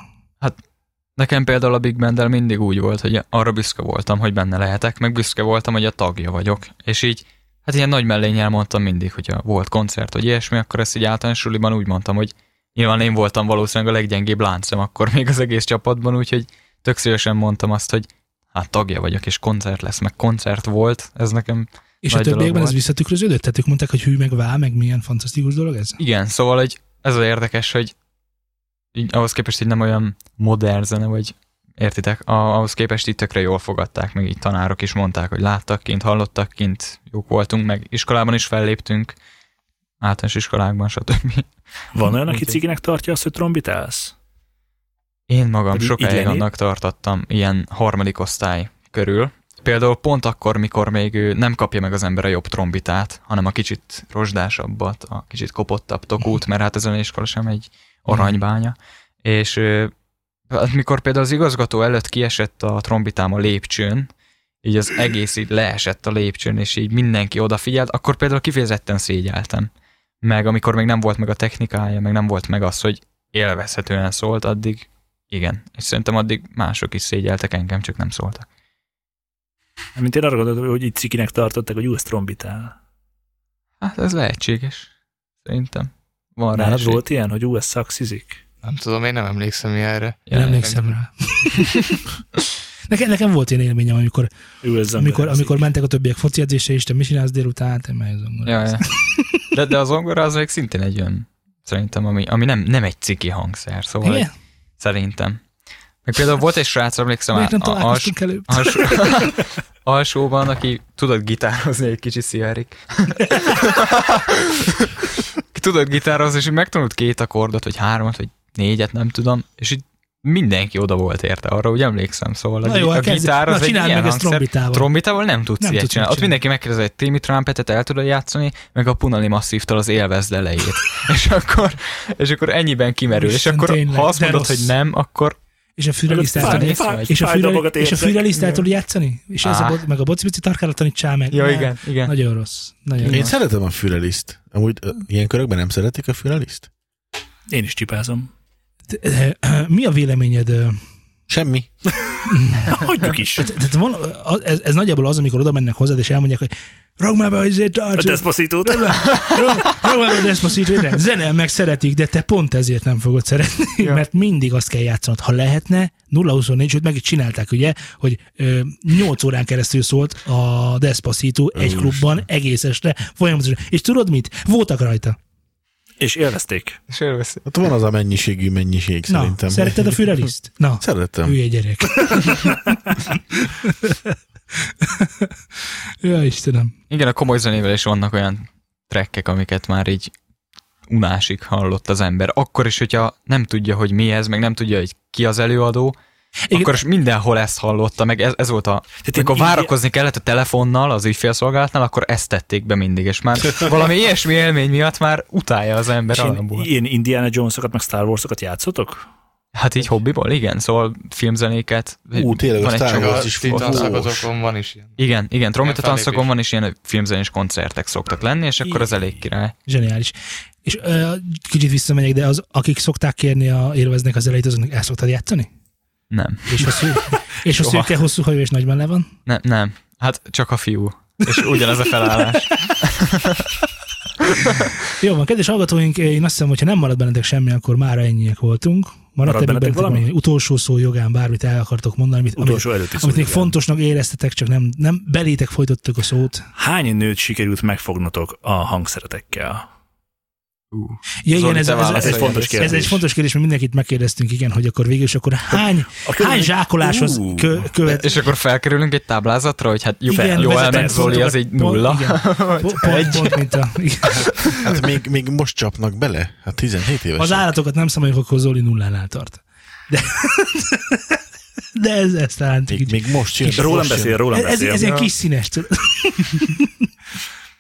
D: Nekem például a Big Bendel mindig úgy volt, hogy arra büszke voltam, hogy benne lehetek, meg büszke voltam, hogy a tagja vagyok. És így, hát ilyen nagy mellényel mondtam mindig, hogyha volt koncert, vagy ilyesmi, akkor ezt így általános suliban úgy mondtam, hogy nyilván én voltam valószínűleg a leggyengébb láncem akkor még az egész csapatban, úgyhogy tök szívesen mondtam azt, hogy hát tagja vagyok, és koncert lesz, meg koncert volt, ez nekem
A: És
D: Nagy
A: a többiekben
D: dolog
A: ez visszatükröződött? Tehát ők mondták, hogy hű, meg vá, meg milyen fantasztikus dolog ez?
D: Igen, szóval hogy ez az érdekes, hogy így, ahhoz képest így nem olyan modern zene, vagy értitek, a, ahhoz képest így tökre jól fogadták, meg így tanárok is mondták, hogy láttak kint, hallottak kint, jók voltunk, meg iskolában is felléptünk, általános iskolákban, stb.
B: Van olyan, aki
D: Úgyhogy-
B: ciginek tartja azt, hogy trombitálsz?
D: Én magam
B: Pedig így
D: sokáig
B: lenni?
D: annak tartottam ilyen harmadik osztály körül. Például pont akkor, mikor még ő nem kapja meg az ember a jobb trombitát, hanem a kicsit rozsdásabbat, a kicsit kopottabb tokút, mert hát ez a iskola sem egy aranybánya. És ö, hát mikor például az igazgató előtt kiesett a trombitám a lépcsőn, így az egész így leesett a lépcsőn, és így mindenki odafigyelt, akkor például kifejezetten szégyeltem. Meg amikor még nem volt meg a technikája, meg nem volt meg az, hogy élvezhetően szólt, addig igen. És szerintem addig mások is szégyeltek engem, csak nem szóltak.
B: Mint én arra gondoltam, hogy így cikinek tartották, hogy jó, ez trombitál.
D: Hát ez lehetséges. Szerintem. Van rá
B: Nálad
D: esély.
A: hát
B: volt ilyen, hogy ú, ez szakszizik?
E: Nem tudom, én nem emlékszem ilyenre.
A: Én emlékszem rá. nekem, nekem volt ilyen élményem, amikor,
B: Ő ez
A: amikor, amikor mentek a többiek foci edzésre, és te mi csinálsz délután, Hát én meg
D: Ja,
A: zongorázni.
D: ja. De, de a zongora az még szintén egy olyan, szerintem, ami, ami nem, nem egy ciki hangszer, szóval
A: Igen?
D: Szerintem. Meg például volt egy srác, emlékszem,
A: Miért nem
D: a- a- als,
A: találkoztunk előbb?
D: alsó, alsóban, aki tudott gitározni egy kicsi sziarik. Ki tudott gitározni, és így megtanult két akkordot, vagy háromat, vagy négyet, nem tudom, és így mindenki oda volt érte, arra úgy emlékszem, szóval a,
A: Na
D: gi-
A: jó, hát
D: a
A: kezdj-
D: gitár az
A: na,
D: egy
A: csináld
D: ilyen
A: meg ezt
D: hangszer.
A: trombitával.
D: Trombitával nem tudsz
A: Nem
D: nem ilyet
A: tudsz
D: csinálni.
A: mit
D: Ott mindenki megkérdezett, hogy Timmy Trumpetet el tudod játszani, meg a Punani Masszívtól az élvezd elejét. és, akkor, és akkor ennyiben kimerül.
A: Isten,
D: és akkor
A: tényleg,
D: ha azt
A: de
D: mondod,
A: rossz.
D: hogy nem, akkor
A: És a
B: Fáj-
A: fűrelisztát
D: fáj-
B: fáj-
A: és a, fűre,
B: fájdalmakat
A: és a
B: érzek.
A: fűrelisztát tudod játszani? És ez a,
D: Á.
A: bo- meg a bocibici tarkára tanítsál meg.
D: Ja,
A: Ne.
D: igen, igen.
A: Nagyon rossz. Nagyon
C: Én
A: rossz.
C: szeretem a füreliszt. Amúgy ö, ilyen körökben nem szeretik a füreliszt?
B: Én is csipázom.
A: Mi a véleményed ö,
C: Semmi.
B: Hagyjuk is.
A: Tehát van, a- ez, ez nagyjából az, amikor oda mennek hozzád, és elmondják, hogy ragd már be a izét,
B: A
A: ragd
B: despacito
A: ragd már be a Despacito, de zene meg szeretik, de te pont ezért nem fogod szeretni, ja. mert mindig azt kell játszanod. Ha lehetne, 0-24, sőt meg is csinálták, ugye, hogy ö, 8 órán keresztül szólt a Despacito egy klubban egész este folyamatosan. És tudod mit? Voltak rajta.
B: És élvezték.
D: és élveszi.
C: Hát van az a mennyiségű mennyiség
A: Na,
C: szerintem.
A: szeretted a füreliszt? Na,
C: Szeretem.
A: hülye gyerek. ja, Istenem.
D: Igen, a komoly zenével is vannak olyan trekkek, amiket már így unásig hallott az ember. Akkor is, hogyha nem tudja, hogy mi ez, meg nem tudja, hogy ki az előadó,
A: Igen.
D: Igen. akkor is mindenhol ezt hallotta, meg ez, ez volt a...
C: Hát
D: Tehát amikor
B: én-
D: várakozni kellett a telefonnal, az ügyfélszolgálatnál, akkor ezt tették be mindig, és már valami ilyesmi élmény miatt már utálja az ember
B: És én,
D: alapból.
B: ilyen Indiana Jones-okat, meg Star Wars-okat játszotok?
D: Hát így hobbiból, igen, szóval filmzenéket.
C: Ú, tényleg, a
D: van egy
C: Star
E: Meg
D: csomó-
C: Wars
E: a
C: az is
E: titanszakotokon van is ilyen.
D: Igen, igen, trombita
E: Ilyen fellépés.
D: tanszakon van, és ilyen filmzenés koncertek szoktak lenni, és akkor az elég király.
A: Zseniális. És ö, kicsit visszamegyek, de az, akik szokták kérni a élveznek az elejét, azoknak el szoktad játszani?
D: Nem,
A: És a, szű, és a
D: Soha.
A: szőke hosszú hajú és nagyban le van?
D: nem, nem. Hát csak a fiú. És ugyanez a felállás.
A: Jó van, kedves hallgatóink, én azt hiszem, hogyha nem marad bennetek semmi, akkor már ennyiek voltunk. Maradt
B: Maradt
A: ebből
B: bennetek
A: bennetek
B: valami?
A: valami? Utolsó szó jogán bármit el akartok mondani, amit, amit,
B: Utolsó előtti szó,
A: amit még
B: igen.
A: fontosnak éreztetek, csak nem, nem belétek folytottuk a szót.
B: Hány nőt sikerült megfognotok a hangszeretekkel?
A: Ja,
D: Zoli,
A: igen, ez,
D: te
A: ez, ez,
D: válaszolj
A: ez,
B: egy fontos
A: ez, egy
B: kérdés.
A: fontos kérdés, mert mindenkit megkérdeztünk, igen, hogy akkor végül is akkor hány,
B: A körülmény-
A: hány zsákoláshoz
B: Ú.
A: kö, követ,
D: És akkor felkerülünk egy táblázatra, hogy hát jó,
A: Igen,
D: igen, jó
A: vezetett
D: elment Zoli,
A: pontokat-
D: az egy
A: pont-
D: nulla.
A: igen. Pont, pont, pont, mint a, igen.
C: Hát még, még most csapnak bele? Hát 17 éves.
A: Az állatokat nem számoljuk, akkor Zoli nullánál tart. De, de ez, ez talán
C: még,
A: kicsit.
C: még most jön.
B: Rólam
C: most jön.
B: beszél, rólam
A: Ez, ez,
B: beszél.
A: ez ilyen kis színes, tudod.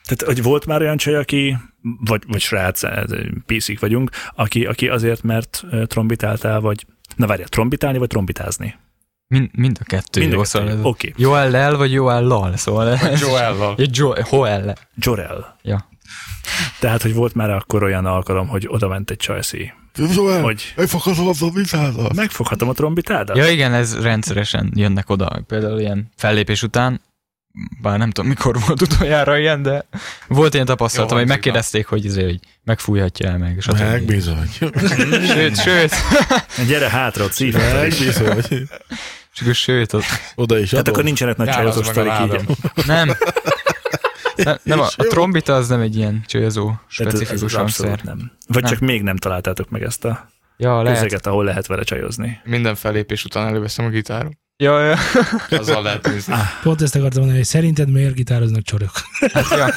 B: Tehát, hogy volt már olyan csaj, aki, vagy, vagy srác, ez, piszik vagyunk, aki, aki azért, mert ö, trombitáltál, vagy Na várjál, trombitálni vagy trombitázni?
D: Mind, mind a kettő
B: Mind a
D: jó,
B: kettő.
D: szóval ez a-
B: Oké.
D: Joellel vagy Joellal, szóval ez...
E: Joellal.
D: Ja, Jo- Joellel.
B: Jorel.
D: Ja.
B: Tehát, hogy volt már akkor olyan alkalom, hogy oda ment egy csajszi.
C: Zsoel,
B: Hogy?
C: Megfakadom az a vizádat.
B: Megfoghatom a trombitádat?
D: Ja igen, ez rendszeresen jönnek oda, például ilyen fellépés után, bár nem tudom mikor volt utoljára ilyen, de volt ilyen tapasztalatom,
E: Jó,
D: hogy
E: hangzik,
D: megkérdezték, hogy izé, hogy megfújhatja el meg. stb.
C: Meg bizony.
D: Sőt, sőt,
B: Gyere hátra,
C: Meg
B: cívj!
C: bizony.
D: és akkor sőt, az,
C: Oda is
B: Tehát
C: adom.
B: akkor nincsenek nagy
E: Járasd
B: csajozós
E: meg a
B: sztorik így.
E: lábam.
D: nem. Nem, nem a, a trombita az nem egy ilyen csőzó
B: Tehát ez- ez
D: specifikus
B: abszolút
D: hangszer.
B: nem. Vagy
D: Nem.
B: csak még nem találtátok meg ezt a
D: Ja, lehet.
B: közeget, ahol lehet vele csajozni.
E: Minden fellépés után előveszem a gitárom.
D: Ja, ja.
E: Azzal lehet nézni.
A: Pont ezt akartam mondani, hogy szerinted miért gitároznak csorok?
D: Hát, ja.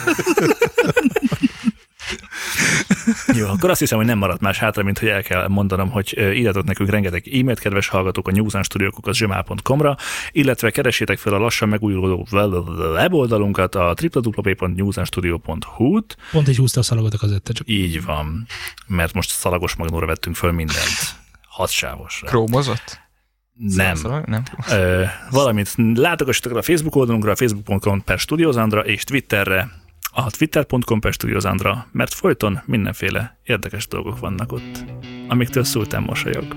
B: Jó, akkor azt hiszem, hogy nem maradt más hátra, mint hogy el kell mondanom, hogy ö, írjatok nekünk rengeteg e-mailt, kedves hallgatók, a newsanstudiokukaszgmail.com-ra, illetve keresétek fel a lassan megújuló weboldalunkat, a www.newsanstudio.hu-t,
A: Pont egy húzta a szalagotok az ötte, csak
B: így van, mert most szalagos magnóra vettünk föl mindent. Hatsávosra.
D: Krómozott?
B: Nem.
D: Szóval nem.
B: Ö, valamint látogassatok el a Facebook oldalunkra, a facebook.com per Studiozandra, és Twitterre, a twitter.com per Studiozandra, mert folyton mindenféle érdekes dolgok vannak ott, amiktől szultán mosolyog.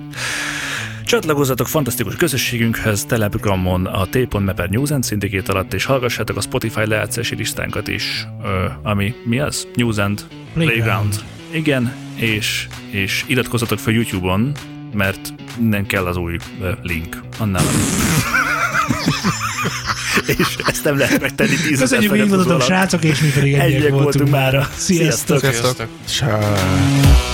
B: Csatlakozzatok fantasztikus közösségünkhöz Telegramon a t.me per News and Syndicate alatt, és hallgassátok a Spotify lejátszási listánkat is, ö, ami mi az? News and Playground.
A: Playground.
B: Playground. igen, és, és iratkozzatok fel YouTube-on, mert nem kell az új ö, link. Annál és ezt nem lehet megtenni 10
A: Köszönjük, hogy itt voltatok, srácok, és mi pedig
B: Egyek voltunk mára.
A: Sziasztok!
B: Sziasztok.
E: Sziasztok.
C: Sá...